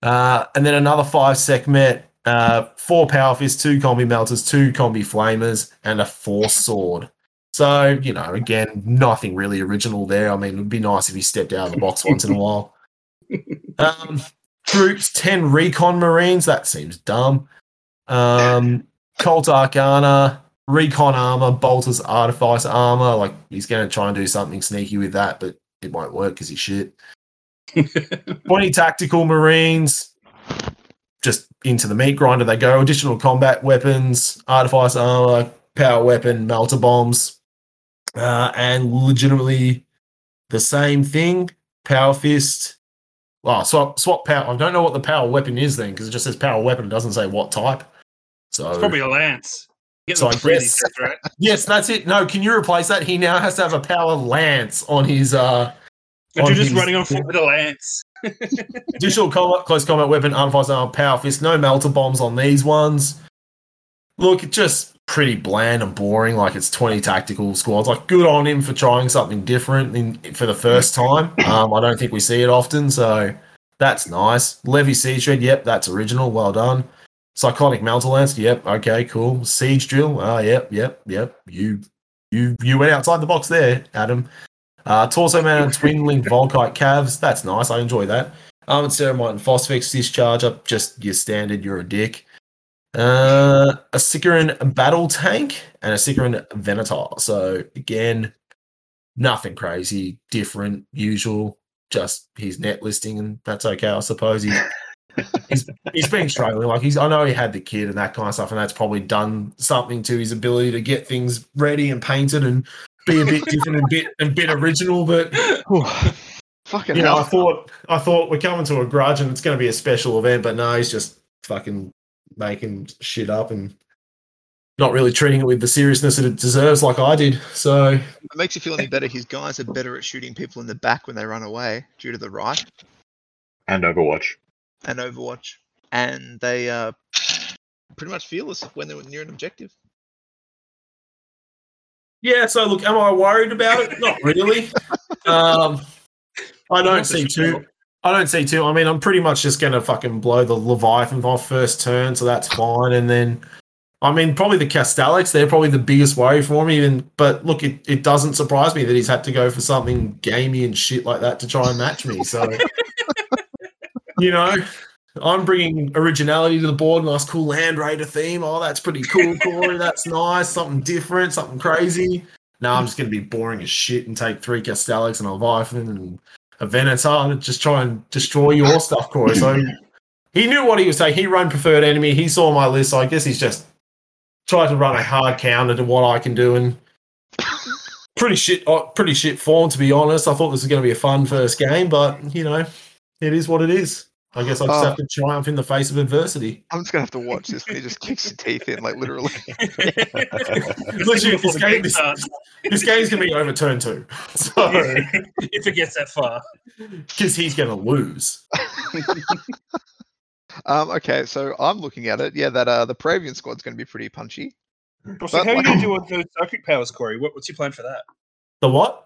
Speaker 5: Uh, and then another five sekmet, uh, four power fists, two combi melters, two combi flamers, and a force sword. So you know, again, nothing really original there. I mean, it would be nice if he stepped out of the box once in a while. Um, troops, ten recon marines. That seems dumb. Um, Colt Arcana, Recon Armor, Bolter's Artifice Armor. Like, he's going to try and do something sneaky with that, but it won't work because he's shit. 20 Tactical Marines, just into the meat grinder they go. Additional combat weapons, Artifice Armor, Power Weapon, Melter Bombs, uh, and legitimately the same thing. Power Fist. Well, swap, swap power. I don't know what the power weapon is then because it just says power weapon. It doesn't say what type. So
Speaker 4: It's probably a lance. Get
Speaker 5: So
Speaker 4: them
Speaker 5: I
Speaker 4: free
Speaker 5: guess-
Speaker 4: these days, right?
Speaker 5: Yes, that's it. No, can you replace that? He now has to have a power lance on his uh
Speaker 4: But
Speaker 5: On
Speaker 4: you're just
Speaker 5: his-
Speaker 4: running on foot with a lance.
Speaker 5: additional combat, close combat weapon, unfired arm, power fist. No melter bombs on these ones. Look, it's just pretty bland and boring. Like it's twenty tactical squads. Like good on him for trying something different in, for the first time. Um, I don't think we see it often, so that's nice. Levy siege shred. Yep, that's original. Well done. Psychotic melter lance. Yep. Okay. Cool. Siege drill. Ah. yep. Yep. Yep. You. You. You went outside the box there, Adam. Uh, torso man and twin link volkite calves. That's nice. I enjoy that. Armored Ceramite and Phosphix discharge up just your standard, you're a dick. Uh, a Sikarin battle tank and a Sikarin Venator. So again, nothing crazy, different, usual, just his net listing, and that's okay, I suppose. He's he's, he's been struggling. Like he's I know he had the kid and that kind of stuff, and that's probably done something to his ability to get things ready and painted and be a bit different and bit and bit original, but
Speaker 1: Fucking
Speaker 5: you know, I
Speaker 1: hell.
Speaker 5: thought I thought we're coming to a grudge and it's going to be a special event, but no, he's just fucking making shit up and not really treating it with the seriousness that it deserves, like I did. So
Speaker 1: If it makes you feel any better. His guys are better at shooting people in the back when they run away due to the right
Speaker 2: and Overwatch.
Speaker 1: and Overwatch, and they are pretty much fearless when they're near an objective.
Speaker 5: yeah, so look, am I worried about it? Not really. um, I don't see too. I don't see too. I mean, I'm pretty much just going to fucking blow the Leviathan off first turn, so that's fine. And then, I mean, probably the Castalics, they're probably the biggest worry for me. And but look, it, it doesn't surprise me that he's had to go for something gamey and shit like that to try and match me. So, you know, I'm bringing originality to the board. Nice, cool Land Raider theme. Oh, that's pretty cool, Corey. That's nice. Something different, something crazy. No, I'm just going to be boring as shit and take three Castalics and a Leviathan and a Venator and just try and destroy your stuff, Corey. So he knew what he was taking. He ran preferred enemy. He saw my list. So I guess he's just tried to run a hard counter to what I can do and pretty shit, oh, pretty shit form to be honest. I thought this was going to be a fun first game, but you know, it is what it is. I guess I just
Speaker 1: Oh.
Speaker 5: have to triumph in the face of adversity.
Speaker 1: I'm just gonna have to watch this when he just kicks your teeth in, like literally.
Speaker 5: Literally,
Speaker 4: Before
Speaker 5: this
Speaker 4: the
Speaker 5: game,
Speaker 4: game
Speaker 5: this,
Speaker 4: starts,
Speaker 5: this game's gonna be overturned too, so
Speaker 4: if it gets that far.
Speaker 5: because he's gonna lose.
Speaker 1: Um, okay, so I'm looking at it. Yeah, that uh, the Pravian squad's going to be pretty punchy.
Speaker 4: So
Speaker 1: But
Speaker 4: how are you
Speaker 1: like-
Speaker 4: going to do with those psychic powers, Corey? What, what's your plan for that?
Speaker 5: The what?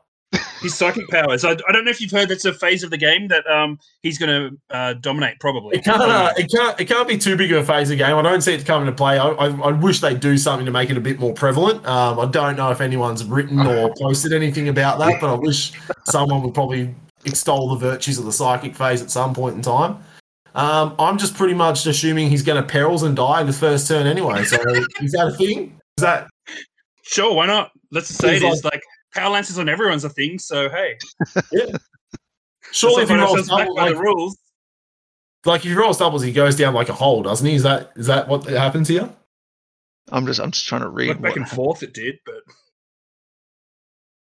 Speaker 4: His psychic powers. I, I don't know if you've heard that's a phase of the game that um he's going to uh, dominate, probably. Um,
Speaker 5: It can't. Uh, it can't. It can't be too big of a phase of game. I don't see it coming to play. I, I, I wish they would do something to make it a bit more prevalent. Um, I don't know if anyone's written or posted anything about that, but I wish someone would probably extol the virtues of the psychic phase at some point in time. Um, I'm just pretty much assuming he's going to perils and die in his first turn anyway. So is that a thing? Is that
Speaker 4: Sure, why not? Let's just say it
Speaker 5: He's
Speaker 4: is like power lances on everyone's a thing. So hey,
Speaker 5: surely if
Speaker 4: that's
Speaker 5: he
Speaker 4: not
Speaker 5: rolls
Speaker 4: us back
Speaker 5: double,
Speaker 4: by
Speaker 5: like,
Speaker 4: the rules.
Speaker 5: like if he rolls doubles, he goes down like a hole, doesn't he? Is that is that what happens here?
Speaker 1: I'm just, I'm just trying to read.
Speaker 4: Went back
Speaker 1: what-
Speaker 4: and forth, it did, but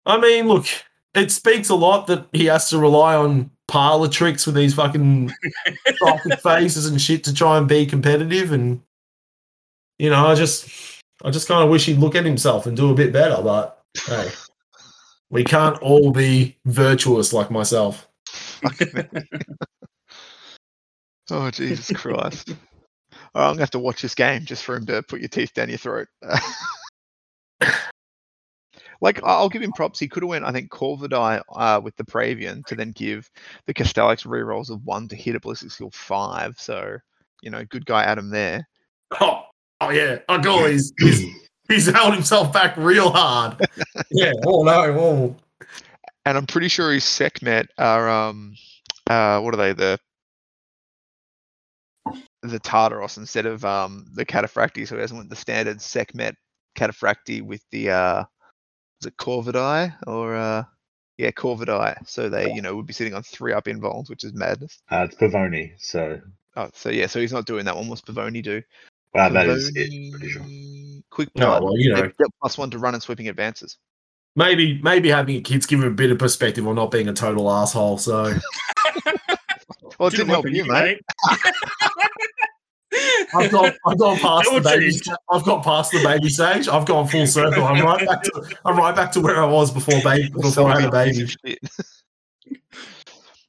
Speaker 5: I mean, look, it speaks a lot that he has to rely on parlor tricks with these fucking fucking faces and shit to try and be competitive. And you know, I just, I just kind of wish he'd look at himself and do a bit better. But hey, we can't all be virtuous like myself.
Speaker 1: Oh Jesus Christ! All right, I'm gonna have to watch this game just for him to put your teeth down your throat. like I- I'll give him props. He could have went, I think, Corvidai uh, with the Pravian to then give the Castellix rerolls of one to hit a ballistic skill five. So you know, good guy Adam there.
Speaker 5: Oh, oh yeah, I go. He's, he's he's held himself back real hard. yeah. Oh no. Oh.
Speaker 1: And I'm pretty sure his Sekhmet are um uh what are they the the Tartaros instead of um the Cataphracti, so he hasn't went the standard Sekhmet Cataphracti with the uh is it Corvidae or uh yeah Corvidae. So they you know would be sitting on three up involves, which is madness.
Speaker 2: Uh, it's Pavoni, so
Speaker 1: Oh, so yeah, so he's not doing that one. What's Pavoni do?
Speaker 2: uh, that is it. Pretty sure.
Speaker 1: Pavoni- Quick
Speaker 5: No.
Speaker 1: blood.
Speaker 5: Oh, Well, you know.
Speaker 1: They get plus one to run and sweeping advances.
Speaker 5: Maybe, maybe having a kid's give him a bit of perspective on not being a total asshole. So
Speaker 1: Well, it didn't help you, mate.
Speaker 5: I've gone, I've gone past
Speaker 4: That
Speaker 5: the
Speaker 4: would
Speaker 5: baby.
Speaker 4: change.
Speaker 5: sta- I've gone past the baby stage. I've gone full circle. I'm right back to. I'm right back to where I was before baby. Before I had
Speaker 1: Sorry,
Speaker 5: a baby.
Speaker 1: piece of shit.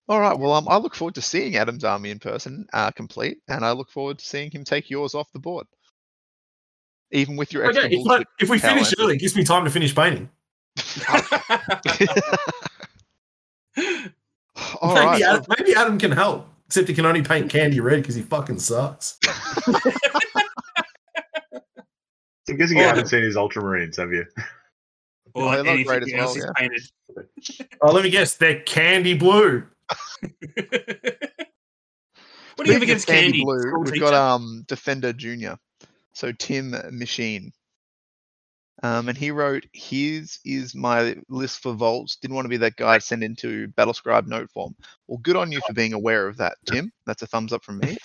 Speaker 1: All right. Well, um, I look forward to seeing Adam's army in person, uh, complete, and I look forward to seeing him take yours off the board, even with your extra
Speaker 5: Okay, if, I,
Speaker 1: bullshit.
Speaker 5: if we
Speaker 1: Power
Speaker 5: finish
Speaker 1: answer.
Speaker 5: early, it gives me time to finish painting.
Speaker 1: All
Speaker 5: maybe,
Speaker 1: right. well,
Speaker 5: Adam, maybe Adam can help, except he can only paint candy red because he fucking sucks.
Speaker 2: So I'm guessing you
Speaker 4: Oh.
Speaker 2: haven't seen his Ultramarines, have you?
Speaker 4: Or
Speaker 1: Yeah,
Speaker 4: like
Speaker 1: they're not great
Speaker 4: anything
Speaker 1: as
Speaker 4: else
Speaker 1: well,
Speaker 4: he's
Speaker 1: yeah.
Speaker 4: painted.
Speaker 5: Oh, let me guess, they're candy blue.
Speaker 4: What do you
Speaker 1: speaking of
Speaker 4: have against candy?
Speaker 1: Blue,
Speaker 4: School
Speaker 1: we've
Speaker 4: teacher?
Speaker 1: got um, Defender Junior, so Tim Machine. Um, and he wrote, "His is my list for vaults. Didn't want to be that guy to send into Battlescribe note form. Well, good on you for being aware of that, Tim. That's a thumbs up from me.
Speaker 4: It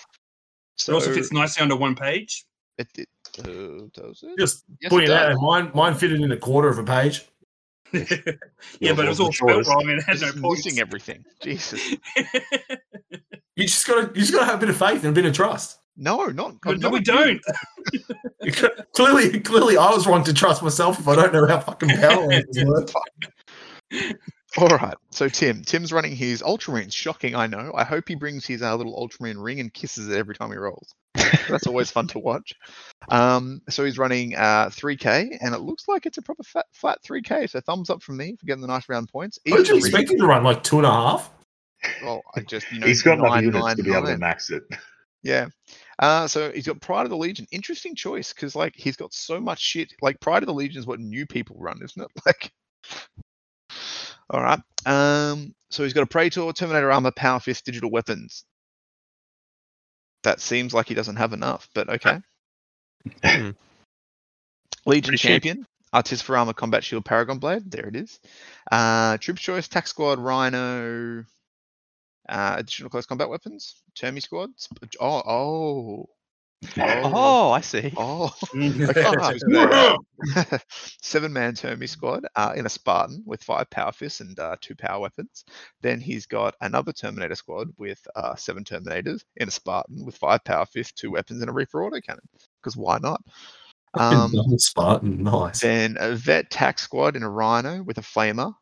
Speaker 1: So
Speaker 4: also fits nicely under one page.
Speaker 1: It, it, uh, does it?
Speaker 5: Just
Speaker 1: Yes,
Speaker 5: putting
Speaker 1: it
Speaker 5: it
Speaker 1: does.
Speaker 5: out there,
Speaker 4: uh,
Speaker 5: mine, mine fitted in a quarter of a page.
Speaker 4: yeah,
Speaker 2: Yours
Speaker 4: but it was all
Speaker 2: wasn't
Speaker 4: spelled
Speaker 2: shortest.
Speaker 4: wrong and it had no
Speaker 1: Just
Speaker 4: points.
Speaker 1: missing everything. Jesus.
Speaker 5: You just gotta, you just gotta have a bit of faith and a bit of trust.
Speaker 1: No, not.
Speaker 4: But
Speaker 1: not
Speaker 4: we
Speaker 1: you.
Speaker 4: don't.
Speaker 5: clearly, clearly, I was wrong to trust myself if I don't know how fucking power lenses work.
Speaker 1: All right. So Tim, Tim's running his Ultramarines. Shocking, I know. I hope he brings his uh, little Ultramarine ring and kisses it every time he rolls. That's always fun to watch. Um, so he's running uh, 3K, and it looks like it's a proper fat, flat 3K. So thumbs up from me for getting the nice round points.
Speaker 5: What did you
Speaker 1: Even the ring-
Speaker 5: expect him to run? Like two and a half?
Speaker 1: Well, I just you know
Speaker 2: He's got enough
Speaker 1: nine,
Speaker 2: units
Speaker 1: nine,
Speaker 2: to be able to
Speaker 1: nine.
Speaker 2: max it.
Speaker 1: Yeah. Uh, so he's got Pride of the Legion. Interesting choice because like he's got so much shit. Like Pride of the Legion is what new people run, isn't it? Like, all right. Um, so he's got a Praetor, Terminator armor, Power Fist, digital weapons. That seems like he doesn't have enough, but okay.
Speaker 3: Hmm.
Speaker 1: Legion
Speaker 3: Pretty cheap.
Speaker 1: Champion, Artist for Armor, Combat Shield, Paragon Blade. There it is. Uh, Troop Choice, Tax Squad, Rhino, uh, additional close combat weapons, Termi squads. Oh, oh, Oh,
Speaker 3: Oh, I see.
Speaker 1: oh.
Speaker 4: Mm.
Speaker 1: I can't argue with that. seven man's Hermes squad uh, in a Spartan with five power fists and uh, two power weapons. Then he's got another Terminator squad with uh, seven Terminators in a Spartan with five power fists, two weapons, and a Reaper autocannon. Because why not? Um,
Speaker 5: Double Spartan, nice.
Speaker 1: then a Vet Tax squad in a Rhino with a Flamer.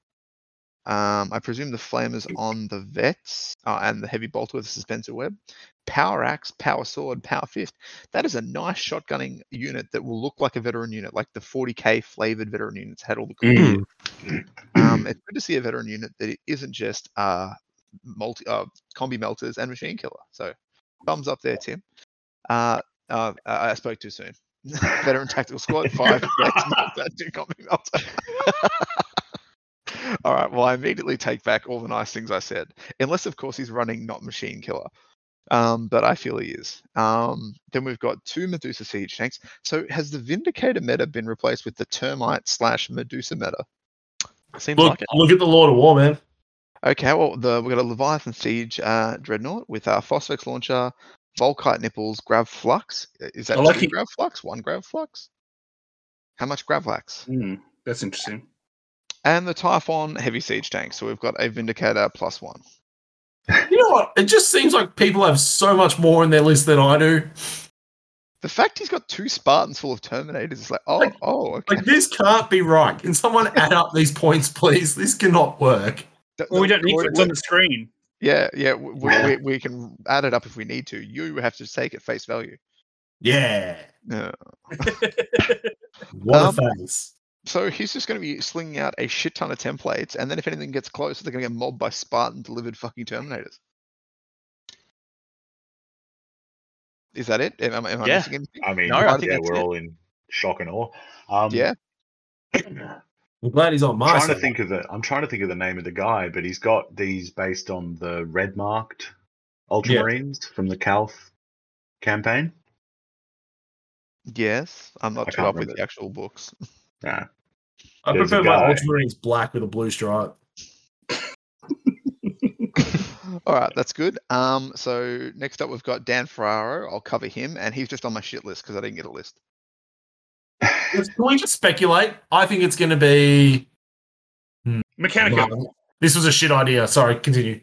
Speaker 1: Um, I presume the Flamer's on the Vets uh, and the Heavy Bolter with a suspensor web. Power Axe, Power Sword, Power Fist. That is a nice shotgunning unit that will look like a veteran unit, like the 40k flavored veteran units had all the cool
Speaker 4: Hmm.
Speaker 5: Mm.
Speaker 1: um, it's good to see a veteran unit that it isn't just uh, multi uh, combi melters and machine killer. So thumbs up there, Tim. Uh, uh, I I spoke too soon. veteran tactical squad five Blades Melter, two combi melter. all right. Well, I immediately take back all the nice things I said, unless of course he's running not machine killer. Um, but I feel he is. Um, then we've got two Medusa siege tanks. So has the Vindicator meta been replaced with the Termite slash Medusa meta?
Speaker 3: Seems
Speaker 5: Look,
Speaker 3: like it.
Speaker 5: look at the Lord of War, man.
Speaker 1: Okay, well, the, we've got a Leviathan Siege uh, Dreadnought with our Phosphex Launcher, Volkite Nipples, Grav Flux. I- Is that
Speaker 4: I like
Speaker 1: two
Speaker 4: it.
Speaker 1: Grav Flux? One Grav Flux? How much Grav Flux?
Speaker 5: Hmm.
Speaker 4: Mm, That's interesting.
Speaker 1: And the Typhon Heavy Siege Tank. So we've got a Vindicator plus one.
Speaker 5: You know what? It just seems like people have so much more in their list than I do.
Speaker 1: The fact he's got two Spartans full of Terminators is like, oh,
Speaker 5: Like-
Speaker 1: oh, okay.
Speaker 5: Like, this can't be right. Can someone add up these points, please? This cannot work.
Speaker 1: Th-
Speaker 4: Well, we
Speaker 1: the-
Speaker 4: don't need to. It's on the screen.
Speaker 1: Yeah, yeah, we, we,
Speaker 5: Yeah.
Speaker 1: we, we can add it up if we need to. You have to take it face value.
Speaker 5: Yeah.
Speaker 1: Yeah.
Speaker 5: What
Speaker 1: Um,
Speaker 5: a face.
Speaker 1: So he's just going to be slinging out a shit ton of templates, and then if anything gets close, they're going to get mobbed by Spartan delivered fucking Terminators. Is that it? Am, am I
Speaker 3: Yeah.
Speaker 1: missing anything?
Speaker 2: I mean,
Speaker 3: No, I
Speaker 1: think
Speaker 2: yeah,
Speaker 1: that's
Speaker 2: we're
Speaker 1: it.
Speaker 2: all in shock and awe. Um,
Speaker 1: Yeah.
Speaker 5: I'm glad he's on my
Speaker 2: trying to
Speaker 5: side.
Speaker 2: think of the I'm trying to think of the name of the guy, but he's got these based on the red marked Ultramarines from the Calf campaign.
Speaker 1: Yes. I'm not
Speaker 2: I
Speaker 1: too
Speaker 2: can't
Speaker 1: up with
Speaker 2: remember.
Speaker 1: the actual books.
Speaker 2: Yeah.
Speaker 5: I
Speaker 2: there's a
Speaker 5: prefer my
Speaker 2: guy.
Speaker 5: Ultramarines black with a blue stripe.
Speaker 1: All right, that's good. Um, so next up we've got Dan Ferraro. I'll cover him, and he's just on my shit list because I didn't get a list.
Speaker 5: Can we just speculate? I think it's going to be.
Speaker 4: Mechanica.
Speaker 5: This was a shit idea. Sorry, continue.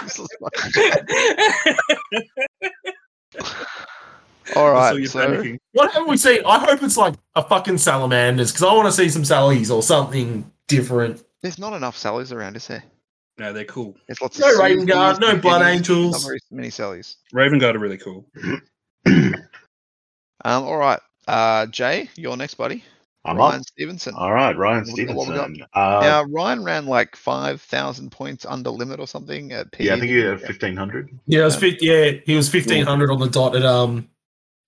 Speaker 1: Useless fucking shit. All right,
Speaker 4: So you're
Speaker 1: so
Speaker 4: panicking.
Speaker 5: What haven't we seen? I hope it's like a fucking salamanders because I want to see some sallies or something different.
Speaker 1: there's not enough Sallys around, is there?
Speaker 4: No, they're cool.
Speaker 1: There's lots
Speaker 5: No
Speaker 1: of
Speaker 5: Raven Guard,
Speaker 1: Sylvies,
Speaker 5: no
Speaker 1: Mahinis,
Speaker 5: Blood
Speaker 1: Not
Speaker 5: Angels.
Speaker 1: very many Sallys.
Speaker 4: Raven Guard are really cool.
Speaker 1: Um, all right, uh, Jay, you're next, buddy.
Speaker 2: I'm
Speaker 1: Ryan
Speaker 2: up. Uh,
Speaker 1: Stevenson.
Speaker 2: All right, Ryan
Speaker 1: What we got, what we got?
Speaker 2: Stevenson. Uh,
Speaker 1: now Ryan ran like five thousand points under limit or something at P. E.
Speaker 2: yeah, I think he had fifteen hundred.
Speaker 5: Yeah, it was fif- yeah, he was fifteen hundred on the dot at um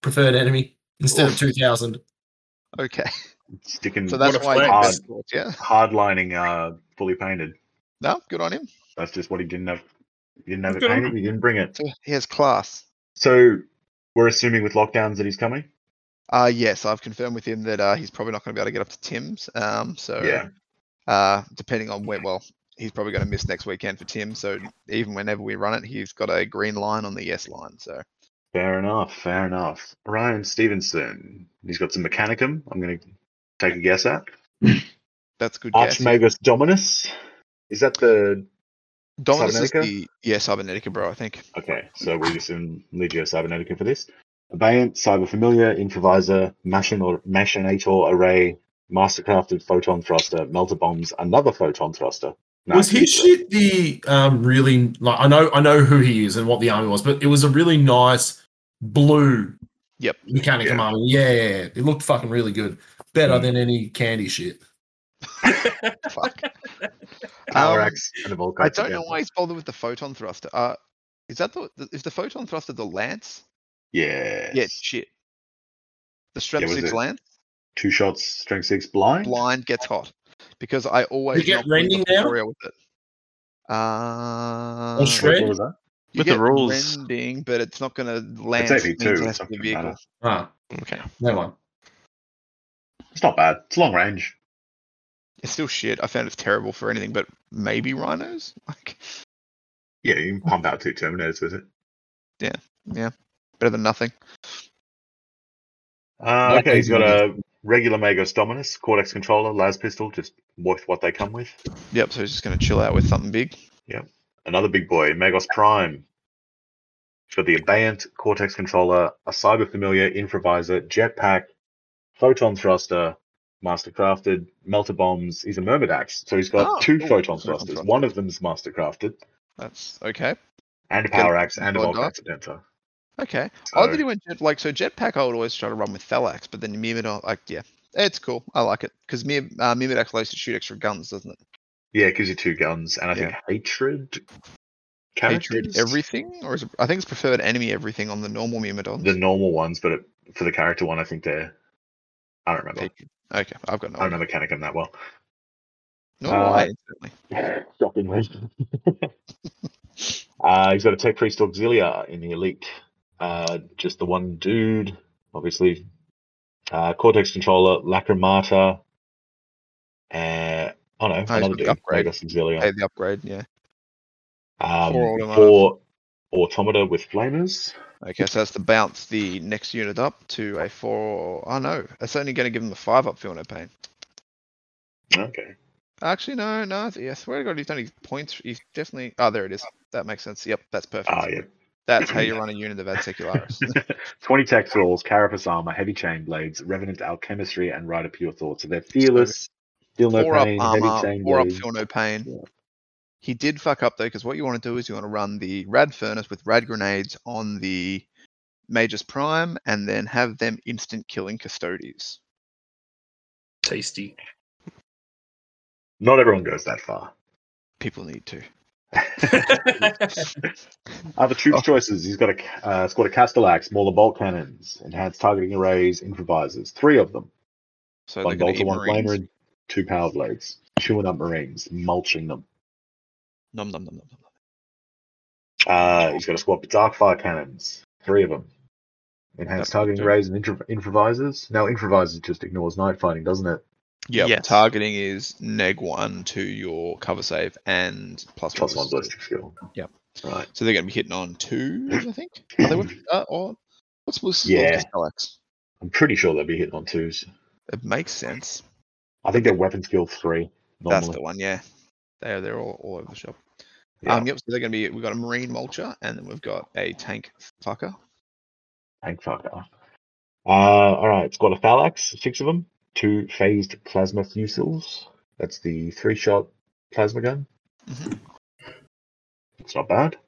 Speaker 5: preferred enemy instead of two thousand.
Speaker 1: Okay,
Speaker 2: Sticking
Speaker 1: so that's
Speaker 4: a
Speaker 1: why.
Speaker 4: flex.
Speaker 1: He missed it, yeah,
Speaker 2: hardlining, uh, fully painted.
Speaker 1: no, good on him.
Speaker 2: That's just what he didn't have. He didn't have it
Speaker 4: Good on
Speaker 2: painted. He didn't bring it.
Speaker 1: So he has class.
Speaker 2: So we're assuming with lockdowns that he's coming.
Speaker 1: Uh, yes, I've confirmed with him that uh, he's probably not going to be able to get up to Tim's. Um, so
Speaker 2: Yeah.
Speaker 1: uh, depending on where, well, he's probably going to miss next weekend for Tim. So even whenever we run it, he's got a green line on the yes line. So
Speaker 2: Fair enough. Fair enough. Ryan Stevenson. He's got some Mechanicum. I'm going to take a guess at.
Speaker 1: that's a good. guess. He's-
Speaker 2: Archmagus Dominus. Is that the
Speaker 1: Dominus is
Speaker 2: Cybernetica?
Speaker 1: the yeah, Cybernetica, bro. I think.
Speaker 2: okay? So we assume Legio Cybernetica for this. Abeyant, Cyberfamiliar, Improviser, Machinor- Machinator Array, Mastercrafted Photon Thruster, Melter Bombs, another Photon Thruster. No,
Speaker 5: was his
Speaker 2: it's-
Speaker 5: shit the um really like I know I know who he is and what the army was, but it was a really nice blue
Speaker 1: Yep.
Speaker 5: mechanic
Speaker 2: Yeah.
Speaker 5: army. Yeah, yeah, yeah. it looked fucking really good. Better
Speaker 2: Mm.
Speaker 5: than any candy shit.
Speaker 1: Fuck.
Speaker 2: Power
Speaker 1: Um,
Speaker 2: Axe and a Volkite
Speaker 1: I don't know
Speaker 2: together.
Speaker 1: why he's bothered with the photon thruster. Uh, is that the the- is the photon thruster the lance?
Speaker 2: Yes.
Speaker 1: Yeah, shit. The strap
Speaker 2: Yeah, was
Speaker 1: six
Speaker 2: it
Speaker 1: lance
Speaker 2: Two shots, strength six, blind.
Speaker 1: blind gets hot because I always
Speaker 5: get
Speaker 1: knock Wing
Speaker 5: rending
Speaker 1: off
Speaker 5: now?
Speaker 1: Victoria with it. Uh,
Speaker 5: Or
Speaker 2: What-
Speaker 5: shred?
Speaker 2: what was that?
Speaker 1: you
Speaker 3: With the
Speaker 1: get
Speaker 3: rules.
Speaker 1: rending, but it's not going to land.
Speaker 2: AP2,
Speaker 1: it means it
Speaker 2: it
Speaker 1: has to be
Speaker 2: doesn't
Speaker 1: vehicle.
Speaker 2: matter.
Speaker 5: Ah,
Speaker 3: Okay.
Speaker 5: never mind.
Speaker 2: It's not bad. It's long range.
Speaker 1: It's still shit. I found it's terrible for anything, but maybe rhinos. Like,
Speaker 2: Yeah, you can pump out two Terminators with it.
Speaker 1: Better than nothing.
Speaker 2: Uh,
Speaker 5: What
Speaker 2: okay, he's
Speaker 5: is
Speaker 2: got
Speaker 5: it?
Speaker 2: a regular Magos Dominus, Cortex Controller, Las Pistol, just with what they come with.
Speaker 1: Yep, so he's just going to chill out with something big.
Speaker 2: Another big boy, Magos Prime. He's got the Abeyant, Cortex Controller, a Cyber Familiar, Improviser, Jetpack, Photon Thruster, Mastercrafted, Melter Bombs. He's a Mermaid Axe, so he's
Speaker 1: Oh,
Speaker 2: got two
Speaker 1: cool.
Speaker 2: Photon
Speaker 1: Photon
Speaker 2: Thrusters.
Speaker 1: Thruster.
Speaker 2: One of them's Mastercrafted,
Speaker 1: That's okay.
Speaker 2: and a
Speaker 1: Okay.
Speaker 2: Power Axe, and a
Speaker 1: Well
Speaker 2: Multi Accidenter.
Speaker 1: Okay.
Speaker 2: So,
Speaker 1: I really went jet, like so jetpack. I would always try to run with Thalax, but then Mimic, uh, like yeah, it's cool. I like it because Mim, uh, Mimic likes to shoot extra guns, doesn't it?
Speaker 2: yeah, it gives you two guns, and I think Hatred.
Speaker 1: Hatred
Speaker 2: characters?
Speaker 1: everything, or is it, I think it's preferred enemy everything on the normal Mimidon.
Speaker 2: The normal ones, but it, for the character one, I think they're. I don't remember.
Speaker 1: Okay, I've got no.
Speaker 2: I don't know Mechanicum that well.
Speaker 1: No,
Speaker 2: Uh,
Speaker 1: I incidentally.
Speaker 2: Shockingly. uh, he's got a Tech Priest Auxilia in the Elite. Uh, just the one dude, obviously. Uh, Cortex Controller, Lacrimata. Uh, oh no,
Speaker 1: got
Speaker 2: another
Speaker 1: the
Speaker 2: dude.
Speaker 1: upgrade.
Speaker 2: Magus Auxilia.
Speaker 1: Hey, the upgrade, yeah.
Speaker 2: um,
Speaker 1: four automata.
Speaker 2: four Automata with Flamers.
Speaker 1: Okay, so that's to bounce the next unit up to a four. Oh no, it's only going to give him the five up feel no pain.
Speaker 2: Okay.
Speaker 1: Actually, no, no. I th- I swear to God, he's done his points. He's definitely. Oh, there it is. That makes sense. Yep, that's perfect.
Speaker 2: Ah, yeah.
Speaker 1: That's how you run a unit of Adsecularis.
Speaker 2: 20 tech thralls, carapace armor, heavy chain blades, revenant alchemistry, and rider pure thought. So they're fearless, feel no
Speaker 1: Four up
Speaker 2: pain, heavy
Speaker 1: armor,
Speaker 2: chain
Speaker 1: four up
Speaker 2: blades.
Speaker 1: feel no pain.
Speaker 2: Yeah.
Speaker 1: He did fuck up though, because what you want to do is you want to run the rad furnace with rad grenades on the Magus Prime, and then have them instant killing custodies.
Speaker 4: Tasty.
Speaker 2: Not everyone goes that far.
Speaker 1: People need to.
Speaker 2: Other troops
Speaker 1: Oh.
Speaker 2: choices. He's got a ca- uh, it's got a Castellax, smaller bolt cannons, enhanced targeting arrays, improvisers. Three of them.
Speaker 1: So
Speaker 2: one
Speaker 1: they're going to
Speaker 2: bolter, one flamer,
Speaker 1: Marines.
Speaker 2: and two power blades. Chewing up marines, mulching them.
Speaker 1: Nom nom nom nom. nom.
Speaker 2: Uh, he's got a squad of darkfire cannons. Three of them. Enhanced
Speaker 1: That would
Speaker 2: targeting
Speaker 1: do.
Speaker 2: arrays and intro- improvisers. Now improvisers just ignores night fighting, doesn't it?
Speaker 1: Yep.
Speaker 3: Yes.
Speaker 1: Targeting is neg one to your cover save and plus,
Speaker 2: Plus one
Speaker 1: resistance.
Speaker 2: ballistic skill.
Speaker 1: Yep.
Speaker 2: Right.
Speaker 1: So they're going to be hitting on twos, I think. Are they with, uh, or what's Bliss?
Speaker 2: Yeah.
Speaker 1: Alex.
Speaker 2: I'm pretty sure they'll be hitting on twos.
Speaker 1: It makes sense.
Speaker 2: I think they're weapon skill three normally.
Speaker 1: That's the one. Yeah. They're they're all, all over the shop.
Speaker 2: Yeah.
Speaker 1: Um. Yep. So they're going to be. We've got a marine mulcher, and then we've got a tank fucker.
Speaker 2: Tank fucker. Uh, all right, it's got a phalanx, six of them, two phased plasma fusils. That's the three shot plasma gun.
Speaker 1: Mhm.
Speaker 2: It's not bad.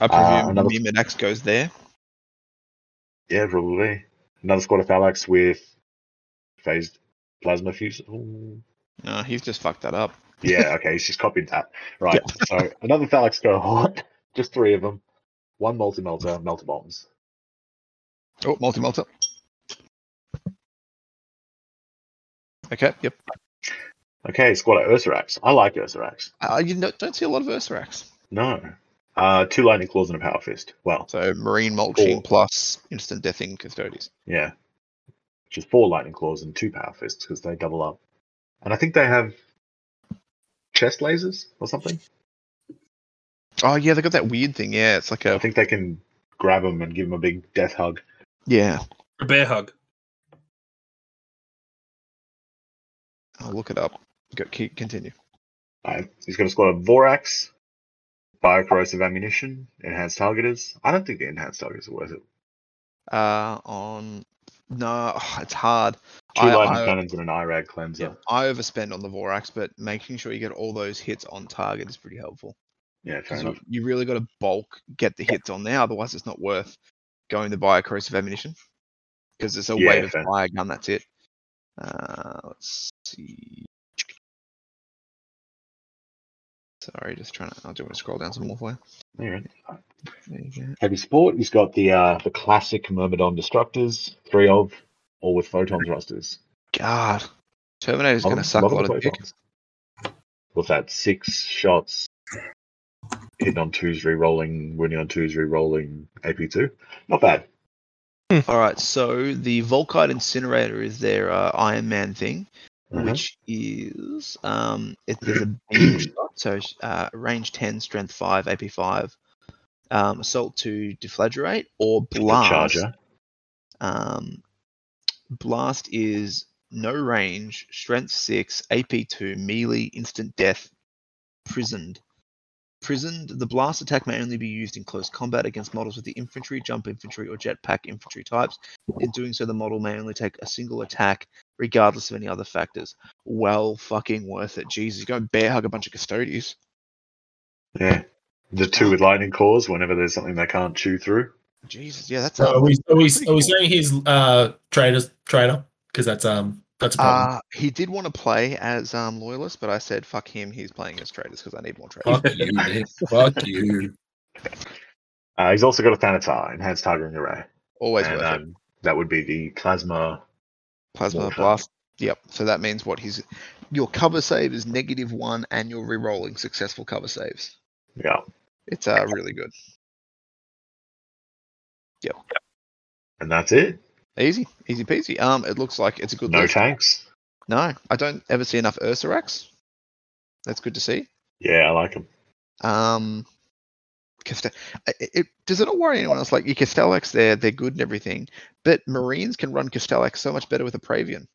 Speaker 1: I presume
Speaker 2: Uh, another-
Speaker 1: Mimidax goes there.
Speaker 2: Yeah, probably. Another squad of phalanx with phased plasma fusil.
Speaker 1: No, he's just fucked that up.
Speaker 2: Yeah, okay, he's just copied that. Right, so another phalanx cohort, just three of them, one multi melter, melter bombs.
Speaker 1: Oh, multi multi. Okay. Yep.
Speaker 2: Okay, squad of Ursarax. I like Ursarax.
Speaker 1: Uh, you don't, don't see a lot of Ursarax.
Speaker 2: No. Uh, two lightning claws and a power fist. Well,
Speaker 1: So marine mulching
Speaker 2: Cool.
Speaker 1: plus instant deathing custodies.
Speaker 2: Yeah. Which is four lightning claws and two power fists because they double up. And I think they have chest lasers or something.
Speaker 1: Oh yeah, they got that weird thing. Yeah, it's like
Speaker 2: I
Speaker 1: a
Speaker 2: think they can grab them and give them a big death hug.
Speaker 1: yeah.
Speaker 4: A bear hug.
Speaker 1: I'll look it up. Go, keep, continue.
Speaker 2: Alright, He's got a squad of Vorax, biocorrosive ammunition, enhanced targeters. I don't think the enhanced targeters are worth it.
Speaker 1: Uh, on no, it's hard.
Speaker 2: Two
Speaker 1: I,
Speaker 2: lightning
Speaker 1: I-
Speaker 2: cannons and an IRAD cleanser.
Speaker 1: yeah, I overspend on the Vorax, but making sure you get all those hits on target is pretty helpful.
Speaker 2: Yeah, fair
Speaker 1: 'Cause
Speaker 2: enough.
Speaker 1: You, you really got to bulk get the hits on there, otherwise it's not worth going to buy a corrosive ammunition because it's a
Speaker 2: Yeah,
Speaker 1: weight of
Speaker 2: fair.
Speaker 1: fire gun. That's it. Uh, let's see. Sorry, just trying to. I'll do want to scroll down some more for you.
Speaker 2: Alright.
Speaker 1: There you go.
Speaker 2: Heavy sport. He's got the uh, the classic Myrmidon destructors, three of, all with photon thrusters.
Speaker 1: God, Terminator's
Speaker 2: Love
Speaker 1: going to suck
Speaker 2: them-
Speaker 1: a
Speaker 2: love
Speaker 1: lot
Speaker 2: the
Speaker 1: of dick.
Speaker 2: photons. With that six shots, hitting on twos, re-rolling, winning on twos, re-rolling, AP two, not bad.
Speaker 1: All right, so the Volkite Incinerator is their uh, Iron Man thing,
Speaker 2: Mhm.
Speaker 1: which is um, it, there's a beam shot, so uh, range ten, strength five, AP five, um, assault to deflagrate or
Speaker 2: The
Speaker 1: blast.
Speaker 2: Charger.
Speaker 1: Um, blast is no range, strength six, AP two, melee, instant death, prisoned. Prisoned, the blast attack may only be used in close combat against models with the infantry, jump infantry, or jetpack infantry types. In doing so, the model may only take a single attack, regardless of any other factors. Well, fucking worth it. Jesus, go and bear hug a bunch of custodies.
Speaker 2: Yeah. The two with lightning claws whenever there's something they can't chew through.
Speaker 1: Jesus, yeah, that's.
Speaker 5: So
Speaker 1: um,
Speaker 5: are we, are we,
Speaker 1: pretty
Speaker 5: are
Speaker 1: cool.
Speaker 5: we saying he's uh, trader's trader? Because that's um that's a problem.
Speaker 1: Uh, he did want to play as um, loyalist, but I said fuck him. He's playing as traders because I need more traders.
Speaker 5: Fuck you, Nick. Fuck you.
Speaker 2: Uh, he's also got a Thanatar, enhanced targeting array.
Speaker 1: Always
Speaker 2: And,
Speaker 1: worth it.
Speaker 2: um, that would be the plasma.
Speaker 1: Plasma
Speaker 2: Warshot.
Speaker 1: blast. Yep. So that means what? He's your cover save is negative one, and you're re-rolling successful cover saves.
Speaker 2: Yeah.
Speaker 1: It's uh, really good.
Speaker 2: And that's it.
Speaker 1: Easy, easy peasy. Um, it looks like it's a good.
Speaker 2: No
Speaker 1: list.
Speaker 2: tanks.
Speaker 1: No, I don't ever see enough Ursarax. That's good to see.
Speaker 2: Yeah, I like him.
Speaker 1: Um, Casta- I- it, it- does it not worry anyone else? Like your Castellax, they're they're good and everything, but Marines can run Castellax so much better with a Pravian.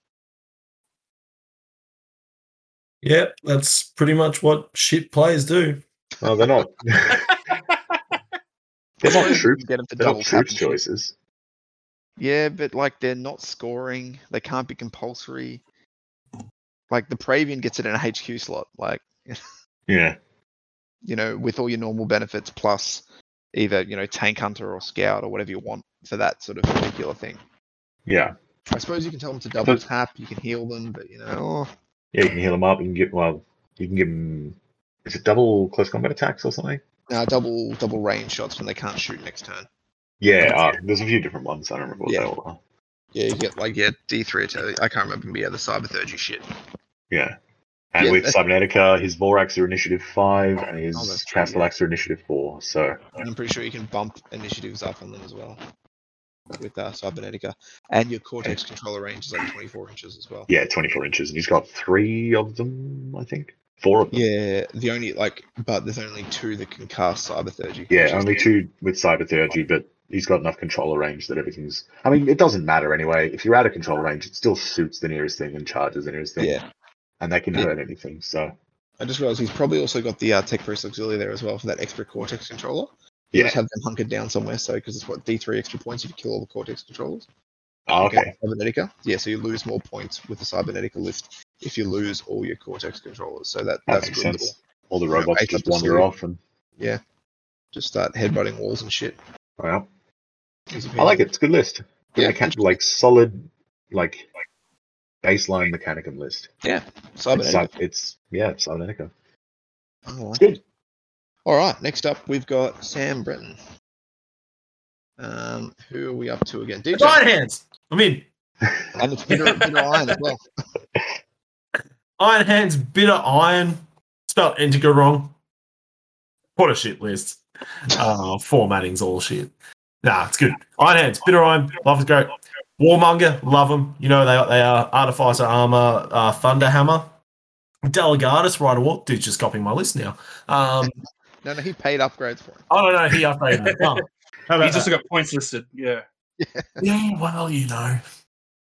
Speaker 5: Yep, that's pretty much what shit players do.
Speaker 2: No, they're not. they're not troop.
Speaker 1: Get them to
Speaker 2: They're
Speaker 1: double
Speaker 2: not troop
Speaker 1: tap and shit.
Speaker 2: choices.
Speaker 1: Yeah, but like they're not scoring. They can't be compulsory. Like the Pravian gets it in a HQ slot, like
Speaker 2: Yeah.
Speaker 1: you know, with all your normal benefits plus either you know tank hunter or scout or whatever you want for that sort of particular thing.
Speaker 2: Yeah.
Speaker 1: I suppose you can tell them to double tap. You can heal them, but you know, oh,
Speaker 2: Yeah, you can heal them up. You can get, well, you can give them. Is it double close combat attacks or something?
Speaker 1: nah, double double range shots when they can't shoot next turn.
Speaker 2: Yeah, uh, there's a few different ones. I don't remember what
Speaker 1: Yeah.
Speaker 2: they all are.
Speaker 1: Yeah, you get like yeah D three. I can't remember. but Yeah, the cyberthurgy shit.
Speaker 2: Yeah. And
Speaker 1: Yeah,
Speaker 2: with
Speaker 1: that's-
Speaker 2: Cybernetica, his Vorax are initiative 5 and his
Speaker 1: Oh, that's true, yeah.
Speaker 2: Castellax are initiative 4. So,
Speaker 1: And I'm pretty sure you can bump initiatives up on them as well with uh, Cybernetica. And your Cortex controller range is like 24 inches as well.
Speaker 2: yeah, 24 inches. And he's got three of them, I think. Four of them.
Speaker 1: Yeah, the only, like, but there's only two that can cast Cyberthurgy.
Speaker 2: Yeah, only two with Cyberthurgy, but he's got enough controller range that everything's. I mean, it doesn't matter anyway. If you're out of control range, it still shoots the nearest thing and charges the nearest thing.
Speaker 1: Yeah.
Speaker 2: And that can
Speaker 1: Yeah.
Speaker 2: hurt anything. So,
Speaker 1: I just realized he's probably also got the uh, Tech Priest Auxilia there as well for that extra Cortex controller. You
Speaker 2: yeah.
Speaker 1: Just have them hunkered down somewhere, so, because it's what, D3 extra points if you kill all the Cortex controllers.
Speaker 2: Oh, okay.
Speaker 1: against Cybernetica. Yeah, so you lose more points with the Cybernetica list if you lose all your Cortex controllers. So that,
Speaker 2: That
Speaker 1: that's a
Speaker 2: makes
Speaker 1: good
Speaker 2: sense.
Speaker 1: little.
Speaker 2: All the
Speaker 1: Yeah,
Speaker 2: robots
Speaker 1: eight
Speaker 2: just
Speaker 1: up the
Speaker 2: wander
Speaker 1: sleeve.
Speaker 2: off and.
Speaker 1: Just start headbutting walls and shit.
Speaker 2: Well,
Speaker 1: Easy
Speaker 2: I like
Speaker 1: peasy.
Speaker 2: it. It's a good list. Good
Speaker 1: Yeah.
Speaker 2: mecha- like solid, like baseline Mechanicum list. It's,
Speaker 1: Cybernetica.
Speaker 2: Cy- it's yeah, it's Cybernetica.
Speaker 1: I like
Speaker 2: Good.
Speaker 1: it. All right. Next up, we've got Sam Breton. Um, who are we up to again? DJ
Speaker 5: Giant hands. I'm in.
Speaker 1: and it's Peter, Peter Iron as well.
Speaker 5: Iron Hands, Bitter Iron, spelled Indigo wrong. What a shit list. Uh, formatting's all shit. Nah, it's good. Iron Hands, Bitter Iron, love is great. Warmonger, love them. You know, they, they are Artificer Armor, uh, Thunder Hammer. Delegatus, Rider Walk. Dude's just copying my list now. Um,
Speaker 1: No, no, he paid upgrades for him.
Speaker 5: I don't know. He upgraded me. Oh, how about
Speaker 4: He's
Speaker 5: that?
Speaker 4: also got points listed. Yeah.
Speaker 5: Yeah, well, you know,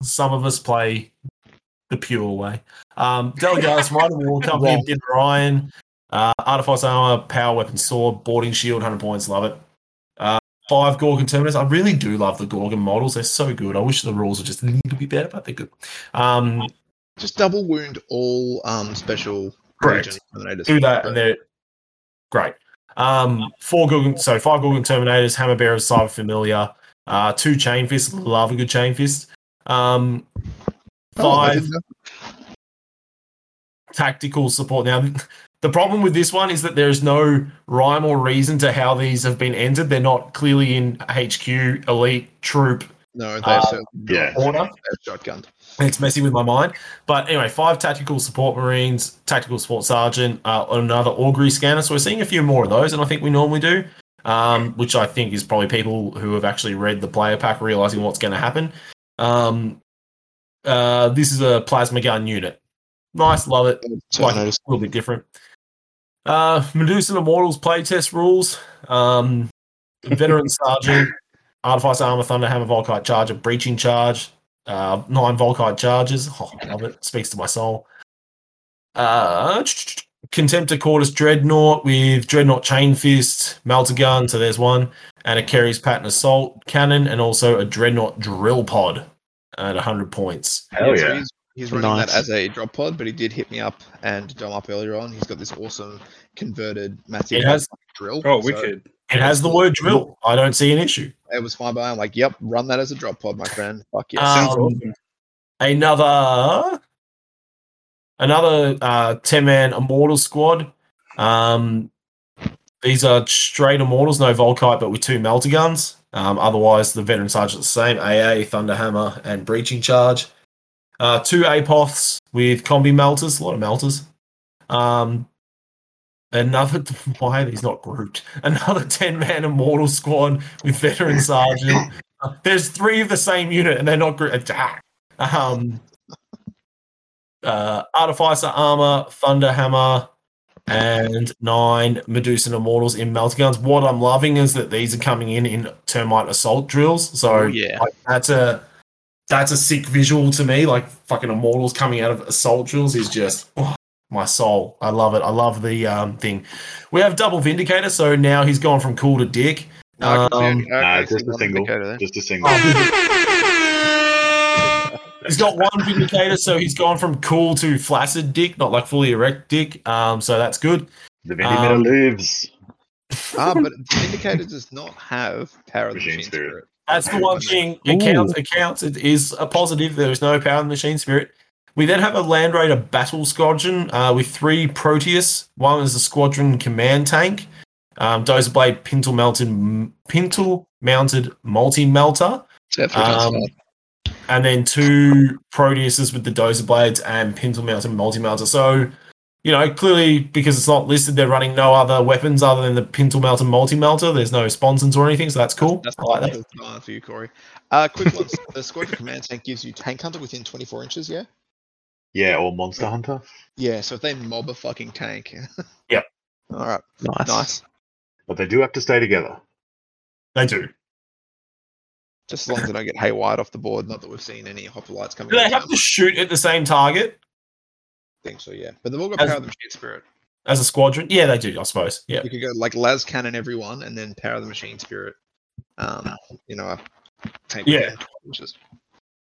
Speaker 5: some of us play the pure way. Um, Delgas, Rider Wall Company,
Speaker 1: Wrong.
Speaker 5: Bid Ryan, uh, Artifice Armor, Power Weapon Sword, Boarding Shield, 100 points, love it. Uh, five Gorgon Terminus. I really do love the Gorgon models. They're so good. I wish the rules were just a little bit better, but they're good. Um,
Speaker 1: Just double wound all um special
Speaker 5: Correct.
Speaker 1: region eliminators.
Speaker 5: do that, and they're great. Um, four Gorgon, so five Gorgon Terminators, Hammer Bearers, Cyber Familiar, uh, two Chain Fists. Love a good Chain Fist. Um,
Speaker 1: Oh, I
Speaker 5: five.
Speaker 1: didn't know.
Speaker 5: tactical support. Now, the problem with this one is that there is no rhyme or reason to how these have been entered. They're not clearly in HQ, elite, troop.
Speaker 1: No,
Speaker 5: Uh,
Speaker 1: they're certainly not.
Speaker 2: yeah.
Speaker 5: Order.
Speaker 1: They're shotgunned.
Speaker 5: It's messy with my mind. But anyway, five tactical support marines, tactical support sergeant, uh, another augury scanner. So we're seeing a few more of those than I think we normally do, um, which I think is probably people who have actually read the player pack realizing what's going to happen. Um, uh, this is a plasma gun unit. Nice, love it.
Speaker 1: So
Speaker 5: like
Speaker 1: I
Speaker 5: a
Speaker 1: noticed-
Speaker 5: little bit different. Uh, Medusa and Immortals playtest rules. Um, Veteran Sergeant, Artifice Armor, Thunder Hammer, Volkite Charger, Breaching Charge, uh, nine Volkite Charges. Oh, I love it. Speaks to my soul. Uh, Contemptor Cordis Dreadnought with Dreadnought Chain Fist, Melter Gun, so there's one, and a Kerry's Pattern Assault Cannon, and also a Dreadnought Drill Pod at 100 points.
Speaker 2: Hell
Speaker 1: So
Speaker 2: yeah.
Speaker 1: he's, he's running
Speaker 3: Nice.
Speaker 1: that as a drop pod, but he did hit me up and drum up earlier on. He's got this awesome converted massive
Speaker 5: It has-
Speaker 1: drill.
Speaker 4: Oh,
Speaker 1: so
Speaker 4: wicked.
Speaker 5: It has the word drill. I don't see an issue.
Speaker 1: It was fine by. I'm like, yep, run that as a drop pod, my friend. Fuck yes.
Speaker 5: Um, another another uh 10 man immortal squad um these are straight immortals no volkite but with two melter guns um otherwise the veteran sergeant's the same aa thunderhammer and breaching charge uh two apoths with combi melters a lot of melters um Another why are these not grouped? Another ten man immortal squad with veteran sergeant. Uh, There's three of the same unit and they're not grouped. Ah, um, uh, Artificer armor, Thunder Hammer, and nine Medusan Immortals in melter guns. What I'm loving is that these are coming in in termite assault drills. So
Speaker 3: Oh, yeah.
Speaker 5: like, that's a that's a sick visual to me. Like fucking Immortals coming out of assault drills is just oh, my soul. I love it. I love the um, thing. We have double Vindicator, so now he's gone from cool to dick.
Speaker 1: No, I can see-
Speaker 5: um,
Speaker 1: I can
Speaker 2: Nah,
Speaker 1: see
Speaker 2: just a
Speaker 1: one
Speaker 2: single.
Speaker 1: indicator there.
Speaker 2: Just a single.
Speaker 5: He's got one vindicator, so he's gone from cool to flaccid dick, not like fully erect dick. Um, so that's good.
Speaker 2: The Vendimetta
Speaker 5: Um,
Speaker 2: lives.
Speaker 1: ah, but the indicator does not have power of the
Speaker 2: Machine
Speaker 1: machine
Speaker 2: spirit.
Speaker 1: spirit.
Speaker 5: That's the one thing. It counts. It counts. It is a positive. There is no power in the machine spirit. We then have a Land Raider battle squadron uh, with three Proteus. One is a squadron command tank, um, Dozerblade Pintle mounted Pintle mounted multi melter,
Speaker 1: Definitely
Speaker 5: Um,
Speaker 1: does
Speaker 5: and then two Proteuses with the Dozer Blades and Pintle Mountain Multi Mounter. So, you know, clearly because it's not listed, they're running no other weapons other than the Pintle Mountain Multi Melter. There's no sponsons or anything, so that's cool.
Speaker 1: That's
Speaker 5: I
Speaker 1: not
Speaker 5: like
Speaker 1: like
Speaker 5: that.
Speaker 1: for you, Corey. Uh, quick ones. the squadron command tank gives you tank hunter within 24 inches. Yeah.
Speaker 2: Yeah, or Monster Hunter.
Speaker 1: Yeah. So if they mob a fucking tank.
Speaker 5: Yep.
Speaker 1: All right.
Speaker 3: Nice.
Speaker 1: Nice.
Speaker 2: But they do have to stay together.
Speaker 5: They do.
Speaker 1: Just as long as they don't get haywired off the board. Not that we've seen any hoplites coming.
Speaker 5: Do they
Speaker 1: in
Speaker 5: have
Speaker 1: town.
Speaker 5: to shoot at the same target
Speaker 1: I think so. Yeah. But they've all got
Speaker 5: As-
Speaker 1: power of the machine spirit.
Speaker 5: as a squadron? Yeah, they do, I suppose. Yeah.
Speaker 1: You could go like las cannon everyone, and then power of the machine spirit. Um, you know, a tank.
Speaker 5: Yeah.
Speaker 1: within 12 inches.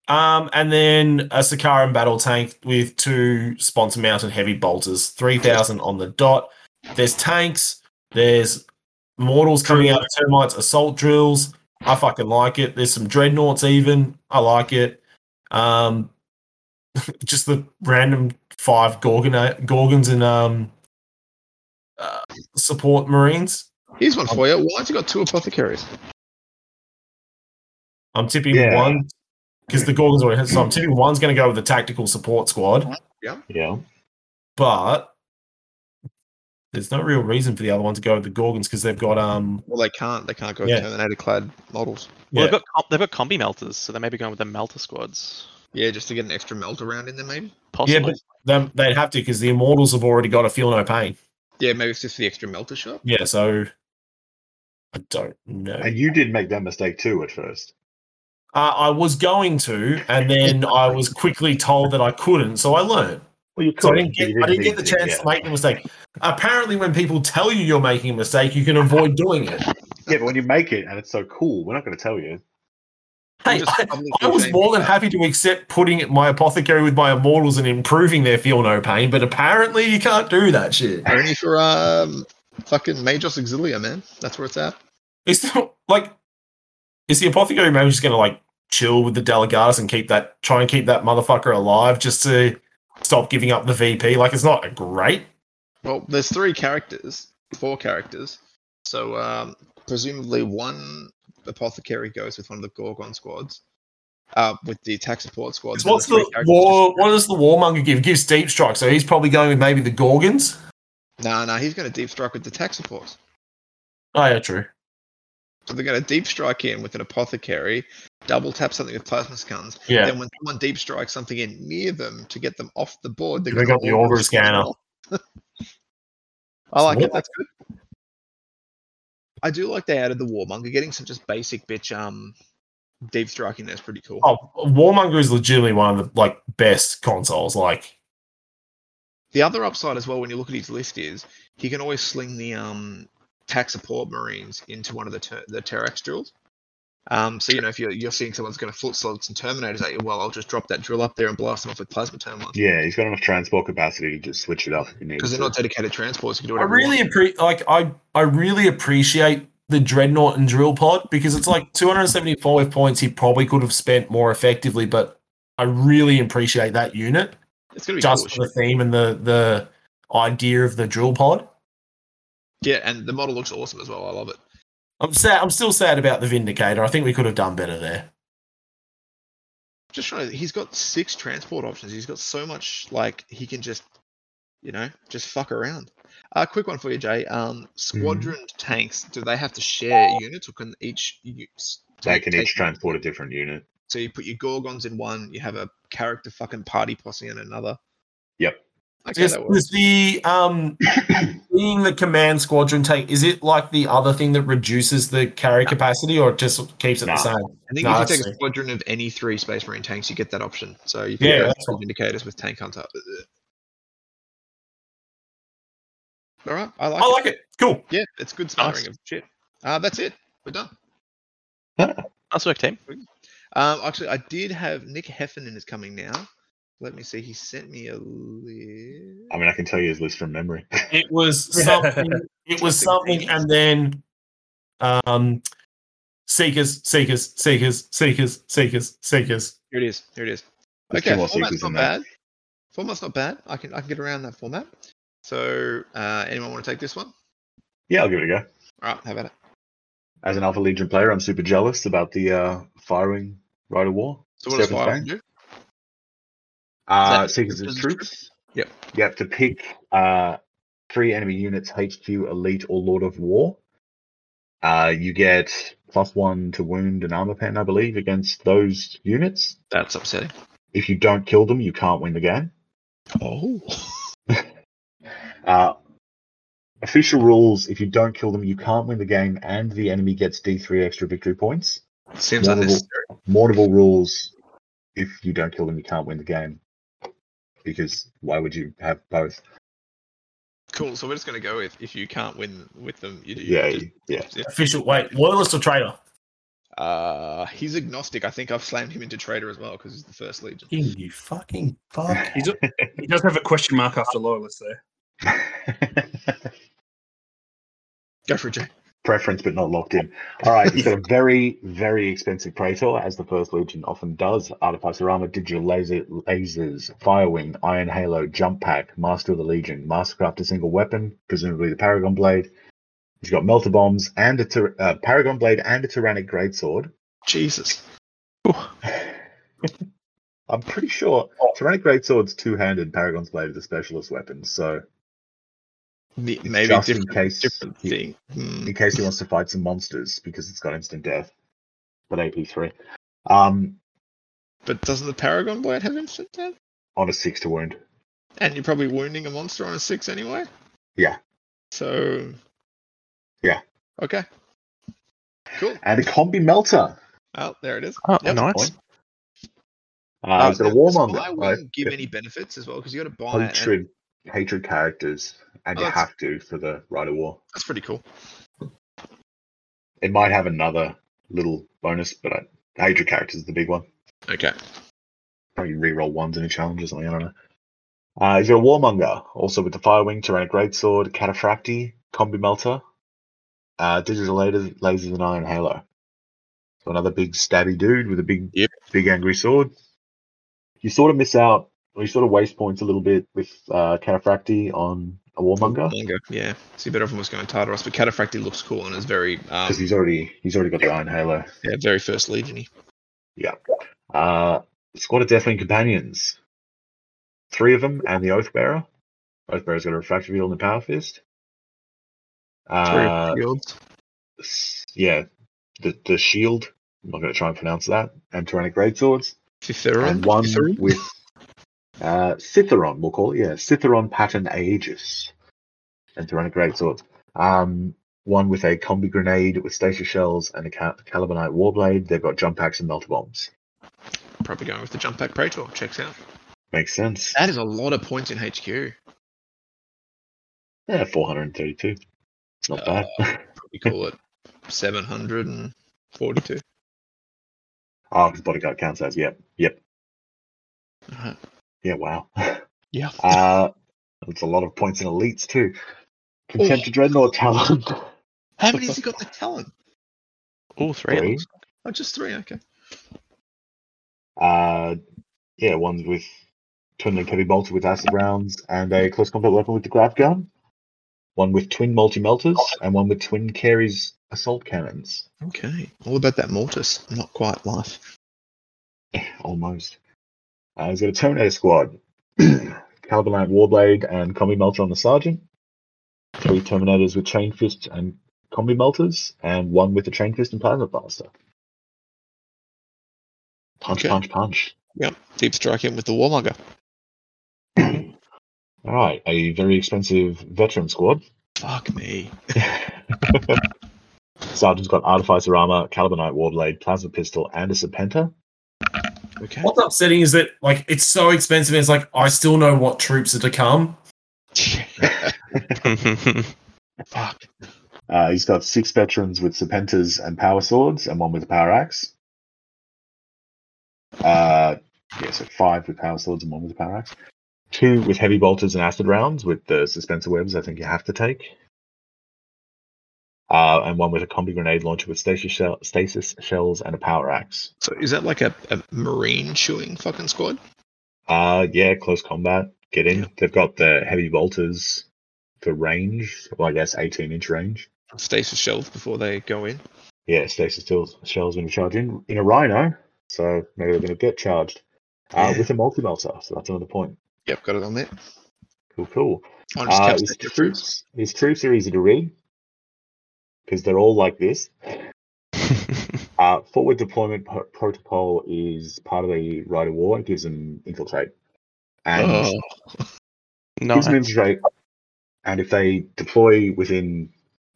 Speaker 5: Um, and then a Sakaran battle tank with two sponsor mounted heavy bolters, 3,000 on the dot. There's tanks, there's mortals coming out of termites, assault drills. I fucking like it. There's some dreadnoughts, even. I like it. Um, just the random five Gorgon- Gorgons and um, uh, support Marines.
Speaker 1: Here's one for you. Why has he got two apothecaries?
Speaker 5: I'm tipping
Speaker 2: Yeah.
Speaker 5: one because the Gorgons already have So I'm tipping one's going to go with the tactical support squad.
Speaker 2: Yeah.
Speaker 5: but there's no real reason for the other one to go with the Gorgons because they've got um
Speaker 1: Well, they can't. They can't go
Speaker 5: Yeah.
Speaker 1: Terminator clad models.
Speaker 5: yeah.
Speaker 3: Well, they've got com- they've got combi melters, so they may be going with the melter squads.
Speaker 1: Yeah, just to get an extra melt around in there, maybe.
Speaker 5: yeah,
Speaker 3: Possibly.
Speaker 5: but them, they'd have to because the Immortals have already got a feel no pain.
Speaker 1: Yeah, maybe it's just the extra melter shot.
Speaker 5: Yeah, so I don't know.
Speaker 2: And you did make that mistake too at first.
Speaker 5: Uh, I was going to, and then I was quickly told that I couldn't, so I learned.
Speaker 2: Well, you
Speaker 5: So I didn't
Speaker 2: You
Speaker 5: get, I didn't get the
Speaker 2: need
Speaker 5: chance
Speaker 2: yeah.
Speaker 5: to make the mistake. Apparently, when people tell you you're making a mistake, you can avoid doing it.
Speaker 2: Yeah, but when you make it and it's so cool, we're not going to tell you.
Speaker 5: Hey,
Speaker 1: Just
Speaker 5: I,
Speaker 1: publicly
Speaker 5: I was
Speaker 1: shame
Speaker 5: more than
Speaker 1: yourself.
Speaker 5: happy to accept putting my apothecary with my immortals and improving their feel no pain, but apparently you can't do that shit.
Speaker 1: Only for um, fucking Majos Auxilia, man. That's where it's at.
Speaker 5: It's not like is the apothecary maybe just gonna like chill with the delegatus and keep that try and keep that motherfucker alive just to stop giving up the VP? Like it's not a great.
Speaker 1: Well, there's three characters, four characters. So um, presumably one apothecary goes with one of the Gorgon squads, uh, with the attack support squads. and
Speaker 5: What's
Speaker 1: three
Speaker 5: the
Speaker 1: characters
Speaker 5: war
Speaker 1: just-
Speaker 5: what does the warmonger give? Gives deep strike, so he's probably going with maybe the Gorgons.
Speaker 1: Nah, nah, he's going to deep strike with the attack supports.
Speaker 5: Oh yeah, true.
Speaker 1: So they're going to deep strike in with an apothecary, double tap something with plasma scuns.
Speaker 5: Yeah.
Speaker 1: Then when someone deep strikes something in near them to get them off the board, they're
Speaker 5: They
Speaker 1: gonna
Speaker 5: got the
Speaker 1: order
Speaker 5: order
Speaker 1: as
Speaker 5: scanner.
Speaker 1: well. I like it. That's good. I do like they added the warmonger. Getting some just basic bitch um deep striking there is pretty cool.
Speaker 5: Oh, Warmonger is legitimately one of the like best consoles. Like,
Speaker 1: The other upside as well, when you look at his list, is he can always sling the um tack support marines into one of the ter- the Terrex drills. Um, so you know if you're you're seeing someone's going to foot slug some terminators at you, well, I'll just drop that drill up there and blast them off with plasma terminals
Speaker 2: Yeah, he's got enough transport capacity to just switch it up if he needs
Speaker 1: because
Speaker 2: to.
Speaker 1: they're not dedicated transports. You can do
Speaker 5: I
Speaker 1: whatever you
Speaker 5: really
Speaker 1: want.
Speaker 5: appreciate like I I really appreciate the Dreadnought and Drill Pod because it's like 275 points he probably could have spent more effectively, but I really appreciate that unit
Speaker 1: It's going to be cool
Speaker 5: just
Speaker 1: as
Speaker 5: for the
Speaker 1: shit.
Speaker 5: theme and the the idea of the Drill Pod.
Speaker 1: yeah, and the model looks awesome as well. I love it.
Speaker 5: I'm sad. I'm still sad about the Vindicator. I think we could have done better there.
Speaker 1: Just trying to, he's got six transport options. He's got so much like he can just, you know, just fuck around. A uh, quick one for you, Jay.
Speaker 2: Mm-hmm.
Speaker 1: Um, squadron tanks. Do they have to share units, or can each u- s-
Speaker 2: They can
Speaker 1: take
Speaker 2: each transport a different unit.
Speaker 1: So you put your Gorgons in one, you have a character fucking party posse in another.
Speaker 2: Yep.
Speaker 1: Okay,
Speaker 5: Is,
Speaker 1: that works.
Speaker 5: is the um being the command squadron take? Is it like the other thing that reduces the carry capacity, or it just keeps it
Speaker 2: Nah.
Speaker 5: the same?
Speaker 1: I think if
Speaker 5: no,
Speaker 1: you take a
Speaker 5: that's-
Speaker 1: squadron of any three Space Marine tanks, you get that option. So you can
Speaker 5: Yeah,
Speaker 1: go
Speaker 5: that's
Speaker 1: with
Speaker 5: fine.
Speaker 1: indicators with tank hunter. All right, I like,
Speaker 5: I like it. Cool.
Speaker 1: it. Yeah, it's good smattering of shit. Uh, that's it. We're done.
Speaker 3: Nice work, team.
Speaker 1: Um, actually, I did have Nick Heffernan is coming now. Let me see. He sent me a list.
Speaker 2: I mean, I can tell you his list from memory.
Speaker 5: It was something. it was something, and then um, seekers, seekers, seekers, seekers, seekers, seekers.
Speaker 1: Here it is. Here it is.
Speaker 2: There's
Speaker 1: okay,
Speaker 2: two more
Speaker 1: format's
Speaker 2: seekers
Speaker 1: not
Speaker 2: in there.
Speaker 1: bad. Format's not bad. I can I can get around that format. So, uh, anyone want to take this one?
Speaker 2: Yeah, I'll give it a go.
Speaker 1: All right, how about it?
Speaker 2: As an Alpha Legion player, I'm super jealous about the uh, firing Rite of War.
Speaker 1: So, what does
Speaker 2: Stephen's
Speaker 1: Fire
Speaker 2: Bane?
Speaker 1: do?
Speaker 2: Uh,
Speaker 1: that
Speaker 2: Seekers Uh, of
Speaker 1: Seekers of
Speaker 2: Truth.
Speaker 1: Yep.
Speaker 2: You have to pick uh, three enemy units, HQ, Elite, or Lord of War. Uh, you get plus one to wound and armor pen, I believe, against those units.
Speaker 1: That's upsetting.
Speaker 2: If you don't kill them, you can't win the game.
Speaker 1: Oh.
Speaker 2: Uh, official rules if you don't kill them, you can't win the game, and the enemy gets D3 extra victory points.
Speaker 1: Seems
Speaker 2: Vulnerable.
Speaker 1: unnecessary.
Speaker 2: Mournable rules if you don't kill them, you can't win the game. Because why would you have both?
Speaker 1: Cool. So, we're just going to go with if you can't win with them, you do.
Speaker 2: Yeah,
Speaker 1: just-
Speaker 2: yeah.
Speaker 1: if-
Speaker 5: Official. Wait, loyalist or traitor?
Speaker 1: Uh, he's agnostic. I think I've slammed him into traitor as well because he's the first legion.
Speaker 5: You fucking fuck.
Speaker 4: He's a- He does have a question mark after loyalist there.
Speaker 1: Go for it, Jay.
Speaker 2: Preference, but not locked in. All right, he's got a very, very expensive Praetor, as the First Legion often does. Artifacts of Armor, Digital Laser, Lasers, Firewing, Iron Halo, Jump Pack, Master of the Legion, Mastercraft a single weapon, presumably the Paragon Blade. He's got Melter Bombs and a tyr- uh, Paragon Blade and a Tyrannic Greatsword.
Speaker 1: Jesus.
Speaker 2: I'm pretty sure
Speaker 1: Oh.
Speaker 2: Tyrannic Greatsword's two handed, Paragon's Blade is a specialist weapon, so
Speaker 1: The-
Speaker 2: it's
Speaker 1: Maybe
Speaker 2: just
Speaker 1: different,
Speaker 2: in case
Speaker 1: different
Speaker 2: he-
Speaker 1: thing. Hmm.
Speaker 2: in case he wants to fight some monsters because it's got instant death. But AP three. Um
Speaker 1: But doesn't the Paragon Blade have instant death?
Speaker 2: on a six to wound.
Speaker 1: And you're probably wounding a monster on a six anyway.
Speaker 2: Yeah.
Speaker 1: So.
Speaker 2: Yeah.
Speaker 1: Okay. Cool.
Speaker 2: And a combi melter.
Speaker 1: Oh, there it is.
Speaker 3: Oh,
Speaker 1: Yep.
Speaker 3: nice.
Speaker 2: Uh,
Speaker 1: Oh,
Speaker 2: he's got a
Speaker 1: Does
Speaker 2: warmonger.
Speaker 1: buy
Speaker 2: Right?
Speaker 1: wing give any benefits as well? Because you got to buy it. and
Speaker 2: Hatred hatred characters. And
Speaker 1: Oh,
Speaker 2: you
Speaker 1: that's-
Speaker 2: have to for the Rider War.
Speaker 1: That's pretty cool.
Speaker 2: It might have another little bonus, but I, hatred characters is the big one.
Speaker 1: Okay.
Speaker 2: Probably reroll ones in a challenge or something, I don't know. Uh, he's got a warmonger, also with the Firewing, Tyrannic Greatsword, Cataphracti, Combi Melter, uh, Digital Lasers, Lasers and Iron Halo. So another big stabby dude with a big,
Speaker 1: Yep.
Speaker 2: big angry sword. You sort of miss out, or you sort of waste points a little bit with uh, Cataphracti on a warmonger
Speaker 1: Manga. Yeah. See, better off almost going Tartarus, but Cataphracty looks cool and is very, um,
Speaker 2: because he's already he's already got the Iron Halo.
Speaker 1: yeah, very first legion.
Speaker 2: Uh, squad of Deathwing companions, three of them, and the Oathbearer. Oathbearer's got a refractory field and a power fist. Uh, s- yeah, the the shield. I'm not going to try and pronounce that. And Tyrannic Greatswords, and one with uh, Citheron. We'll call it yeah, Citheron pattern Aegis, and Tyrannic Greatswords. Um, one with a combi grenade with stasis shells and a Cal- Calibanite warblade. They've got jump packs and melter bombs.
Speaker 1: Probably going with the jump pack Praetor. Checks out.
Speaker 2: Makes sense.
Speaker 1: That is a lot of points in HQ.
Speaker 2: Yeah, 432. It's Not bad.
Speaker 1: Probably call it 742.
Speaker 2: Ah, because bodyguard counts as, yep, yep,
Speaker 1: Alright.
Speaker 2: yeah, wow.
Speaker 1: Yeah.
Speaker 2: Uh, that's a lot of points in elites too. Contempt to Dreadnought talent.
Speaker 1: How many has he got the talent?
Speaker 3: All three.
Speaker 2: Three.
Speaker 3: three.
Speaker 1: Oh, just three. Okay.
Speaker 2: Uh, yeah, ones with twin link heavy bolter with acid rounds and a close combat weapon with the grav gun. One with twin multi melters and one with twin carries assault cannons.
Speaker 1: Okay. All about that mortis. Not quite life.
Speaker 2: Eh, Almost. Uh, he's got a Terminator squad. Calibanite Warblade and Combi Melter on the Sergeant. Three Terminators with Chain Fist and Combi Melters, and one with a Chain Fist and Plasma Blaster. Punch,
Speaker 1: Okay.
Speaker 2: punch, punch.
Speaker 1: Deep strike in with the warmonger.
Speaker 2: All right, a very expensive veteran squad.
Speaker 1: Fuck me.
Speaker 2: Sergeant's got Artificer Armor, Calibanite Warblade, Plasma Pistol, and a Serpenta.
Speaker 1: Okay.
Speaker 5: What's upsetting is that like it's so expensive. And it's like I still know what troops are to come.
Speaker 1: Fuck.
Speaker 2: Uh, he's got six veterans with serpentas and power swords, and one with a power axe. Uh, yeah, so five with power swords and one with a power axe. Two with heavy bolters and acid rounds with the suspensor webs. I think you have to take. Uh, and one with a combi grenade launcher with stasis, shell, stasis shells and a power axe.
Speaker 1: So is that like a, a marine chewing fucking squad?
Speaker 2: Uh, yeah, close combat. Get in.
Speaker 1: Yeah.
Speaker 2: They've got the heavy bolters for range. Well, I guess 18 inch range.
Speaker 1: Stasis shells before they go in.
Speaker 2: yeah, Stasis still shells going to charge in in a rhino, so maybe they're going to get charged uh,
Speaker 1: Yeah.
Speaker 2: with a multi melter. So that's another point.
Speaker 1: Yep, got it on there.
Speaker 2: Cool, cool.
Speaker 1: I just
Speaker 2: Uh,
Speaker 1: kept
Speaker 2: his
Speaker 1: saying different.
Speaker 2: troops, his troops are easy to read because they're all like this. Uh, forward deployment pro- protocol is part of the right of war. It gives them infiltrate, and
Speaker 1: Oh,
Speaker 2: gives them
Speaker 3: no.
Speaker 2: infiltrate. And if they deploy within,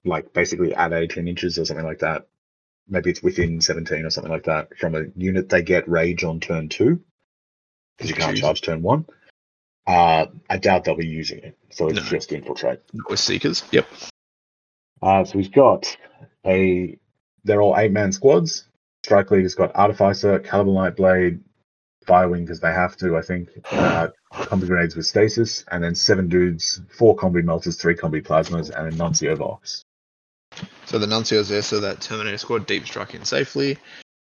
Speaker 2: like basically at 18 inches or something like that, maybe it's within 17 or something like that from a unit, they get rage on turn two because you can't
Speaker 1: Jeez.
Speaker 2: charge turn one. Uh, I doubt they'll be using it, so it's
Speaker 1: No.
Speaker 2: just infiltrate.
Speaker 1: not with seekers. Yep.
Speaker 2: Uh, so he's got a. They're all eight man squads. Strike leader's got Artificer, Caliber Light Blade, Firewing because they have to, I think. Uh, combi grenades with stasis, and then seven dudes, four combi melters, three combi plasmas, and a Nuncio Vox.
Speaker 1: So the Nuncio's there so that Terminator squad deep strike in safely.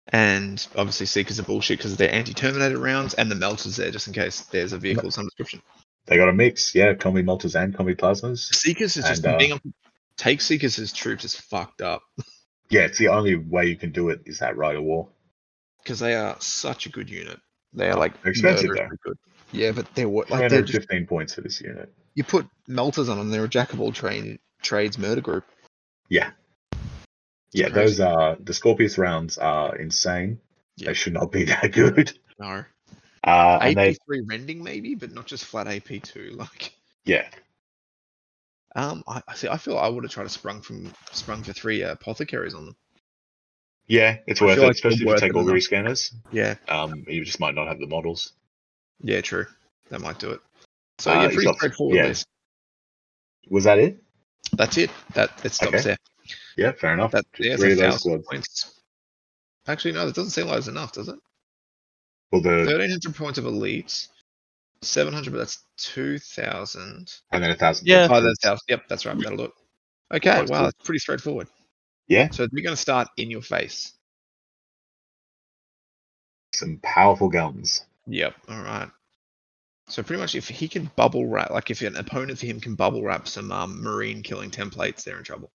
Speaker 1: And obviously seekers are bullshit because they're anti-Terminator rounds, and the Melter's there just in case there's a vehicle of some description.
Speaker 2: They got a mix, yeah, combi melters and combi plasmas.
Speaker 1: Seekers is just
Speaker 2: And, uh,
Speaker 1: being take Seekers as troops is fucked up
Speaker 2: Yeah, it's the only way you can do it is that Rider War.
Speaker 1: because they are such a good unit. They are like
Speaker 2: They're expensive,
Speaker 1: murderously
Speaker 2: though.
Speaker 1: good. Yeah, but they're wor- like they're just
Speaker 2: 315 points for this unit.
Speaker 1: you put melters on them. They're a jack of all train trades murder group.
Speaker 2: Yeah,
Speaker 1: crazy.
Speaker 2: those are the Scorpius rounds are insane.
Speaker 1: Yeah.
Speaker 2: They should not be that good.
Speaker 1: No,
Speaker 2: Uh, and
Speaker 1: AP
Speaker 2: they,
Speaker 1: three rending maybe, but not just flat AP two. Like,
Speaker 2: yeah,
Speaker 1: um, I I see. I feel I would have tried to sprung from sprung for three uh, apothecaries on them.
Speaker 2: Yeah, it's
Speaker 1: I
Speaker 2: worth it,
Speaker 1: feel like it's
Speaker 2: especially if you
Speaker 1: worth
Speaker 2: take
Speaker 1: it
Speaker 2: all the
Speaker 1: enough.
Speaker 2: rescanners.
Speaker 1: Yeah,
Speaker 2: Um, you just might not have the models.
Speaker 1: yeah, true. That might do it. So
Speaker 2: Uh,
Speaker 1: yeah,
Speaker 2: he's
Speaker 1: pretty
Speaker 2: got-
Speaker 1: straightforward
Speaker 2: yeah.
Speaker 1: list.
Speaker 2: Was that it?
Speaker 1: That's it. That it stops
Speaker 2: Okay.
Speaker 1: there.
Speaker 2: Yeah, fair enough.
Speaker 1: That,
Speaker 2: Just
Speaker 1: yeah,
Speaker 2: three of
Speaker 1: it's a
Speaker 2: those
Speaker 1: thousand
Speaker 2: squads.
Speaker 1: points. Actually, no, that doesn't seem like it's enough, does it?
Speaker 2: Well, the
Speaker 1: Thirteen hundred points of elites, seven hundred, but that's two thousand.
Speaker 2: and then a thousand.
Speaker 3: Yeah.
Speaker 2: points.
Speaker 1: Oh, that's thousand. Yep, that's right. That'll do it. Okay,
Speaker 2: That's
Speaker 1: wow,
Speaker 2: cool.
Speaker 1: that's pretty straightforward.
Speaker 2: Yeah.
Speaker 1: So we're going to start in your face.
Speaker 2: some powerful guns.
Speaker 1: Yep. All right. So pretty much, if he can bubble wrap, like if an opponent for him can bubble wrap some um, marine killing templates, they're in trouble.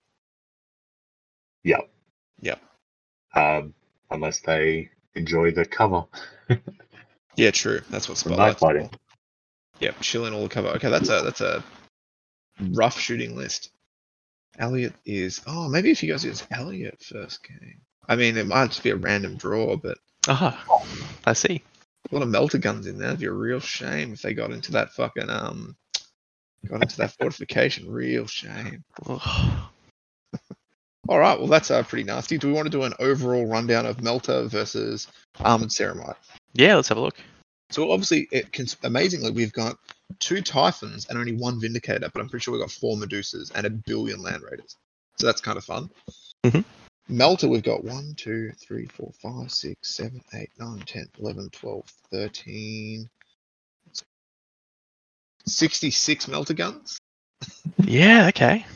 Speaker 2: Um, unless they enjoy the cover.
Speaker 1: Yeah, true. That's what
Speaker 2: Some
Speaker 1: spotlight's
Speaker 2: knife fighting.
Speaker 1: for. Yep, chilling all the cover. Okay, that's a that's a rough shooting list. Elliot is oh maybe if you guys use Elliot first game. I mean it might just be a random draw, but
Speaker 3: Ah, I see.
Speaker 1: a lot of melter guns in there. It'd be a real shame if they got into that fucking um got into that fortification. Real shame.
Speaker 3: Ugh.
Speaker 1: All right, well, that's uh, pretty nasty. Do we want to do an overall rundown of Melter versus Armored Ceramite?
Speaker 3: Yeah, let's have a look.
Speaker 1: So obviously, it can, amazingly, we've got two Typhons and only one Vindicator, but I'm pretty sure we've got four Medusas and a billion Land Raiders. So that's kind of fun.
Speaker 3: Mhm.
Speaker 1: Melter, we've got 1, 2, 3, 4, 5, 6, 7, 8, 9, 10, 11, 12, 13, 66 Melter guns
Speaker 3: Yeah, okay.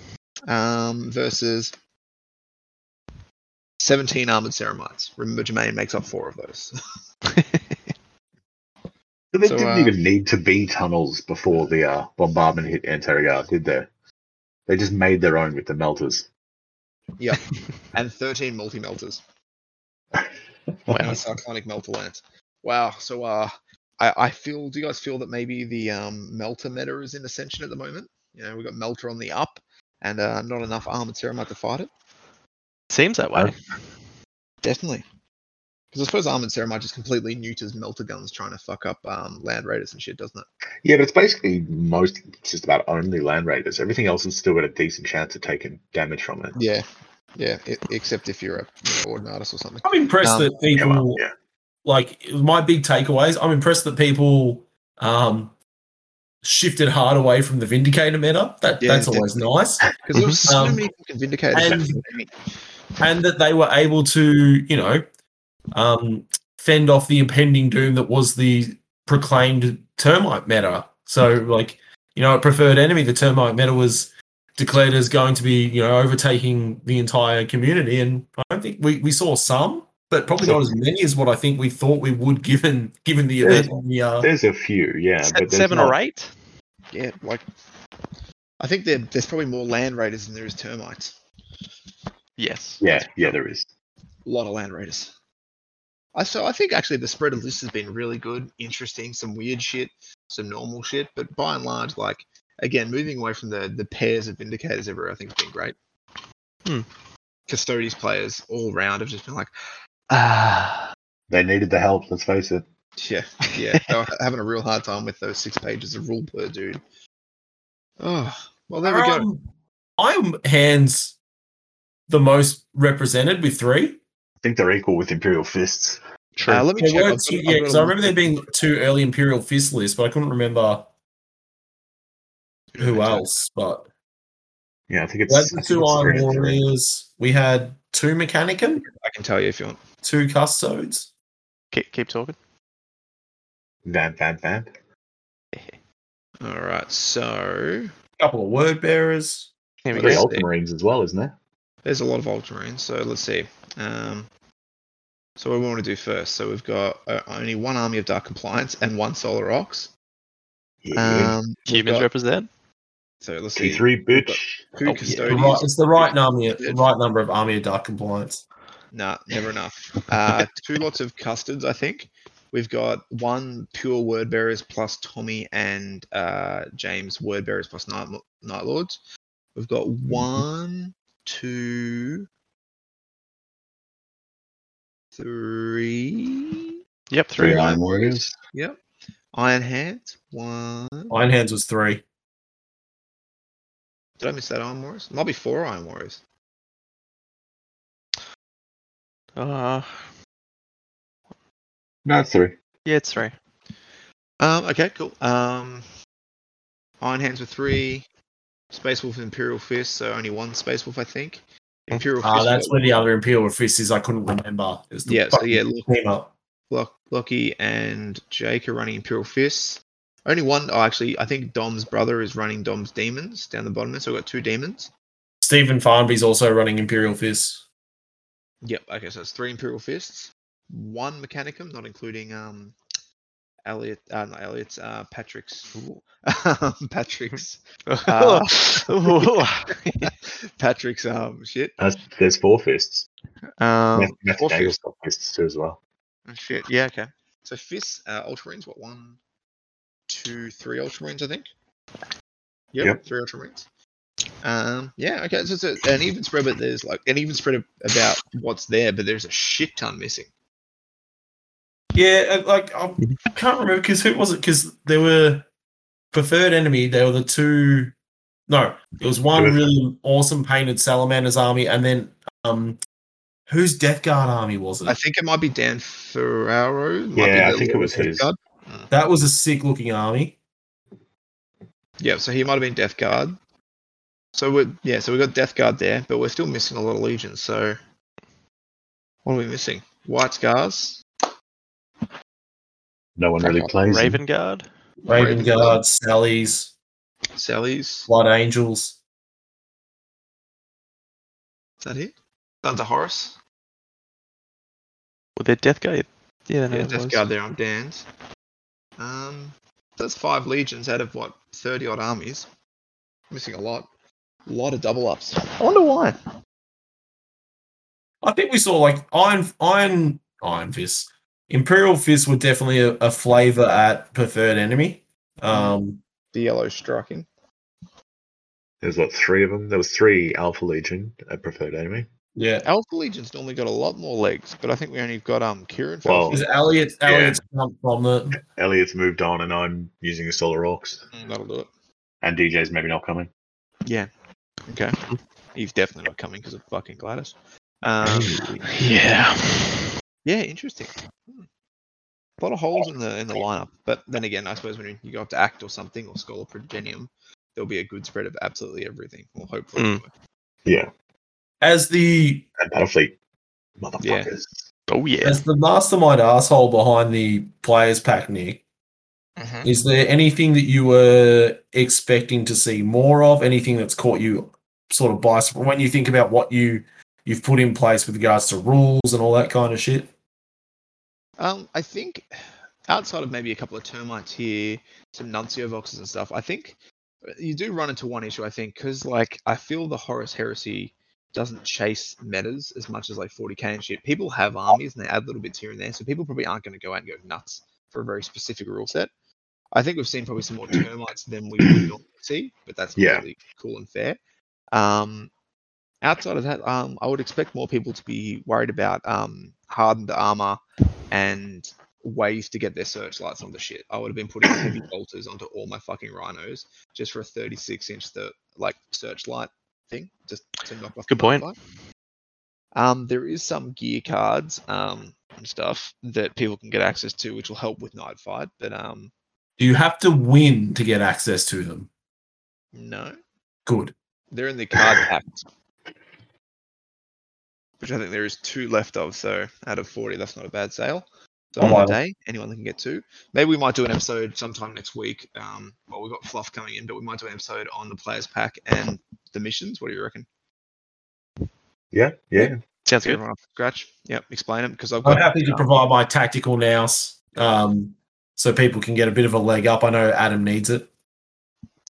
Speaker 1: um, versus 17 armored ceramites. Remember, Jermaine makes up four of those.
Speaker 2: So there
Speaker 1: So,
Speaker 2: didn't
Speaker 1: uh,
Speaker 2: even need to be tunnels before the uh, bombardment hit Antaregar, did there? They just made their own with the melters.
Speaker 1: yep. And 13 multi melters. And
Speaker 3: Wow.
Speaker 1: this iconic melter lance. Wow. So, uh, I, I feel, do you guys feel that maybe the um, melter meta is in ascension at the moment? You know, we've got melter on the up and uh, not enough armored ceramite to fight it.
Speaker 3: Seems that way.
Speaker 1: Definitely. Because I suppose armored ceramite just completely neuters melter guns trying to fuck up um, land raiders and shit, doesn't it?
Speaker 2: Yeah, but it's basically most, it's just about only land raiders. Everything else has still got a decent chance of taking damage from it.
Speaker 1: Yeah, yeah. e- except if you're a you know, ordinate artist or something.
Speaker 5: I'm impressed
Speaker 1: Um,
Speaker 5: that
Speaker 2: Yeah,
Speaker 5: people
Speaker 2: well, yeah.
Speaker 5: like my big takeaways. I'm impressed that people um shifted hard away from the Vindicator meta. That
Speaker 1: Yeah,
Speaker 5: that's always nice,
Speaker 1: Because there was so
Speaker 5: Um,
Speaker 1: many fucking vindicators.
Speaker 5: and- and that they were able to, you know, um fend off the impending doom that was the proclaimed termite meta. So like, you know, at preferred enemy, the termite meta was declared as going to be, you know, overtaking the entire community. And I don't think we, we saw some, but probably not as many as what I think we thought we would given given the event. and the, uh,
Speaker 2: There's a few, yeah.
Speaker 3: Se-
Speaker 2: but there's
Speaker 3: Seven
Speaker 2: not-
Speaker 3: or eight?
Speaker 1: yeah, like I think there, there's probably more land raiders than there is termites.
Speaker 3: Yes.
Speaker 2: Yeah, yeah, there is.
Speaker 1: A lot of land raiders. I so I think actually the spread of lists has been really good, interesting, some weird shit, some normal shit, but by and large, like again, moving away from the the pairs of vindicators everywhere, I think has been great.
Speaker 3: Hmm.
Speaker 1: Custodies players all round have just been like,
Speaker 3: Ah.
Speaker 2: They needed the help, let's face it.
Speaker 1: Yeah, yeah. They were having a real hard time with those six pages of rule per dude. Oh, well, there we go.
Speaker 5: Um, I'm hands the most represented with three.
Speaker 2: I think they're equal with Imperial Fists.
Speaker 3: True.
Speaker 1: Uh, let me
Speaker 5: There
Speaker 1: check.
Speaker 5: were
Speaker 1: I've got-
Speaker 5: two,
Speaker 1: I've
Speaker 5: yeah,
Speaker 1: got
Speaker 5: because
Speaker 1: a
Speaker 5: I
Speaker 1: look
Speaker 5: remember there
Speaker 1: at
Speaker 5: being two early Imperial Fist lists, but I couldn't remember who
Speaker 1: the-
Speaker 5: else. But
Speaker 2: Yeah, I think
Speaker 5: we had
Speaker 2: it's.
Speaker 5: the
Speaker 2: I think
Speaker 5: two
Speaker 2: it's
Speaker 5: Iron
Speaker 2: three and three.
Speaker 5: Warriors. We had two Mechanicum,
Speaker 1: I can tell you if you want.
Speaker 5: two Custodes.
Speaker 3: Keep, keep talking.
Speaker 2: Vamp, vamp, vamp.
Speaker 1: All right, so
Speaker 5: A couple of word bearers.
Speaker 3: Here we
Speaker 1: What
Speaker 2: There's
Speaker 1: is-
Speaker 3: go.
Speaker 2: Ultramarines as well, isn't there?
Speaker 1: there's a lot of ultramarines. So let's see. Um, so what do we want to do first? So we've got uh, only one army of dark compliance and one solar ox.
Speaker 2: Yeah.
Speaker 1: Um, we've
Speaker 3: Humans
Speaker 1: got-
Speaker 3: represent.
Speaker 1: So let's see.
Speaker 2: T3, bitch.
Speaker 1: Two
Speaker 3: Oh, yeah.
Speaker 5: The
Speaker 1: custodians.
Speaker 5: right, it's the right number, right number of Army of Dark Compliance.
Speaker 1: Nah, never enough. Uh, two lots of custards, I think. We've got one pure word bearers plus Tommy and uh, James word bearers plus night, night lords. We've got one, two, three.
Speaker 3: Yep, three.
Speaker 2: Iron Warriors.
Speaker 1: Yep. Iron hands. One.
Speaker 5: Iron Hands was three.
Speaker 1: Did I miss that Iron Warriors? Might be four Iron Warriors.
Speaker 3: Uh,
Speaker 2: No, it's three.
Speaker 3: yeah, it's three.
Speaker 1: Um, okay, cool. Um, Iron Hands with three. Space Wolf and Imperial Fist, so only one Space Wolf, I think. Imperial
Speaker 5: Ah,
Speaker 1: Fist.
Speaker 5: that's where the other Imperial Fist is. I couldn't remember. It was the
Speaker 1: Yeah, so
Speaker 5: fucking
Speaker 1: yeah, Lo-
Speaker 5: team up.
Speaker 1: Lo- Lockie and Jake are running Imperial Fists. Only one, oh, actually, I think Dom's brother is running Dom's Demons down the bottom there, so we've got two Demons.
Speaker 5: Stephen Farnby's also running Imperial Fist.
Speaker 1: Yep, okay, so it's three Imperial Fists, one Mechanicum, not including um, Elliot, uh, not Elliot's, uh, Patrick's, Patrick's, Uh,
Speaker 3: Ah. Ooh.
Speaker 1: Patrick's um, shit.
Speaker 2: That's, there's four fists.
Speaker 3: Oh,
Speaker 1: Um,
Speaker 2: Matt- Matt
Speaker 1: four
Speaker 2: Davis got fists too as well.
Speaker 1: Oh, shit. Yeah. Okay. So fists, uh, ultramarines. What one, two, three ultramarines? I think. Yep.
Speaker 2: Yep.
Speaker 1: Three ultramarines. Um. Yeah. Okay. So it's a, an even spread, but there's like an even spread ab- about what's there, but there's a shit ton missing.
Speaker 5: Yeah, uh, like I can't remember because who was it? Because there were preferred enemy. There were the two No, there was one
Speaker 2: was-
Speaker 5: really awesome painted Salamander's army, and then um, whose Death Guard army was it?
Speaker 1: I think it might be Dan Ferraro. might be
Speaker 2: Yeah, I
Speaker 1: the
Speaker 2: think it was
Speaker 1: Death
Speaker 2: his.
Speaker 1: Guard.
Speaker 5: that was a sick looking army.
Speaker 1: Yeah, so he might have been Death Guard. So we are yeah, so we got Death Guard there, but we're still missing a lot of legions. So what are we missing? White Scars,
Speaker 2: No one really plays. them.
Speaker 3: Raven Guard.
Speaker 5: Raven,
Speaker 1: Raven
Speaker 5: Guard,
Speaker 1: Guard.
Speaker 5: Sally's,
Speaker 1: Sally's.
Speaker 5: Blood Angels.
Speaker 1: Is that it? Thunder Horus.
Speaker 3: Well, their Death Guard. Yeah, no,
Speaker 1: Yeah,
Speaker 3: it
Speaker 1: Death
Speaker 3: was.
Speaker 1: Guard there on Dan's. Um, that's five legions out of what thirty odd armies. Missing a lot, a lot of double ups. I wonder why.
Speaker 5: I think we saw like Iron Iron Iron Fist. Imperial Fist were definitely a, a flavor at preferred enemy. Um,
Speaker 1: The yellow striking.
Speaker 2: There's what three of them. There was three Alpha Legion at preferred enemy.
Speaker 5: yeah.
Speaker 1: Alpha legions normally got a lot more legs, but I think we only got um Kieran.
Speaker 2: Well,
Speaker 5: Is Elliot
Speaker 2: Yeah.
Speaker 5: Elliot's jumped from the
Speaker 2: Elliot's moved on, and I'm using the Solar Orcs.
Speaker 1: Mm, that'll do it.
Speaker 2: And DJ's maybe not coming.
Speaker 1: Okay. He's definitely not coming because of fucking Gladys. Um,
Speaker 3: Yeah.
Speaker 1: yeah, interesting. Hmm. A lot of holes in the in the lineup, but then again, I suppose when you go up to Act or something or Scholar Progenium, there'll be a good spread of absolutely everything. Well, hopefully.
Speaker 3: Mm.
Speaker 1: anyway.
Speaker 2: Yeah,
Speaker 5: as the
Speaker 2: and Battlefleet, motherfuckers.
Speaker 3: Oh yeah.
Speaker 5: as the mastermind asshole behind the players pack, Nick. Is there anything that you were expecting to see more of? Anything that's caught you sort of by surprise when you think about what you you've put in place with regards to rules and all that kind of shit?
Speaker 1: Um, I think outside of maybe a couple of termites here, some nuncio boxes and stuff, I think you do run into one issue. I think because like I feel the Horus Heresy doesn't chase metas as much as like 40k and shit. People have armies and they add little bits here and there, so people probably aren't going to go out and go nuts for a very specific rule set. I think we've seen probably some more termites than we would normally see, but that's
Speaker 2: Yeah.
Speaker 1: completely cool and fair. Um, outside of that, um, I would expect more people to be worried about um, hardened armor and ways to get their searchlights on the shit. I would have been putting heavy bolters onto all my fucking rhinos just for a 36 inch the like searchlight thing, just to knock off. the
Speaker 3: Good point.
Speaker 1: dark light. Um, there is some gear cards um, and stuff that people can get access to, which will help with night fight. But um,
Speaker 5: Do you have to win to get access to them?
Speaker 1: no,
Speaker 5: Good.
Speaker 1: they're in the card packed, which I think there is two left of. So out of 40, that's not a bad sale. So
Speaker 5: I'll buy
Speaker 1: one
Speaker 5: them.
Speaker 1: day, anyone that can get two. Maybe we might do an episode sometime next week. Um, well, we've got fluff coming in, but we might do an episode on the players pack and the missions. What do you reckon?
Speaker 2: Yeah, yeah.
Speaker 1: Get
Speaker 3: Sounds good.
Speaker 1: everyone off scratch. Yep, explain it because I've
Speaker 5: I'm
Speaker 1: got.
Speaker 5: happy to provide my tactical nouse um, so people can get a bit of a leg up. I know Adam needs it.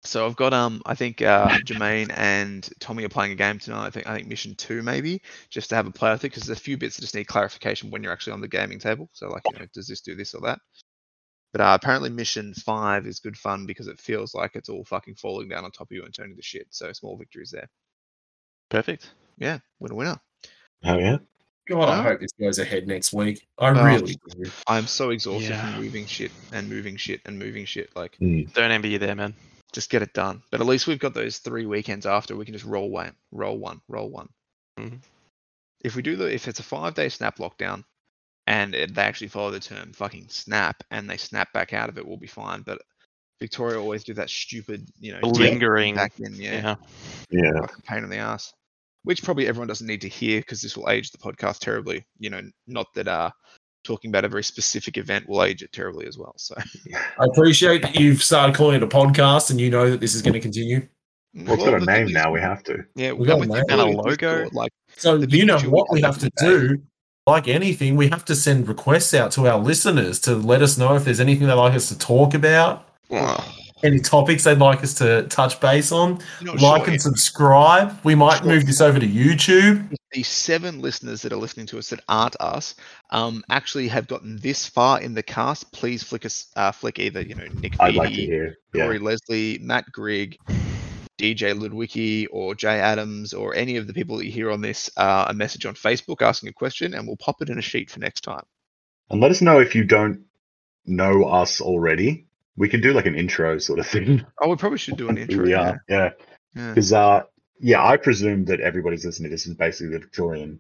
Speaker 1: So I've got um I think uh Jermaine and Tommy are playing a game tonight. I think I think mission two maybe just to have a play with it because there's a few bits that just need clarification when you're actually on the gaming table. So like you know does this do this or that? But uh, apparently mission five is good fun because it feels like it's all fucking falling down on top of you and turning to shit. So small victories there.
Speaker 3: Perfect.
Speaker 1: Yeah, winner winner.
Speaker 2: Oh yeah.
Speaker 5: God, I
Speaker 1: Oh.
Speaker 5: hope this goes ahead next week. I
Speaker 1: Oh.
Speaker 5: really do.
Speaker 1: I'm so exhausted
Speaker 3: Yeah.
Speaker 1: from moving shit and moving shit and moving shit. Like
Speaker 2: Mm.
Speaker 3: Don't envy you there, man.
Speaker 1: just get it done. But at least we've got those three weekends after. We can just roll one, roll one, roll one.
Speaker 3: Mhm.
Speaker 1: If we do the, if it's a five day snap lockdown, and it, they actually follow the term fucking snap, and they snap back out of it, we'll be fine. But Victoria always do that stupid, you know, dip
Speaker 3: Lingering.
Speaker 1: back in, yeah,
Speaker 3: Yeah.
Speaker 2: Yeah.
Speaker 1: fucking pain in the ass. Which probably everyone doesn't need to hear because this will age the podcast terribly. You know, not that uh talking about a very specific event will age it terribly as well. So
Speaker 5: I appreciate that you've started calling it a podcast and you know that this is going to continue.
Speaker 2: Well, it's got
Speaker 1: the
Speaker 2: a
Speaker 1: thing
Speaker 2: name
Speaker 1: is-
Speaker 2: now. We have to.
Speaker 1: Yeah,
Speaker 5: We got
Speaker 1: with
Speaker 5: a
Speaker 1: the
Speaker 5: name.
Speaker 3: And a
Speaker 1: ability to
Speaker 3: logo.
Speaker 1: Discord, like
Speaker 5: So
Speaker 1: The
Speaker 5: you know
Speaker 1: picture we
Speaker 5: what we
Speaker 1: have
Speaker 5: have to
Speaker 1: today.
Speaker 5: do. Like anything, we have to send requests out to our listeners to let us know if there's anything they'd like us to talk about, any topics they'd like us to touch base on.
Speaker 1: You're not
Speaker 5: Like
Speaker 1: Oh, sure
Speaker 5: and
Speaker 1: yet.
Speaker 5: subscribe. We might
Speaker 1: Sure.
Speaker 5: move this over to YouTube.
Speaker 1: the seven listeners that are listening to us that aren't us um, actually have gotten this far in the cast. Please flick us, uh, flick either you know Nick
Speaker 2: I'd like to
Speaker 1: Beattie,
Speaker 2: hear. Yeah.
Speaker 1: Corey Leslie, Matt Grigg, DJ Ludwicki, or Jay Adams, or any of the people that you hear on this uh, a message on Facebook asking a question, and we'll pop it in a sheet for next time.
Speaker 2: And let us know if you don't know us already. We can do like an intro sort of thing.
Speaker 1: Oh, we probably should do an intro.
Speaker 2: We
Speaker 1: yeah.
Speaker 2: are. Yeah.
Speaker 1: Yeah.
Speaker 2: Because, uh, yeah, I presume that everybody's listening to this is basically the Victorian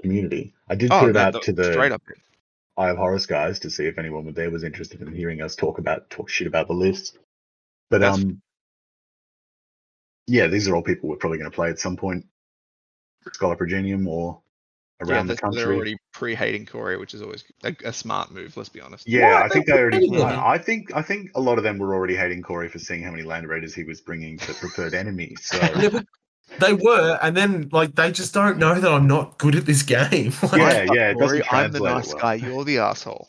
Speaker 2: community. I did put it
Speaker 1: Oh, no,
Speaker 2: out
Speaker 1: the-
Speaker 2: to the
Speaker 1: straight up.
Speaker 2: Eye of Horus guys to see if anyone were there was interested in hearing us talk about talk shit about the list. But
Speaker 1: That's-
Speaker 2: um, yeah, these are all people we're probably going to play at some point, Scholar Progenium or around
Speaker 1: yeah,
Speaker 2: the
Speaker 1: they're-
Speaker 2: country.
Speaker 1: They're already pre-hating Corey, which is always a, a smart move. Let's be honest.
Speaker 2: Yeah,
Speaker 5: What?
Speaker 2: I think they already.
Speaker 5: Hating him.
Speaker 2: I I think I think a lot of them were already hating Corey for seeing how many land raiders he was bringing to preferred enemy. So
Speaker 5: Yeah, but they were, and then like they just don't know that I'm not good at this game.
Speaker 2: yeah, yeah, it
Speaker 1: Corey,
Speaker 2: doesn't
Speaker 1: I'm the
Speaker 2: translate
Speaker 1: nice
Speaker 2: well.
Speaker 1: guy. You're the asshole.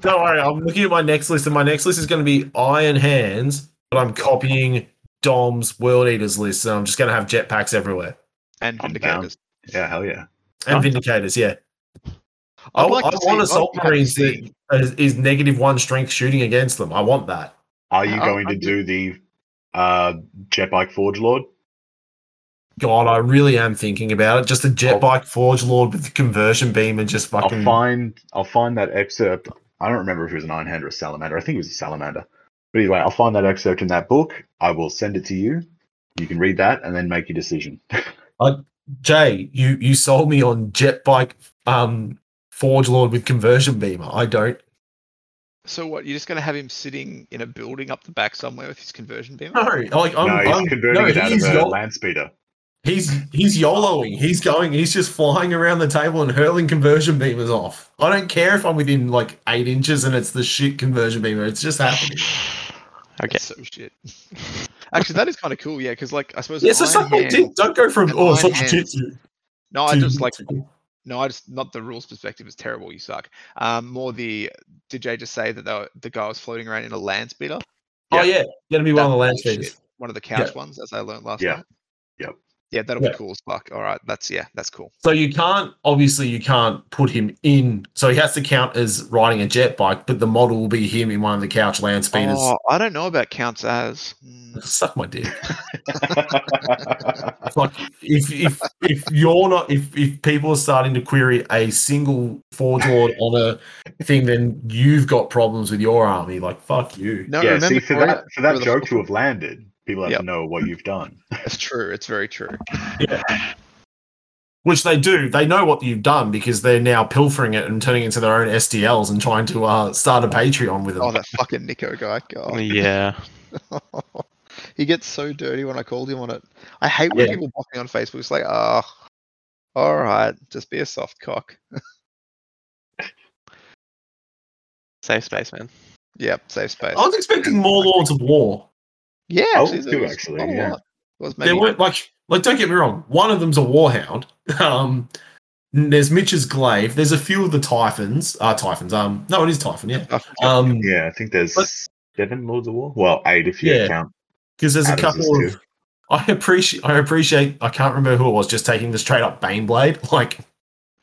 Speaker 5: Don't worry, I'm looking at my next list, and my next list is going to be Iron Hands, but I'm copying Dom's World Eaters list, and I'm just going to have jetpacks everywhere
Speaker 1: And
Speaker 2: I'm
Speaker 1: vindicators.
Speaker 2: Yeah, hell yeah.
Speaker 5: and
Speaker 3: Huh?
Speaker 5: Vindicators. Yeah, I,
Speaker 1: I'd
Speaker 5: w-
Speaker 1: like
Speaker 5: Oh, I
Speaker 1: to
Speaker 5: want
Speaker 1: see-
Speaker 5: assault
Speaker 1: I'd like to
Speaker 5: marines
Speaker 1: see-
Speaker 5: that is, is negative one strength shooting against them. I want that.
Speaker 2: Are you
Speaker 1: Yeah, I-
Speaker 2: going to
Speaker 1: I'm-
Speaker 2: do the uh, Jetbike Forge Lord?
Speaker 5: God, I really am thinking about it. Just a
Speaker 2: I'll-
Speaker 5: jetbike forge lord with the conversion beam and just
Speaker 2: I'll
Speaker 5: fucking.
Speaker 2: find I'll find that excerpt. I don't remember if it was an iron hand or a salamander. I think it was a salamander. But either way, I'll find that excerpt in that book. I will send it to you. You can read that and then make your decision.
Speaker 5: Jay, you you sold me on jetbike um forge lord with conversion beam. I don't.
Speaker 1: So what? You're just going to have him sitting in a building up the back somewhere with his conversion beam?
Speaker 5: No, like I'm,
Speaker 2: no, he's
Speaker 5: I'm-
Speaker 2: converting
Speaker 5: no,
Speaker 2: it out of
Speaker 5: he's
Speaker 2: a
Speaker 5: yo-
Speaker 2: land speeder.
Speaker 5: He's he's YOLOing. He's going. He's just flying around the table and hurling conversion beamers off. I don't care if I'm within like eight inches and it's the shit conversion beamer. It's just happening.
Speaker 3: Okay.
Speaker 1: That's so shit. Actually, that is kind of cool. Yeah, because like I suppose.
Speaker 5: Yes,
Speaker 1: an
Speaker 5: it's
Speaker 1: iron
Speaker 5: something.
Speaker 1: hand-
Speaker 5: Don't go from
Speaker 1: an
Speaker 5: oh, it's
Speaker 1: iron
Speaker 5: like
Speaker 1: hand
Speaker 5: jujitsu
Speaker 1: No, I
Speaker 5: to-
Speaker 1: just like
Speaker 5: to-
Speaker 1: no, I just not the rules perspective is terrible. You suck. Um, more the did Jay just say that they were, the guy was floating around in a land speeder?
Speaker 5: Oh yeah, gonna be one of the land
Speaker 1: Shit.
Speaker 5: speeders.
Speaker 1: One of the couch ones, as I learned last
Speaker 2: Yeah.
Speaker 1: night.
Speaker 2: Yep.
Speaker 1: Yeah, that'll
Speaker 5: Yeah.
Speaker 1: be cool as fuck. All right, that's yeah, that's cool.
Speaker 5: So you can't obviously you can't put him in. So he has to count as riding a jet bike, but the model will be him in one of the couch land speeders.
Speaker 1: Oh, I don't know about counts as. Mm.
Speaker 5: Suck my dick. like if if if you're not if if people are starting to query a single forge lord on a thing, then you've got problems with your army. Like fuck you.
Speaker 1: No,
Speaker 2: yeah,
Speaker 1: remember
Speaker 2: see for
Speaker 1: Corey,
Speaker 2: that for that
Speaker 1: for the
Speaker 2: joke
Speaker 1: full-
Speaker 2: to have landed, people have
Speaker 1: Yep.
Speaker 2: to know what you've done.
Speaker 1: That's true. It's very true.
Speaker 5: Which they do. They know what you've done because they're now pilfering it and turning it into their own SDLs and trying to uh, start a Patreon with it.
Speaker 1: Oh, that fucking Nico guy. God.
Speaker 3: Yeah.
Speaker 1: he gets so dirty when I called him on it. I hate when
Speaker 5: Yeah.
Speaker 1: people block me on Facebook. It's like, ah, all right, just be a soft cock.
Speaker 3: Safe space, man.
Speaker 1: Yep, safe space.
Speaker 5: I was expecting more Lords of War.
Speaker 1: yeah,
Speaker 2: Oh,
Speaker 1: actually,
Speaker 2: too,
Speaker 1: there was
Speaker 2: actually,
Speaker 1: not a
Speaker 2: yeah.
Speaker 1: lot. It was
Speaker 5: There
Speaker 1: maybe-
Speaker 5: weren't like like don't get me wrong. One of them's a warhound. Um, there's Mitch's glaive. There's a few of the typhons. Uh, typhons. Um, no, it is typhon. Yeah.
Speaker 2: uh,
Speaker 5: Um,
Speaker 2: Yeah, I think there's
Speaker 5: But-
Speaker 2: seven lords of war. Well, eight if you
Speaker 5: Yeah.
Speaker 2: count.
Speaker 5: because there's a
Speaker 2: Adams is
Speaker 5: couple
Speaker 2: too.
Speaker 5: of. I appreciate. I appreciate. I can't remember who it was. Just taking the straight up Bane blade. Like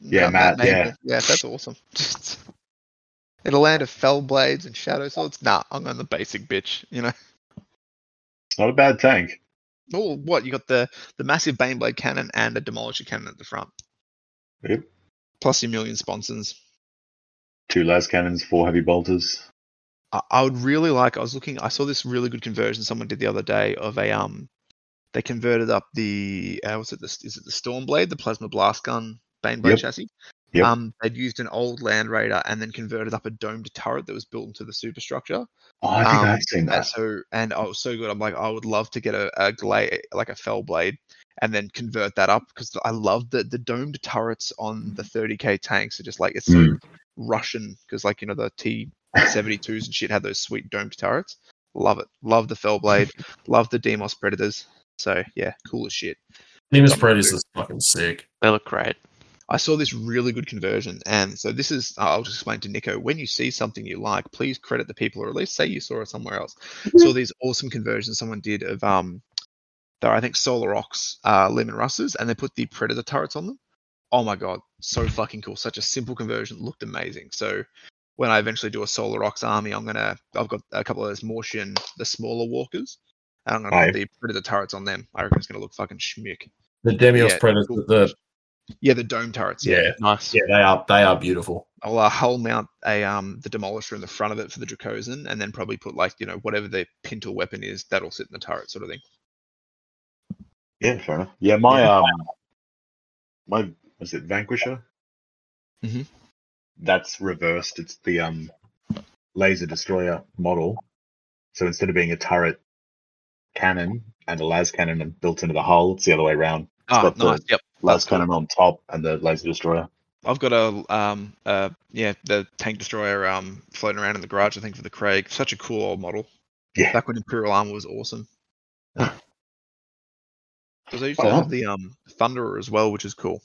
Speaker 2: Yeah, Matt,
Speaker 1: named
Speaker 2: yeah.
Speaker 1: it. yeah, that's awesome. In a land of fell blades and shadow swords, nah, I'm on the basic bitch. You know,
Speaker 2: It's not a bad tank.
Speaker 1: oh, what you got the the massive baneblade cannon and a demolisher cannon at the front,
Speaker 2: Yep.
Speaker 1: plus your million sponsons.
Speaker 2: Two las cannons, four heavy bolters.
Speaker 1: I, I would really like. I was looking. I saw this really good conversion someone did the other day of a um. They converted up the uh, was it the is it the Stormblade, the plasma blast gun, Baneblade
Speaker 2: Yep.
Speaker 1: chassis.
Speaker 2: Yep.
Speaker 1: Um, they'd used an old Land Raider and then converted up a domed turret that was built into the superstructure.
Speaker 2: Oh, I think
Speaker 1: Um,
Speaker 2: I've seen
Speaker 1: And
Speaker 2: that.
Speaker 1: so, and I was so good. I'm like, I would love to get a, a glade, like a fell blade, and then convert that up because I love that the domed turrets on the 30k tanks are just like it's so
Speaker 2: Mm.
Speaker 1: Russian because like you know the T72s and shit had those sweet domed turrets. Love it. Love the fell blade. love the Demos Predators. So yeah, cool as shit.
Speaker 5: Demon's Predators is fucking sick.
Speaker 3: They look great.
Speaker 1: I saw this really good conversion, and so this is. uh, I'll just explain to Nico. When you see something you like, please credit the people, or at least say you saw it somewhere else. Saw these awesome conversions someone did of um, they I think Solar Ox uh, Lehman Russes, and they put the Predator turrets on them. Oh my god, so fucking cool! Such a simple conversion, looked amazing. So when I eventually do a Solar Ox army, I'm gonna. I've got a couple of those Mortian, the smaller walkers, and I'm gonna
Speaker 2: Aye.
Speaker 1: put the Predator turrets on them. I reckon it's gonna look fucking schmick.
Speaker 5: The Demios
Speaker 1: Yeah,
Speaker 5: Predators.
Speaker 1: cool.
Speaker 5: The
Speaker 1: Yeah, the dome turrets.
Speaker 5: yeah,
Speaker 3: Nice.
Speaker 5: yeah, they are they are beautiful.
Speaker 1: I'll uh, hull mount a um the demolisher in the front of it for the Dracosan, and then probably put like you know whatever the pintle weapon is that'll sit in the turret sort of thing.
Speaker 2: Yeah, fair enough. Yeah, my um, my was it Vanquisher?
Speaker 1: Mhm.
Speaker 2: That's reversed. It's the um, laser destroyer model. So instead of being a turret cannon and a las cannon and built into the hull, it's the other way around. It's
Speaker 1: Ah,
Speaker 2: got the
Speaker 1: nice. Yep.
Speaker 2: las cannon on top and the laser destroyer.
Speaker 1: I've got a um uh yeah the tank destroyer um floating around in the garage I think for the Craig. Such a cool old model.
Speaker 2: Yeah.
Speaker 1: Back when Imperial Armor was awesome. Because I used to
Speaker 2: Wow.
Speaker 1: have the um Thunderer as well, which is cool.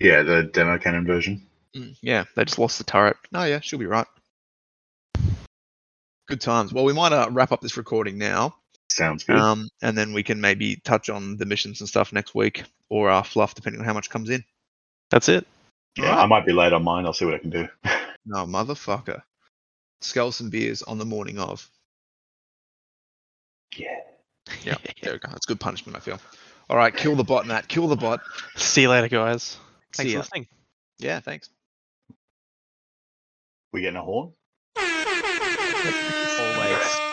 Speaker 2: Yeah, the demo cannon version.
Speaker 1: Mm, yeah, they just lost the turret. No, yeah, she'll be right. Good times. Well, we might uh, wrap up this recording now,
Speaker 2: Sounds good.
Speaker 1: um, and then we can maybe touch on the missions and stuff next week, or uh, fluff, depending on how much comes in.
Speaker 3: That's it.
Speaker 2: yeah, I might be late on mine. I'll see what I can do.
Speaker 1: No, motherfucker. Skulls and beers on the morning of.
Speaker 2: Yeah.
Speaker 1: Yeah, there we go. That's good punishment, I feel. All right, kill the bot, Matt. Kill the bot.
Speaker 3: See you later, guys.
Speaker 1: See
Speaker 3: Thanks for
Speaker 1: ya.
Speaker 3: listening.
Speaker 1: Yeah, thanks.
Speaker 2: We getting a horn?
Speaker 3: Always.